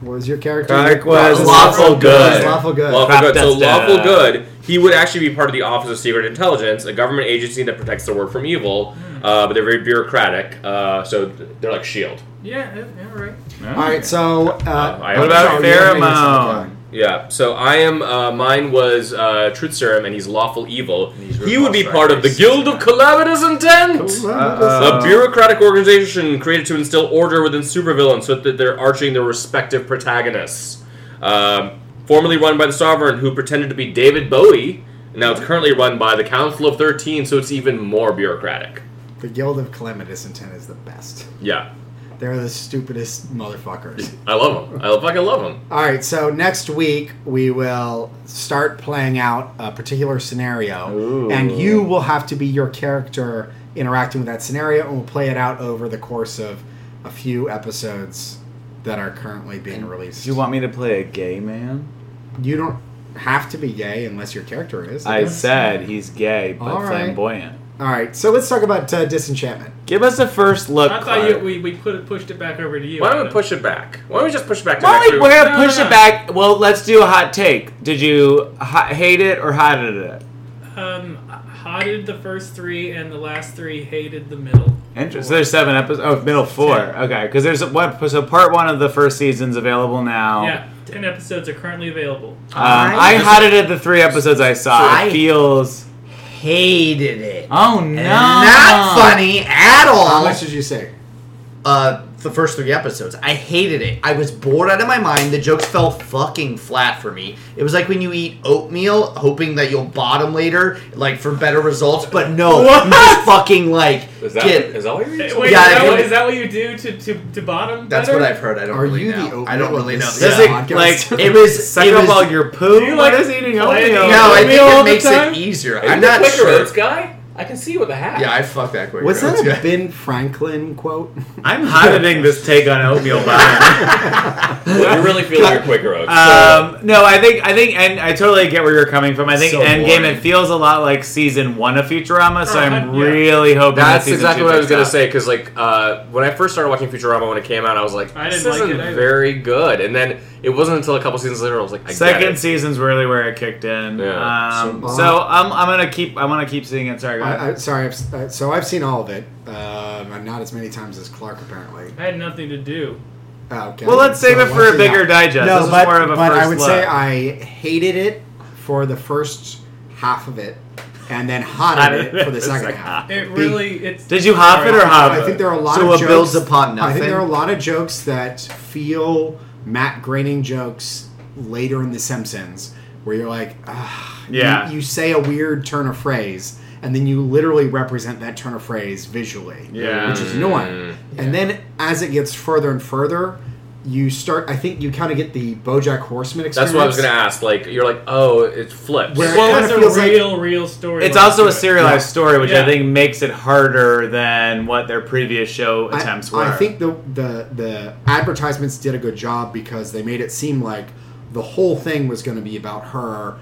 [SPEAKER 2] What was your character?
[SPEAKER 1] Clark was
[SPEAKER 4] lawful good.
[SPEAKER 2] Lawful good.
[SPEAKER 4] Lawful
[SPEAKER 1] Crap
[SPEAKER 4] good. So
[SPEAKER 1] testa.
[SPEAKER 4] lawful good. He would actually be part of the Office of Secret Intelligence, a government agency that protects the world from evil. Uh, but they're very bureaucratic, uh, so th- they're like Shield.
[SPEAKER 3] Yeah, yeah, yeah, right.
[SPEAKER 2] All right, so uh,
[SPEAKER 4] I- What
[SPEAKER 1] about
[SPEAKER 2] sorry, you haven't made yourself
[SPEAKER 1] pheromone?
[SPEAKER 2] okay.
[SPEAKER 4] Yeah. So I am. Uh, mine was uh, Truth Serum, and he's lawful evil.
[SPEAKER 6] These were
[SPEAKER 4] He would be
[SPEAKER 6] boss
[SPEAKER 4] part of the
[SPEAKER 6] factories.
[SPEAKER 4] Guild of Calamitous Intent.
[SPEAKER 1] Uh,
[SPEAKER 4] a bureaucratic organization created to instill order within supervillains so that they're arching their respective protagonists. Um, formerly run by the Sovereign, who pretended to be David Bowie, now it's currently run by the Council of 13, so it's even more bureaucratic.
[SPEAKER 2] the Guild of Calamitous Intent is the best.
[SPEAKER 4] Yeah,
[SPEAKER 2] They're the stupidest motherfuckers.
[SPEAKER 4] I love them. I fucking love them.
[SPEAKER 2] All right, so next week we will start playing out a particular scenario,
[SPEAKER 1] Ooh.
[SPEAKER 2] and you will have to be your character interacting with that scenario, and we'll play it out over the course of a few episodes that are currently being released.
[SPEAKER 1] Do you want me to play a gay man?
[SPEAKER 2] You don't have to be gay unless your character is.
[SPEAKER 1] I said he's gay, but
[SPEAKER 2] All right.
[SPEAKER 1] flamboyant.
[SPEAKER 2] All right, so let's talk about uh, disenchantment.
[SPEAKER 1] Give us a first look.
[SPEAKER 3] I thought
[SPEAKER 1] Clark.
[SPEAKER 3] you, we, we put it, pushed it back over to you.
[SPEAKER 4] Why don't we
[SPEAKER 3] Adam.
[SPEAKER 4] push it back? Why don't we just push it back to
[SPEAKER 1] Why
[SPEAKER 4] next
[SPEAKER 1] don't we-
[SPEAKER 4] week?
[SPEAKER 1] we're gonna
[SPEAKER 3] No, no,
[SPEAKER 1] push
[SPEAKER 3] no.
[SPEAKER 1] it back. Well, let's do a hot take. Did you hot, hate it or hotted it?
[SPEAKER 3] Um, hotted the first three, and the last three hated the middle.
[SPEAKER 1] Interesting. So there's seven episodes. Oh, middle four. Okay, because there's one. So part one of the first season's available now.
[SPEAKER 3] Yeah, ten episodes are currently available.
[SPEAKER 1] Um, I hotted it the three episodes I saw.
[SPEAKER 6] I-
[SPEAKER 1] it feels.
[SPEAKER 6] Hated it.
[SPEAKER 1] Oh no!
[SPEAKER 6] Not funny at
[SPEAKER 1] Oh.
[SPEAKER 2] How
[SPEAKER 6] all.
[SPEAKER 2] much did you say?
[SPEAKER 6] uh, the first three episodes. I hated it. I was bored out of my mind. The jokes fell fucking flat for me. It was like when you eat oatmeal, hoping that you'll bottom later, like for better results, but no, you just fucking like
[SPEAKER 4] Is that,
[SPEAKER 6] get.
[SPEAKER 4] is that what you're
[SPEAKER 3] Wait,
[SPEAKER 4] saying?
[SPEAKER 3] is,
[SPEAKER 6] Yeah,
[SPEAKER 3] that
[SPEAKER 6] it-
[SPEAKER 3] what, is that what you do to, to, to bottom?
[SPEAKER 6] that's
[SPEAKER 3] better?
[SPEAKER 6] what I've heard. I don't
[SPEAKER 2] Are
[SPEAKER 6] really
[SPEAKER 2] you the
[SPEAKER 6] know.
[SPEAKER 2] oatmeal
[SPEAKER 6] I don't really know.
[SPEAKER 2] of
[SPEAKER 1] Does
[SPEAKER 2] Yeah,
[SPEAKER 1] it
[SPEAKER 2] podcast.
[SPEAKER 1] like
[SPEAKER 6] It was.
[SPEAKER 1] suck
[SPEAKER 6] it
[SPEAKER 1] up
[SPEAKER 6] was-
[SPEAKER 1] all your poo?
[SPEAKER 3] Do you
[SPEAKER 1] What
[SPEAKER 3] like
[SPEAKER 1] is eating
[SPEAKER 3] play
[SPEAKER 1] oatmeal?
[SPEAKER 3] the
[SPEAKER 6] No, I
[SPEAKER 1] Oatmeal
[SPEAKER 6] think
[SPEAKER 1] all
[SPEAKER 6] it
[SPEAKER 1] the
[SPEAKER 6] makes
[SPEAKER 1] time?
[SPEAKER 6] it easier. I'm not
[SPEAKER 4] Quick
[SPEAKER 6] sure.
[SPEAKER 4] Oats guy? I can see you with a hat.
[SPEAKER 6] Yeah, I fucked that quick.
[SPEAKER 2] Was
[SPEAKER 6] Roads
[SPEAKER 2] that a
[SPEAKER 6] guy.
[SPEAKER 2] Ben Franklin quote?
[SPEAKER 1] I'm hotting this take on oatmeal bomb.
[SPEAKER 4] You're really feeling your Quaker Oats.
[SPEAKER 1] Um, no, I think I think, and I totally get where you're coming from. I think
[SPEAKER 6] So
[SPEAKER 1] Endgame
[SPEAKER 6] boring.
[SPEAKER 1] it feels a lot like season one of Futurama, so
[SPEAKER 3] Uh,
[SPEAKER 1] I'm
[SPEAKER 3] yeah.
[SPEAKER 1] really hoping that
[SPEAKER 4] That's
[SPEAKER 1] season
[SPEAKER 4] exactly
[SPEAKER 1] two
[SPEAKER 4] what I was
[SPEAKER 1] picks
[SPEAKER 4] gonna
[SPEAKER 1] up.
[SPEAKER 4] say because like uh, when I first started watching Futurama when it came out, I was like,
[SPEAKER 3] I
[SPEAKER 4] "This
[SPEAKER 3] didn't like
[SPEAKER 4] isn't
[SPEAKER 3] it either.
[SPEAKER 4] very good." And then it wasn't until a couple seasons later I was like, I
[SPEAKER 1] Second
[SPEAKER 4] Get
[SPEAKER 1] season's really where it kicked in.
[SPEAKER 4] Yeah.
[SPEAKER 1] Um,
[SPEAKER 2] So-
[SPEAKER 1] so I'm, I'm gonna keep I want to keep seeing it. Sorry, go ahead.
[SPEAKER 2] I, I, sorry, I've, s- uh, so I've seen all of it, um, and not as many times as Clark apparently.
[SPEAKER 3] I had nothing to do.
[SPEAKER 2] Oh, okay.
[SPEAKER 1] Well, let's save
[SPEAKER 2] So
[SPEAKER 1] it for a
[SPEAKER 2] once
[SPEAKER 1] bigger
[SPEAKER 2] out.
[SPEAKER 1] digest.
[SPEAKER 2] No,
[SPEAKER 1] This is
[SPEAKER 2] but,
[SPEAKER 1] more of a
[SPEAKER 2] but I
[SPEAKER 1] first
[SPEAKER 2] would say
[SPEAKER 1] look.
[SPEAKER 2] I hated it for the first half of it, and then hotted it for the second half.
[SPEAKER 3] It really, it's.
[SPEAKER 1] Did you hop it or hop it?
[SPEAKER 2] I think there are a lot
[SPEAKER 6] So
[SPEAKER 2] of
[SPEAKER 6] it
[SPEAKER 2] jokes.
[SPEAKER 6] builds upon
[SPEAKER 2] I think
[SPEAKER 6] nothing?
[SPEAKER 2] there are a lot of jokes that feel Matt Groening jokes later in The Simpsons, where you're like, ah, you-
[SPEAKER 1] Yeah.
[SPEAKER 2] you, say a weird turn of phrase, and then you literally represent that turn of phrase visually,
[SPEAKER 1] Yeah.
[SPEAKER 2] which is
[SPEAKER 6] Mm.
[SPEAKER 2] annoying. And then as it gets further and further, you start. I think you kind of get the BoJack Horseman
[SPEAKER 4] That's
[SPEAKER 2] experience.
[SPEAKER 4] what I was gonna ask. Like, you're like, "Oh, it flips."
[SPEAKER 2] Where-
[SPEAKER 3] What
[SPEAKER 2] It
[SPEAKER 3] was
[SPEAKER 2] kinda
[SPEAKER 3] the
[SPEAKER 2] feels like-
[SPEAKER 3] real, real story?
[SPEAKER 1] it's
[SPEAKER 3] line
[SPEAKER 1] also
[SPEAKER 3] to
[SPEAKER 1] a
[SPEAKER 3] it?
[SPEAKER 1] serialized
[SPEAKER 2] Yeah.
[SPEAKER 1] story, which I
[SPEAKER 3] Yeah.
[SPEAKER 1] think makes it harder than what their previous show
[SPEAKER 2] I-
[SPEAKER 1] attempts
[SPEAKER 2] I,
[SPEAKER 1] were.
[SPEAKER 2] think the, the the advertisements did a good job because they made it seem like the whole thing was going to be about her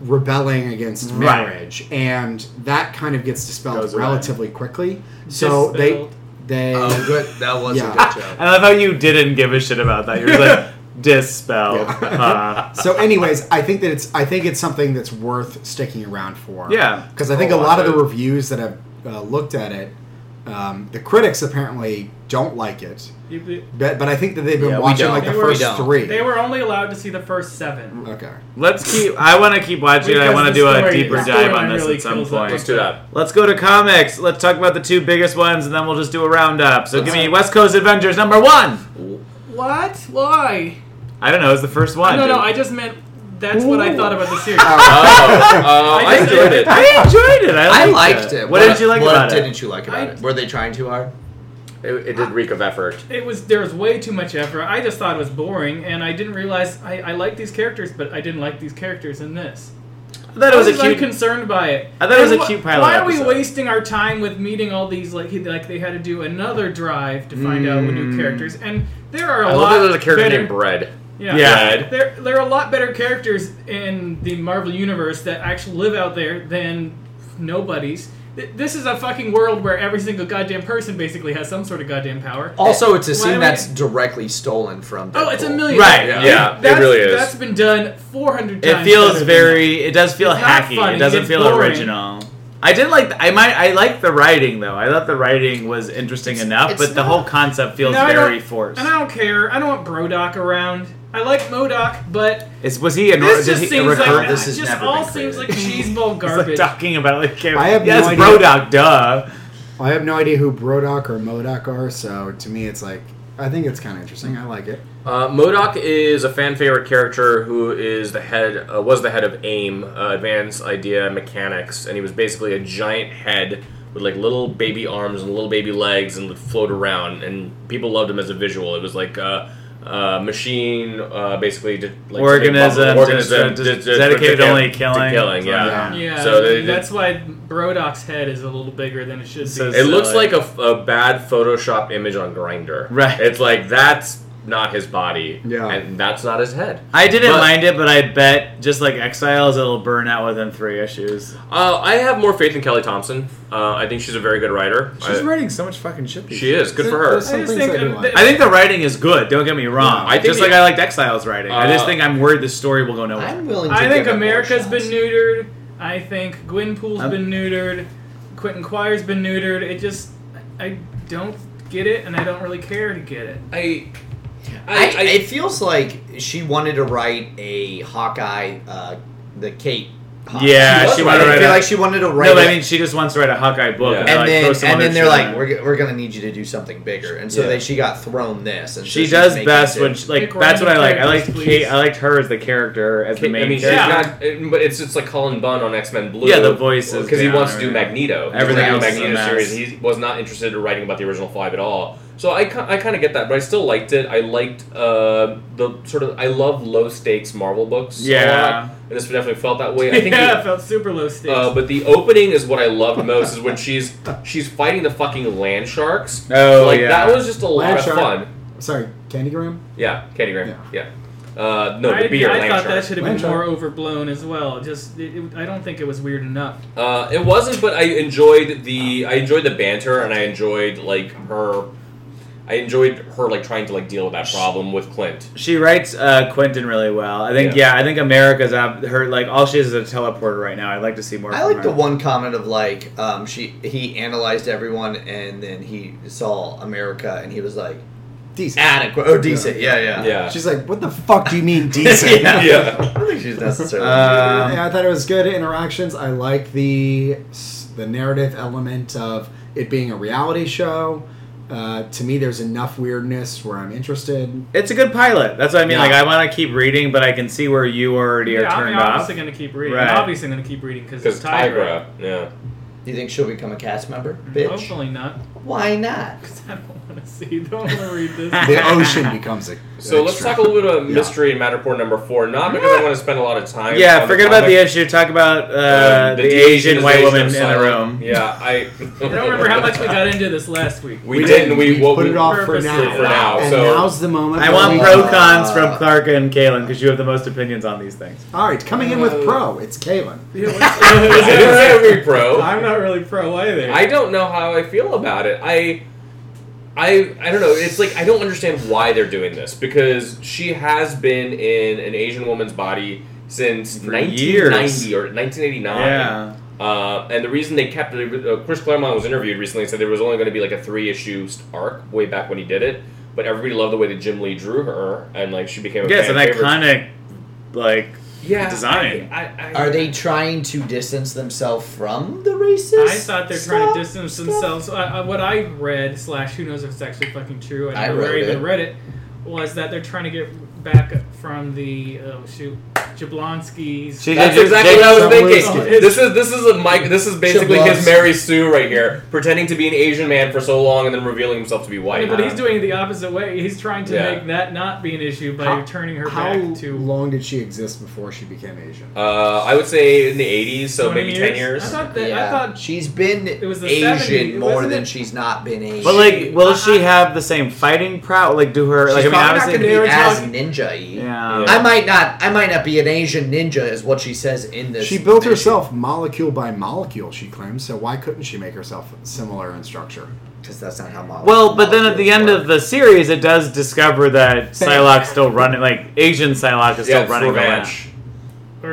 [SPEAKER 2] rebelling against
[SPEAKER 1] Right.
[SPEAKER 2] marriage, and that kind of gets dispelled
[SPEAKER 1] Goes away.
[SPEAKER 2] relatively quickly. So
[SPEAKER 3] Dispelled.
[SPEAKER 2] they they
[SPEAKER 6] Oh, good. That was
[SPEAKER 2] um, Yeah.
[SPEAKER 6] a good joke.
[SPEAKER 1] I love how you didn't give a shit about that. You're just like dispel. Uh,
[SPEAKER 2] so anyways i think that it's i think it's something that's worth sticking around for
[SPEAKER 1] Yeah.
[SPEAKER 2] because i think a
[SPEAKER 4] I'll
[SPEAKER 2] lot
[SPEAKER 4] watch
[SPEAKER 2] of the
[SPEAKER 4] it.
[SPEAKER 2] reviews that have uh, looked at it um, the critics apparently don't like it
[SPEAKER 3] You-
[SPEAKER 2] but, but i think that they've been
[SPEAKER 6] Yeah, we
[SPEAKER 2] watching
[SPEAKER 6] don't.
[SPEAKER 2] like the
[SPEAKER 3] They were-
[SPEAKER 2] first
[SPEAKER 6] we don't.
[SPEAKER 2] three
[SPEAKER 3] They were only allowed to see the first seven.
[SPEAKER 2] okay
[SPEAKER 1] let's keep. I want to keep watching. it. I
[SPEAKER 3] Because
[SPEAKER 1] want to
[SPEAKER 3] the
[SPEAKER 1] do a
[SPEAKER 3] story-
[SPEAKER 1] deeper
[SPEAKER 3] the
[SPEAKER 1] dive on
[SPEAKER 3] storyline
[SPEAKER 1] this
[SPEAKER 3] really
[SPEAKER 1] at some
[SPEAKER 3] kills that.
[SPEAKER 1] point.
[SPEAKER 4] Let's do that.
[SPEAKER 1] Let's go to comics. Let's talk about the two biggest ones, and then we'll just do a roundup. So give me West Coast Avengers number one.
[SPEAKER 3] What? Why?
[SPEAKER 1] I don't know. It's the first one. Oh,
[SPEAKER 3] No, no,
[SPEAKER 1] dude.
[SPEAKER 3] I just meant that's what I thought about the series.
[SPEAKER 4] Oh, uh, I enjoyed it.
[SPEAKER 1] I enjoyed it.
[SPEAKER 6] I
[SPEAKER 1] I liked,
[SPEAKER 6] liked it.
[SPEAKER 1] What, did you like
[SPEAKER 6] what
[SPEAKER 1] about it? Eh,
[SPEAKER 6] didn't you like about
[SPEAKER 3] I-
[SPEAKER 6] it? Were they trying too hard?
[SPEAKER 4] It, it did reek of effort.
[SPEAKER 3] It was there was way too much effort. I just thought it was boring, and I didn't realize I, I liked these characters, but I didn't like these characters in this.
[SPEAKER 1] I thought it was a
[SPEAKER 3] I'm
[SPEAKER 1] cute.
[SPEAKER 3] concerned by it.
[SPEAKER 1] I thought it was
[SPEAKER 3] And
[SPEAKER 1] a
[SPEAKER 3] wh-
[SPEAKER 1] cute pilot
[SPEAKER 3] Why are we
[SPEAKER 1] episode.
[SPEAKER 3] wasting our time with meeting all these like like they had to do another drive to find out what
[SPEAKER 1] Mm.
[SPEAKER 3] new characters and there are a
[SPEAKER 4] I love
[SPEAKER 3] lot
[SPEAKER 4] that there's a character
[SPEAKER 3] better,
[SPEAKER 4] named Bread.
[SPEAKER 3] yeah,
[SPEAKER 1] Yeah.
[SPEAKER 3] There there are a lot better characters in the Marvel universe that actually live out there than nobodies. Th- This is a fucking world where every single goddamn person basically has some sort of goddamn power.
[SPEAKER 5] Also, it's a
[SPEAKER 3] Why
[SPEAKER 5] scene
[SPEAKER 3] we-
[SPEAKER 5] that's directly stolen from.
[SPEAKER 3] Oh, it's a
[SPEAKER 5] Deadpool.
[SPEAKER 3] million.
[SPEAKER 1] Right,
[SPEAKER 4] Yeah,
[SPEAKER 3] That-
[SPEAKER 4] it
[SPEAKER 3] that's-
[SPEAKER 4] really is.
[SPEAKER 3] That's been done 400 times.
[SPEAKER 1] It feels
[SPEAKER 3] better than-
[SPEAKER 1] very. It does feel
[SPEAKER 3] It's not
[SPEAKER 1] hacky.
[SPEAKER 3] funny,
[SPEAKER 1] It doesn't
[SPEAKER 3] it's
[SPEAKER 1] feel
[SPEAKER 3] boring.
[SPEAKER 1] original. I did like. I might. I like the writing though. I thought the writing was interesting enough,
[SPEAKER 6] it's
[SPEAKER 1] but the
[SPEAKER 6] not-
[SPEAKER 1] whole concept feels
[SPEAKER 3] No, I don't-
[SPEAKER 1] very forced.
[SPEAKER 3] And I don't care. I don't want Brodock around. I like Modoc, but
[SPEAKER 1] Is was he a nor-
[SPEAKER 3] this
[SPEAKER 1] did
[SPEAKER 3] just
[SPEAKER 1] he a
[SPEAKER 3] seems
[SPEAKER 1] recurrent-
[SPEAKER 3] like
[SPEAKER 5] this has
[SPEAKER 3] just
[SPEAKER 5] never
[SPEAKER 3] all
[SPEAKER 5] been
[SPEAKER 3] seems like
[SPEAKER 5] created.
[SPEAKER 3] cheeseball
[SPEAKER 1] He's, like,
[SPEAKER 3] garbage.
[SPEAKER 1] talking about like
[SPEAKER 2] I have
[SPEAKER 1] yes,
[SPEAKER 2] no idea.
[SPEAKER 1] Brodock, duh.
[SPEAKER 2] I have no idea who Brodock or Modoc are, so to me, it's like I think it's kind of interesting. I like it.
[SPEAKER 4] Uh, Modoc is a fan favorite character who is the head, uh, was the head of AIM, uh, Advanced Idea Mechanics, and he was basically a giant head with like little baby arms and little baby legs and would float around. And people loved him as a visual. It was like a uh, machine, uh, basically to, like
[SPEAKER 1] Organism,
[SPEAKER 4] to make- organism
[SPEAKER 1] just-
[SPEAKER 4] to-
[SPEAKER 1] just
[SPEAKER 4] to- to-
[SPEAKER 1] dedicated
[SPEAKER 4] to kill-
[SPEAKER 1] only
[SPEAKER 4] to
[SPEAKER 1] killing.
[SPEAKER 4] killing, yeah.
[SPEAKER 3] yeah,
[SPEAKER 4] So they-
[SPEAKER 3] that's why Brodock's head is a little bigger than it should be.
[SPEAKER 1] So-
[SPEAKER 4] It looks
[SPEAKER 1] Silly.
[SPEAKER 4] like a, a bad Photoshop image on Grinder.
[SPEAKER 1] Right.
[SPEAKER 4] It's like that's not his body,
[SPEAKER 2] Yeah.
[SPEAKER 4] and that's not his head.
[SPEAKER 1] I didn't
[SPEAKER 4] But-
[SPEAKER 1] mind it, but I bet just like Exiles, it'll burn out within three issues.
[SPEAKER 4] Uh, I have more faith in Kelly Thompson. Uh, I think she's a very good writer. I-
[SPEAKER 1] writing so much fucking shit.
[SPEAKER 4] she is good for her.
[SPEAKER 2] There's
[SPEAKER 3] I
[SPEAKER 2] some
[SPEAKER 3] just
[SPEAKER 2] things
[SPEAKER 3] think
[SPEAKER 2] I do
[SPEAKER 3] that-
[SPEAKER 2] like.
[SPEAKER 1] I think the writing is good. Don't get me wrong.
[SPEAKER 4] I think
[SPEAKER 1] just
[SPEAKER 4] the-
[SPEAKER 1] like I liked Exiles writing. I just
[SPEAKER 4] Uh,
[SPEAKER 1] think I'm worried the story will go nowhere.
[SPEAKER 5] I'm willing. To
[SPEAKER 3] I think
[SPEAKER 5] give it more
[SPEAKER 3] America's been
[SPEAKER 5] shots.
[SPEAKER 3] neutered. I think Gwynpool's
[SPEAKER 1] I'm-
[SPEAKER 3] been neutered. Quentin Quire's been neutered. It just, I don't get it, and I don't really care to get it.
[SPEAKER 4] I,
[SPEAKER 6] I,
[SPEAKER 5] I, it feels like she wanted to write a Hawkeye, uh, the Kate. Hawkeye.
[SPEAKER 1] Yeah,
[SPEAKER 6] I
[SPEAKER 1] she wanted to write a-
[SPEAKER 6] feel like she wanted to write
[SPEAKER 1] no, but
[SPEAKER 6] a-
[SPEAKER 1] I mean, she just wants to write a Hawkeye book,
[SPEAKER 4] Yeah.
[SPEAKER 1] and,
[SPEAKER 4] they're
[SPEAKER 6] and
[SPEAKER 1] like,
[SPEAKER 6] then
[SPEAKER 1] throw some
[SPEAKER 6] and
[SPEAKER 1] other
[SPEAKER 6] then they're
[SPEAKER 1] shit
[SPEAKER 6] like,
[SPEAKER 1] in.
[SPEAKER 6] we're, g- we're gonna need you to do something bigger, and so
[SPEAKER 4] Yeah.
[SPEAKER 6] then she got thrown this, and so
[SPEAKER 1] She
[SPEAKER 6] she's
[SPEAKER 1] does
[SPEAKER 6] making
[SPEAKER 1] best
[SPEAKER 6] do-
[SPEAKER 1] when she, like
[SPEAKER 3] Pick
[SPEAKER 1] that's what I
[SPEAKER 3] random
[SPEAKER 1] like. I
[SPEAKER 3] characters,
[SPEAKER 1] like Kate.
[SPEAKER 3] please.
[SPEAKER 1] I liked her as the character as the
[SPEAKER 4] I
[SPEAKER 1] main
[SPEAKER 4] mean, she's
[SPEAKER 1] character.
[SPEAKER 3] yeah.
[SPEAKER 4] not. it- But it's it's like Colin Bunn on X Men Blue.
[SPEAKER 1] Yeah, the voice is
[SPEAKER 4] because he
[SPEAKER 1] down
[SPEAKER 4] wants to do
[SPEAKER 1] or-
[SPEAKER 4] Magneto. He's
[SPEAKER 1] Everything
[SPEAKER 4] doing
[SPEAKER 1] else is a
[SPEAKER 4] Magneto
[SPEAKER 1] mess.
[SPEAKER 4] series. He was not interested in writing about the original five at all. So I, ki- I kind of get that, but I still liked it. I liked uh, the sort of I love low stakes Marvel books. a
[SPEAKER 1] Yeah.
[SPEAKER 4] lot, and this definitely felt that way. I think
[SPEAKER 3] yeah,
[SPEAKER 4] the-
[SPEAKER 3] it felt super low stakes.
[SPEAKER 4] Uh, but the opening is what I loved most is when she's she's fighting the fucking land sharks.
[SPEAKER 1] Oh,
[SPEAKER 4] like
[SPEAKER 1] yeah.
[SPEAKER 4] that was just a lot
[SPEAKER 2] Land
[SPEAKER 4] of
[SPEAKER 2] shark?
[SPEAKER 4] fun.
[SPEAKER 2] Sorry, Candygram.
[SPEAKER 4] Yeah, Candy Graham. Yeah. Uh, no,
[SPEAKER 3] I,
[SPEAKER 4] the beer
[SPEAKER 3] I
[SPEAKER 4] land
[SPEAKER 3] thought
[SPEAKER 4] shark.
[SPEAKER 3] that should have been
[SPEAKER 2] Land shark.
[SPEAKER 3] more overblown as well. Just, it, it, I don't think it was weird enough.
[SPEAKER 4] Uh, it wasn't, but I enjoyed the I enjoyed the banter and I enjoyed like her. I enjoyed her like trying to like deal with that problem with Clint.
[SPEAKER 1] She writes uh, Quentin really well. I think yeah. I think America's ab- her like all she is is a teleporter right now. I'd like to see more.
[SPEAKER 5] I
[SPEAKER 1] from
[SPEAKER 5] like
[SPEAKER 1] her.
[SPEAKER 5] the one comment of like um, she he analyzed everyone and then he saw America and he was like
[SPEAKER 2] Decent.
[SPEAKER 5] adequate or decent yeah yeah
[SPEAKER 4] Yeah,
[SPEAKER 2] She's like, what the fuck do you mean decent?
[SPEAKER 5] Yeah.
[SPEAKER 4] yeah.
[SPEAKER 5] I don't think she's necessarily
[SPEAKER 1] Um,
[SPEAKER 2] yeah, I thought it was good interactions. I like the the narrative element of it being a reality show. Uh, to me, there's enough weirdness where I'm interested.
[SPEAKER 1] It's a good pilot. That's what I mean.
[SPEAKER 2] Yeah.
[SPEAKER 1] Like I want to keep reading, but I can see where you already
[SPEAKER 3] yeah,
[SPEAKER 1] are
[SPEAKER 3] I'm
[SPEAKER 1] turned off.
[SPEAKER 3] obviously going to keep reading.
[SPEAKER 1] Right.
[SPEAKER 3] I'm obviously going to keep reading because
[SPEAKER 4] Because
[SPEAKER 3] it's Tigra.
[SPEAKER 4] Tigra. Yeah.
[SPEAKER 5] do you think she'll become a cast member bitch
[SPEAKER 3] Mm-hmm. Hopefully not.
[SPEAKER 5] why not
[SPEAKER 3] Because I don't want to see. Don't want to read this.
[SPEAKER 2] The ocean becomes a.
[SPEAKER 4] So let's
[SPEAKER 2] extra.
[SPEAKER 4] talk a little bit about
[SPEAKER 2] Yeah.
[SPEAKER 4] mystery in Matterport number four. Not because I want to spend a lot of time.
[SPEAKER 1] yeah,
[SPEAKER 4] on
[SPEAKER 1] forget about
[SPEAKER 4] comic.
[SPEAKER 1] the issue. Talk about uh,
[SPEAKER 4] Um,
[SPEAKER 1] the,
[SPEAKER 4] de-
[SPEAKER 1] Asian white
[SPEAKER 4] demonization
[SPEAKER 1] woman
[SPEAKER 4] of
[SPEAKER 1] in the
[SPEAKER 4] silence.
[SPEAKER 1] room.
[SPEAKER 4] uh, Yeah, I.
[SPEAKER 3] I don't remember how much we got into this last week.
[SPEAKER 4] We, didn't. We, what
[SPEAKER 2] put
[SPEAKER 4] we-
[SPEAKER 2] it off for
[SPEAKER 3] purposely
[SPEAKER 2] now.
[SPEAKER 4] for now,
[SPEAKER 2] And
[SPEAKER 4] so-
[SPEAKER 2] now's the moment.
[SPEAKER 1] I
[SPEAKER 2] where
[SPEAKER 1] want
[SPEAKER 2] we-
[SPEAKER 1] pro cons from Clark and Kalen because you have the most opinions on these things.
[SPEAKER 2] All right, coming in with pro. It's Kalen.
[SPEAKER 3] Yeah, what's-
[SPEAKER 4] I didn't say it would be pro.
[SPEAKER 3] I'm not really pro either.
[SPEAKER 4] I don't know how I feel about it. I. I, I don't know. It's like I don't understand why they're doing this because she has been in an Asian woman's body since
[SPEAKER 1] For
[SPEAKER 4] 1990
[SPEAKER 1] years.
[SPEAKER 4] or 1989.
[SPEAKER 1] Yeah.
[SPEAKER 4] Uh, and the reason they kept it, uh, Chris Claremont was interviewed recently and said there was only going to be like a three issue arc way back when he did it. But everybody loved the way that Jim Lee drew her, and like she became a
[SPEAKER 1] Yes,
[SPEAKER 4] fan
[SPEAKER 1] an
[SPEAKER 4] favorite.
[SPEAKER 1] iconic, like
[SPEAKER 4] yeah,
[SPEAKER 1] design.
[SPEAKER 4] I, I, I,
[SPEAKER 5] are they trying to distance themselves from the racist
[SPEAKER 3] I thought they're trying
[SPEAKER 5] stuff?
[SPEAKER 3] to distance themselves. I, I, what I read slash who knows if it's actually fucking true. I
[SPEAKER 5] I
[SPEAKER 3] never
[SPEAKER 5] wrote
[SPEAKER 3] even
[SPEAKER 5] it.
[SPEAKER 3] read it. Was that they're trying to get back from the oh shoot Jablonski's.
[SPEAKER 1] She-
[SPEAKER 4] That's
[SPEAKER 1] Jake-
[SPEAKER 4] exactly
[SPEAKER 1] Jake
[SPEAKER 4] what I was
[SPEAKER 2] Shumway-
[SPEAKER 4] thinking.
[SPEAKER 3] Oh, his-
[SPEAKER 4] This is this is a Mike. This is basically
[SPEAKER 6] Chiblos.
[SPEAKER 4] his Mary Sue right here, pretending to be an Asian man for so long and then revealing himself to be white.
[SPEAKER 3] Yeah, but he's doing it the opposite way. He's trying to
[SPEAKER 4] Yeah.
[SPEAKER 3] make that not be an issue by
[SPEAKER 2] How-
[SPEAKER 3] turning her
[SPEAKER 2] How
[SPEAKER 3] back to
[SPEAKER 2] long did she exist before she became Asian?
[SPEAKER 4] Uh, I would say in the '80s, so
[SPEAKER 3] 20
[SPEAKER 4] maybe
[SPEAKER 3] years?
[SPEAKER 4] ten years.
[SPEAKER 3] I thought that. I
[SPEAKER 5] Yeah.
[SPEAKER 3] thought
[SPEAKER 5] she's been
[SPEAKER 3] it was the
[SPEAKER 5] Asian
[SPEAKER 3] 70s,
[SPEAKER 5] more
[SPEAKER 3] wasn't
[SPEAKER 5] than
[SPEAKER 3] it?
[SPEAKER 5] she's not been Asian.
[SPEAKER 1] But like, will she
[SPEAKER 3] I-
[SPEAKER 1] have the same fighting prowess? Like, do her?
[SPEAKER 5] she's
[SPEAKER 1] Like, I mean,
[SPEAKER 5] probably not
[SPEAKER 1] obviously,
[SPEAKER 5] going to be
[SPEAKER 3] they were
[SPEAKER 5] as
[SPEAKER 3] talking-
[SPEAKER 5] ninja-y.
[SPEAKER 1] yeah.
[SPEAKER 4] Yeah.
[SPEAKER 5] I might not. I might not be an Asian ninja, is what she says in this.
[SPEAKER 2] She built
[SPEAKER 5] issue.
[SPEAKER 2] herself molecule by molecule, she claims, so why couldn't she make herself similar in structure?
[SPEAKER 5] because that's not how. mo-
[SPEAKER 1] Well, but then at the end
[SPEAKER 5] molecules
[SPEAKER 1] of the series, it does discover that Psylocke's still running. Like, Asian Psylocke is still
[SPEAKER 4] yeah, it's
[SPEAKER 1] running
[SPEAKER 4] revenge.
[SPEAKER 3] or
[SPEAKER 4] Revenge.
[SPEAKER 3] whatever.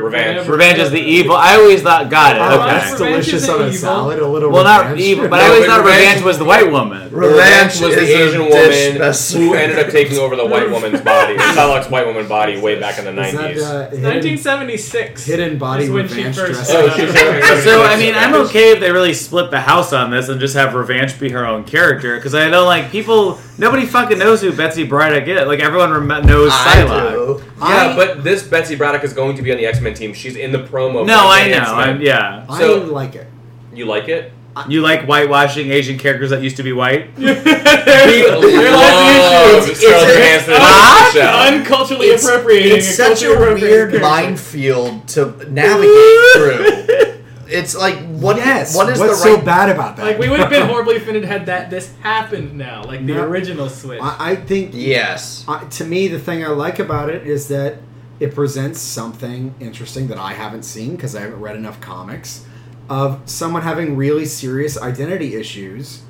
[SPEAKER 1] around. Revenge is the evil. I always thought, got
[SPEAKER 2] Wow,
[SPEAKER 1] it.
[SPEAKER 3] Revenge
[SPEAKER 2] Oh, That's
[SPEAKER 1] Okay.
[SPEAKER 3] is
[SPEAKER 2] delicious on a
[SPEAKER 3] evil.
[SPEAKER 2] salad, a little
[SPEAKER 1] Well, not
[SPEAKER 2] revenge.
[SPEAKER 1] evil, but I
[SPEAKER 4] No,
[SPEAKER 1] always
[SPEAKER 4] but
[SPEAKER 1] thought
[SPEAKER 4] revenge-
[SPEAKER 1] revenge was the white woman.
[SPEAKER 4] Revenge was the
[SPEAKER 6] is a
[SPEAKER 4] Asian
[SPEAKER 6] dish
[SPEAKER 4] woman
[SPEAKER 6] best-
[SPEAKER 4] who ended up taking over the white woman's body, Psylocke's white woman body, way back in the
[SPEAKER 2] Is that,
[SPEAKER 4] '90s.
[SPEAKER 2] uh, hidden-
[SPEAKER 3] 1976.
[SPEAKER 2] Hidden body
[SPEAKER 3] is when she
[SPEAKER 2] revenge
[SPEAKER 3] first
[SPEAKER 2] dress
[SPEAKER 3] set
[SPEAKER 4] Oh,
[SPEAKER 3] up.
[SPEAKER 4] she's very-
[SPEAKER 1] So I mean, I'm okay if they really split the house on this and just have Revenge be her own character because I know like people, nobody fucking knows who Betsy Braddock is. Like everyone rem- knows
[SPEAKER 5] I
[SPEAKER 1] Psylocke.
[SPEAKER 5] do.
[SPEAKER 4] Yeah,
[SPEAKER 2] I-
[SPEAKER 4] but this Betsy Braddock is going to be on the X Men team. She's in the promo.
[SPEAKER 1] No,
[SPEAKER 4] for
[SPEAKER 1] I
[SPEAKER 4] the
[SPEAKER 1] know.
[SPEAKER 4] X-Men.
[SPEAKER 1] I'm, yeah,
[SPEAKER 2] I
[SPEAKER 4] So-
[SPEAKER 2] like it.
[SPEAKER 4] You like it?
[SPEAKER 1] you like whitewashing Asian characters that used to be white.
[SPEAKER 4] We
[SPEAKER 3] There's- there's
[SPEAKER 4] love
[SPEAKER 5] It's-
[SPEAKER 4] Scarlett
[SPEAKER 5] it's-
[SPEAKER 4] Johansson and
[SPEAKER 1] Huh?
[SPEAKER 4] Michelle.
[SPEAKER 3] unculturally
[SPEAKER 5] It's-
[SPEAKER 3] appropriating.
[SPEAKER 5] It's such a
[SPEAKER 3] culturally appropriating
[SPEAKER 5] weird
[SPEAKER 3] character.
[SPEAKER 5] minefield to navigate through. It's like what?
[SPEAKER 2] yes.
[SPEAKER 5] What is
[SPEAKER 2] What's
[SPEAKER 5] the
[SPEAKER 2] so
[SPEAKER 5] right?
[SPEAKER 2] bad about that?
[SPEAKER 3] Like we would have been horribly offended had that this happened now, like the
[SPEAKER 2] No.
[SPEAKER 3] original Switch.
[SPEAKER 2] I, I think
[SPEAKER 5] yes.
[SPEAKER 2] I, to me, the thing I like about it is that it presents something interesting that I haven't seen because I haven't read enough comics of someone having really serious identity issues.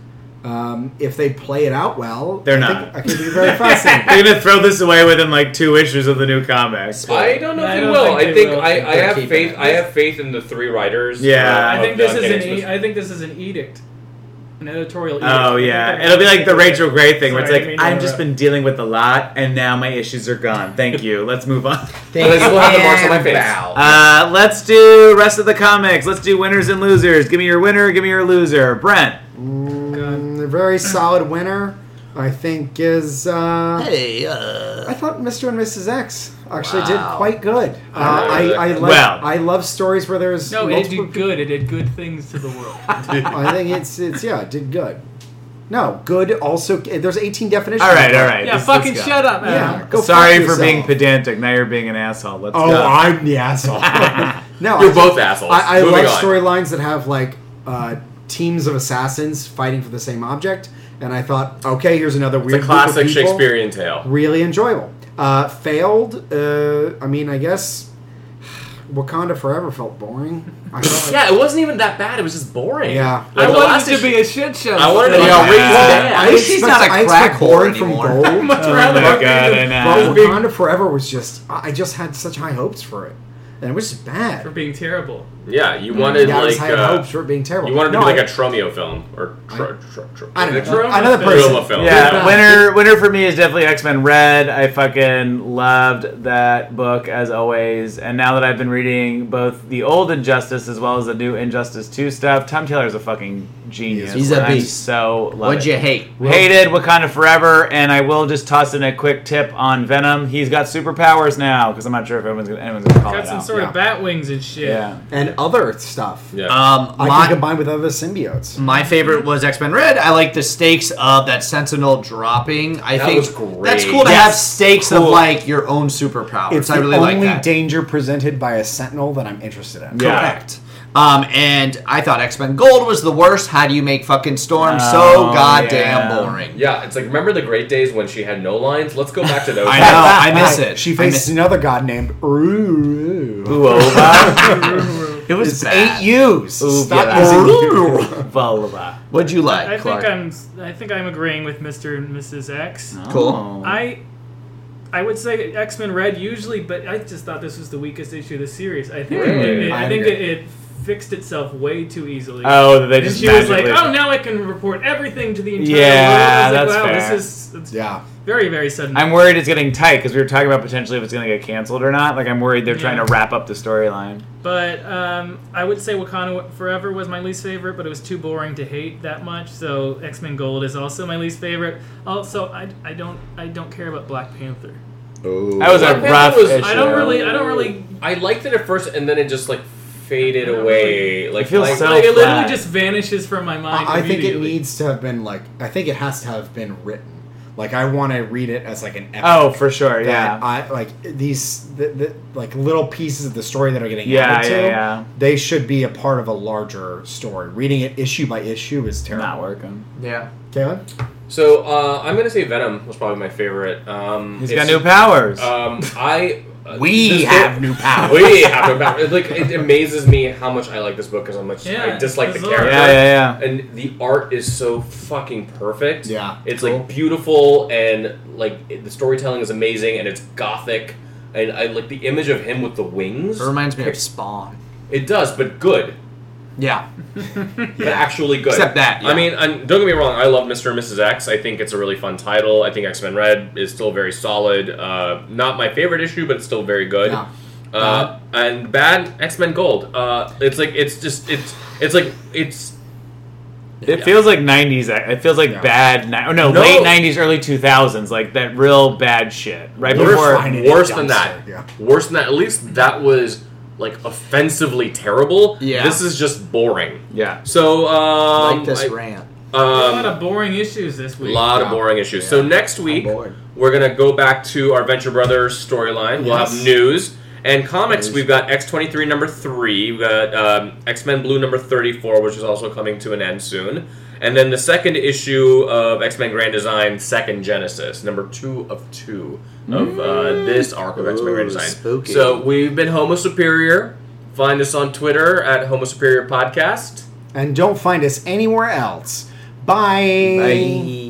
[SPEAKER 2] Um, if they play it out well,
[SPEAKER 1] They're
[SPEAKER 2] I
[SPEAKER 1] not.
[SPEAKER 2] Think, I can be very fascinating.
[SPEAKER 1] They're gonna throw this away within like two issues of the new comics.
[SPEAKER 4] I don't know if
[SPEAKER 3] I
[SPEAKER 4] they
[SPEAKER 3] don't
[SPEAKER 4] will.
[SPEAKER 3] think
[SPEAKER 4] I
[SPEAKER 3] they
[SPEAKER 4] think
[SPEAKER 3] will.
[SPEAKER 4] I, I
[SPEAKER 5] They're
[SPEAKER 4] have
[SPEAKER 5] keeping
[SPEAKER 4] faith.
[SPEAKER 5] it.
[SPEAKER 4] I have faith in the three writers.
[SPEAKER 1] Yeah.
[SPEAKER 4] uh,
[SPEAKER 3] I think
[SPEAKER 4] of
[SPEAKER 3] this
[SPEAKER 4] Duncan
[SPEAKER 3] is an.
[SPEAKER 4] Explicit.
[SPEAKER 3] E- I think this is an edict, an editorial. Edict.
[SPEAKER 1] Oh
[SPEAKER 3] I think
[SPEAKER 1] yeah,
[SPEAKER 3] they're-
[SPEAKER 1] it'll be like the Rachel Gray thing, where it's
[SPEAKER 3] Sorry, I
[SPEAKER 1] like
[SPEAKER 3] didn't mean to
[SPEAKER 1] I've just
[SPEAKER 3] interrupt.
[SPEAKER 1] been dealing with a lot, and now my issues are gone. Thank you. Let's move on.
[SPEAKER 5] Thank
[SPEAKER 4] I still have the
[SPEAKER 5] you,
[SPEAKER 4] marks on my
[SPEAKER 5] and
[SPEAKER 4] face.
[SPEAKER 5] bow.
[SPEAKER 1] Uh, let's do rest of the comics. Let's do winners and losers. Give me your winner. Give me your loser. Brent.
[SPEAKER 2] Mm, a very solid winner, I think, is. Uh,
[SPEAKER 5] Hey, uh,
[SPEAKER 2] I thought Mr. and Mrs. X actually
[SPEAKER 5] Wow.
[SPEAKER 2] did quite good. Uh, I, I, love,
[SPEAKER 1] Well.
[SPEAKER 2] I love stories where there's
[SPEAKER 3] No, it
[SPEAKER 2] multiple
[SPEAKER 3] did good. It did good things to the world.
[SPEAKER 2] I think it's it's yeah, it did good. No, good also. There's 18 definitions.
[SPEAKER 1] All right, all right.
[SPEAKER 3] yeah,
[SPEAKER 1] Let's-
[SPEAKER 3] fucking
[SPEAKER 1] let's go.
[SPEAKER 3] shut up, Adam.
[SPEAKER 2] Yeah, go fuck
[SPEAKER 1] Sorry for
[SPEAKER 2] yourself.
[SPEAKER 1] being pedantic. Now you're being an asshole. Let's
[SPEAKER 2] Oh,
[SPEAKER 1] go.
[SPEAKER 2] I'm the asshole. no,
[SPEAKER 4] You're
[SPEAKER 2] I,
[SPEAKER 4] both assholes.
[SPEAKER 2] I, I
[SPEAKER 4] Moving
[SPEAKER 2] love
[SPEAKER 4] on.
[SPEAKER 2] storylines that have like uh, teams of assassins fighting for the same object, and I thought, okay, here's another
[SPEAKER 4] It's
[SPEAKER 2] weird
[SPEAKER 4] a classic
[SPEAKER 2] group of people.
[SPEAKER 4] Shakespearean tale.
[SPEAKER 2] Really enjoyable. Uh, failed. Uh, I mean, I guess Wakanda Forever felt boring. I felt like,
[SPEAKER 4] Yeah, it wasn't even that bad. It was just boring.
[SPEAKER 2] Yeah.
[SPEAKER 3] I
[SPEAKER 4] Like, the
[SPEAKER 3] wanted
[SPEAKER 4] last
[SPEAKER 3] it to
[SPEAKER 4] issue-
[SPEAKER 3] be a shit show.
[SPEAKER 4] I wanted it to be
[SPEAKER 1] Yeah.
[SPEAKER 4] a raised
[SPEAKER 1] Well,
[SPEAKER 4] band.
[SPEAKER 5] I- she's not a
[SPEAKER 2] I
[SPEAKER 5] crack
[SPEAKER 2] expect
[SPEAKER 5] whore
[SPEAKER 2] boring from
[SPEAKER 5] anymore.
[SPEAKER 2] gold.
[SPEAKER 3] much
[SPEAKER 1] Oh
[SPEAKER 3] rather
[SPEAKER 1] my god, I
[SPEAKER 2] Well,
[SPEAKER 1] know.
[SPEAKER 2] Wakanda Forever was just I I just had such high hopes for it, and it was just
[SPEAKER 3] for
[SPEAKER 2] bad.
[SPEAKER 3] being terrible.
[SPEAKER 4] Yeah, you wanted
[SPEAKER 2] Yeah, I just
[SPEAKER 4] like
[SPEAKER 2] had
[SPEAKER 4] uh,
[SPEAKER 2] hopes for it being terrible.
[SPEAKER 4] you wanted
[SPEAKER 2] No,
[SPEAKER 4] to be like
[SPEAKER 2] I-
[SPEAKER 4] a Tromeo film or tr- tr- tr-
[SPEAKER 2] I don't know.
[SPEAKER 4] Troma
[SPEAKER 2] Another
[SPEAKER 3] film.
[SPEAKER 2] person.
[SPEAKER 4] film.
[SPEAKER 1] Yeah, winner winner for me is definitely X Men Red. I fucking loved that book as always. And now that I've been reading both the old Injustice as well as the new Injustice Two stuff, Tom Taylor is a fucking genius.
[SPEAKER 5] He's a
[SPEAKER 1] And I'm
[SPEAKER 5] beast.
[SPEAKER 1] so love
[SPEAKER 5] what'd
[SPEAKER 1] it.
[SPEAKER 5] you hate?
[SPEAKER 1] Hated Wakanda Forever, and I will just toss in a quick tip on Venom. He's got superpowers now because I'm not sure if anyone's gonna, anyone's gonna call
[SPEAKER 3] Got
[SPEAKER 1] it
[SPEAKER 3] some
[SPEAKER 1] out.
[SPEAKER 3] sort
[SPEAKER 2] yeah.
[SPEAKER 3] of bat wings and shit.
[SPEAKER 1] yeah.
[SPEAKER 2] and other stuff.
[SPEAKER 4] Yeah.
[SPEAKER 5] Um,
[SPEAKER 2] I
[SPEAKER 5] my,
[SPEAKER 2] can combine with other symbiotes.
[SPEAKER 5] my favorite was X Men Red. I like the stakes of that Sentinel dropping. I
[SPEAKER 4] That
[SPEAKER 5] think
[SPEAKER 4] was great.
[SPEAKER 5] that's cool to
[SPEAKER 1] Yes.
[SPEAKER 5] have stakes of
[SPEAKER 1] Cool.
[SPEAKER 5] like your own superpowers.
[SPEAKER 2] It's
[SPEAKER 5] I
[SPEAKER 2] the
[SPEAKER 5] really like
[SPEAKER 2] only
[SPEAKER 5] that.
[SPEAKER 2] danger presented by a sentinel that I'm interested in.
[SPEAKER 1] Yeah.
[SPEAKER 5] Correct. Um, and I thought X Men Gold was the worst. How do you make fucking Storm so
[SPEAKER 1] Oh,
[SPEAKER 5] goddamn
[SPEAKER 1] yeah.
[SPEAKER 5] boring?
[SPEAKER 4] Yeah, it's like remember the great days when she had no lines. Let's go back to those.
[SPEAKER 5] I know. I miss
[SPEAKER 2] Right.
[SPEAKER 5] it.
[SPEAKER 2] She
[SPEAKER 5] I miss
[SPEAKER 2] faces
[SPEAKER 5] it.
[SPEAKER 2] another god named Uru.
[SPEAKER 1] Uova.
[SPEAKER 5] It was
[SPEAKER 2] It's
[SPEAKER 5] bad.
[SPEAKER 2] eight U's.
[SPEAKER 1] Ooh,
[SPEAKER 2] Stop
[SPEAKER 1] yeah.
[SPEAKER 2] using
[SPEAKER 5] Ooh.
[SPEAKER 2] U.
[SPEAKER 1] Volva.
[SPEAKER 5] What'd you like,
[SPEAKER 3] I
[SPEAKER 5] Clark?
[SPEAKER 3] think I'm. I think I'm agreeing with Mr. and Mrs. X.
[SPEAKER 5] Cool.
[SPEAKER 3] I I would say X Men Red usually, but I just thought this was the weakest issue of the series. I think it,
[SPEAKER 4] Really?
[SPEAKER 3] it- I,
[SPEAKER 2] I
[SPEAKER 3] think it,
[SPEAKER 2] agree.
[SPEAKER 3] it fixed itself way too easily.
[SPEAKER 1] Oh, that they
[SPEAKER 3] and
[SPEAKER 1] just
[SPEAKER 3] she was like,
[SPEAKER 1] magically-
[SPEAKER 3] "Oh, now I can report everything to the entire
[SPEAKER 1] Yeah,
[SPEAKER 3] world." I was
[SPEAKER 1] that's
[SPEAKER 3] like, wow,
[SPEAKER 1] fair.
[SPEAKER 3] This is it's
[SPEAKER 2] Yeah.
[SPEAKER 3] very very sudden.
[SPEAKER 1] I'm worried it's getting tight because we were talking about potentially if it's going to get canceled or not. Like, I'm worried they're trying
[SPEAKER 3] Yeah.
[SPEAKER 1] to wrap up the storyline.
[SPEAKER 3] but um, I would say Wakanda Forever was my least favorite, but it was too boring to hate that much. So X Men Gold is also my least favorite. Also, I, I don't I don't care about Black Panther.
[SPEAKER 1] That was a
[SPEAKER 4] Black Panther
[SPEAKER 1] rough
[SPEAKER 4] was-
[SPEAKER 1] issue.
[SPEAKER 3] I don't really, I don't really.
[SPEAKER 4] I liked it at first, and then it just like faded
[SPEAKER 3] I don't
[SPEAKER 4] away. Like,
[SPEAKER 1] It feels
[SPEAKER 4] like-
[SPEAKER 1] so
[SPEAKER 3] like, it literally
[SPEAKER 1] flat.
[SPEAKER 3] just vanishes from my mind.
[SPEAKER 2] I, I think it
[SPEAKER 3] immediately.
[SPEAKER 2] needs to have been like I think it has to have been written. Like I want to read it as like an epic.
[SPEAKER 1] Oh, for sure.
[SPEAKER 2] that
[SPEAKER 1] Yeah.
[SPEAKER 2] I like these the, the, like little pieces of the story that are getting
[SPEAKER 1] Yeah,
[SPEAKER 2] added
[SPEAKER 1] yeah,
[SPEAKER 2] to.
[SPEAKER 1] yeah.
[SPEAKER 2] They should be a part of a larger story. Reading it issue by issue is terrible.
[SPEAKER 1] not working.
[SPEAKER 5] Yeah.
[SPEAKER 2] Caleb,
[SPEAKER 4] so uh, I'm gonna say Venom was probably my favorite. Um,
[SPEAKER 1] He's got
[SPEAKER 4] it's-
[SPEAKER 1] new powers.
[SPEAKER 4] Um, I uh,
[SPEAKER 5] We
[SPEAKER 4] this
[SPEAKER 5] have
[SPEAKER 4] book-
[SPEAKER 5] new power.
[SPEAKER 4] we have new power. It, Like it amazes me how much I like this book because how much
[SPEAKER 3] Yeah,
[SPEAKER 4] I dislike the
[SPEAKER 3] it's bizarre.
[SPEAKER 4] character.
[SPEAKER 1] yeah, yeah,
[SPEAKER 4] And the art is so fucking perfect.
[SPEAKER 2] Yeah.
[SPEAKER 4] it's
[SPEAKER 2] Cool.
[SPEAKER 4] like beautiful and like it- the storytelling is amazing and it's gothic. And I like the image of him with the wings.
[SPEAKER 5] It reminds me of Spawn.
[SPEAKER 4] It does, but good.
[SPEAKER 5] Yeah.
[SPEAKER 4] But actually good.
[SPEAKER 5] Except that, yeah.
[SPEAKER 4] I mean, i don't get me wrong. I love Mr. and Mrs. X. I think it's a really fun title. I think X Men Red is still very solid. Uh, not my favorite issue, but it's still very good.
[SPEAKER 2] Yeah.
[SPEAKER 4] Uh, and bad X Men Gold. Uh, it's like it's just it's it's like it's
[SPEAKER 1] It feels like '90s. act- It feels like
[SPEAKER 2] Yeah.
[SPEAKER 1] bad. Ni- oh no,
[SPEAKER 4] No.
[SPEAKER 1] late '90s, early 2000s. Like that real bad shit. Right
[SPEAKER 4] We're
[SPEAKER 1] before.
[SPEAKER 2] fine. finding it
[SPEAKER 4] worse than that.
[SPEAKER 2] dumpster, yeah.
[SPEAKER 4] Worse than that. At least that was like offensively terrible.
[SPEAKER 5] Yeah.
[SPEAKER 4] This is just boring.
[SPEAKER 1] Yeah.
[SPEAKER 4] So um,
[SPEAKER 5] like this
[SPEAKER 4] I-
[SPEAKER 5] rant.
[SPEAKER 3] A
[SPEAKER 4] um,
[SPEAKER 3] lot of boring issues this week.
[SPEAKER 4] lot of
[SPEAKER 2] Yeah.
[SPEAKER 4] boring issues.
[SPEAKER 2] Yeah.
[SPEAKER 4] So next week
[SPEAKER 5] bored.
[SPEAKER 4] we're gonna go back to our Venture Brothers storyline. We'll have
[SPEAKER 2] Yes.
[SPEAKER 4] news and comics. We've got X twenty three number three. We've got um, X Men Blue number thirty four, which is also coming to an end soon. And then the second issue of X Men Grand Design Second Genesis, number two of two of uh, this arc of X Men Grand
[SPEAKER 5] Ooh,
[SPEAKER 4] Design.
[SPEAKER 5] spooky.
[SPEAKER 4] So we've been Homo Superior. Find us on Twitter at Homo Superior Podcast.
[SPEAKER 2] and don't find us anywhere else. Bye.
[SPEAKER 5] Bye.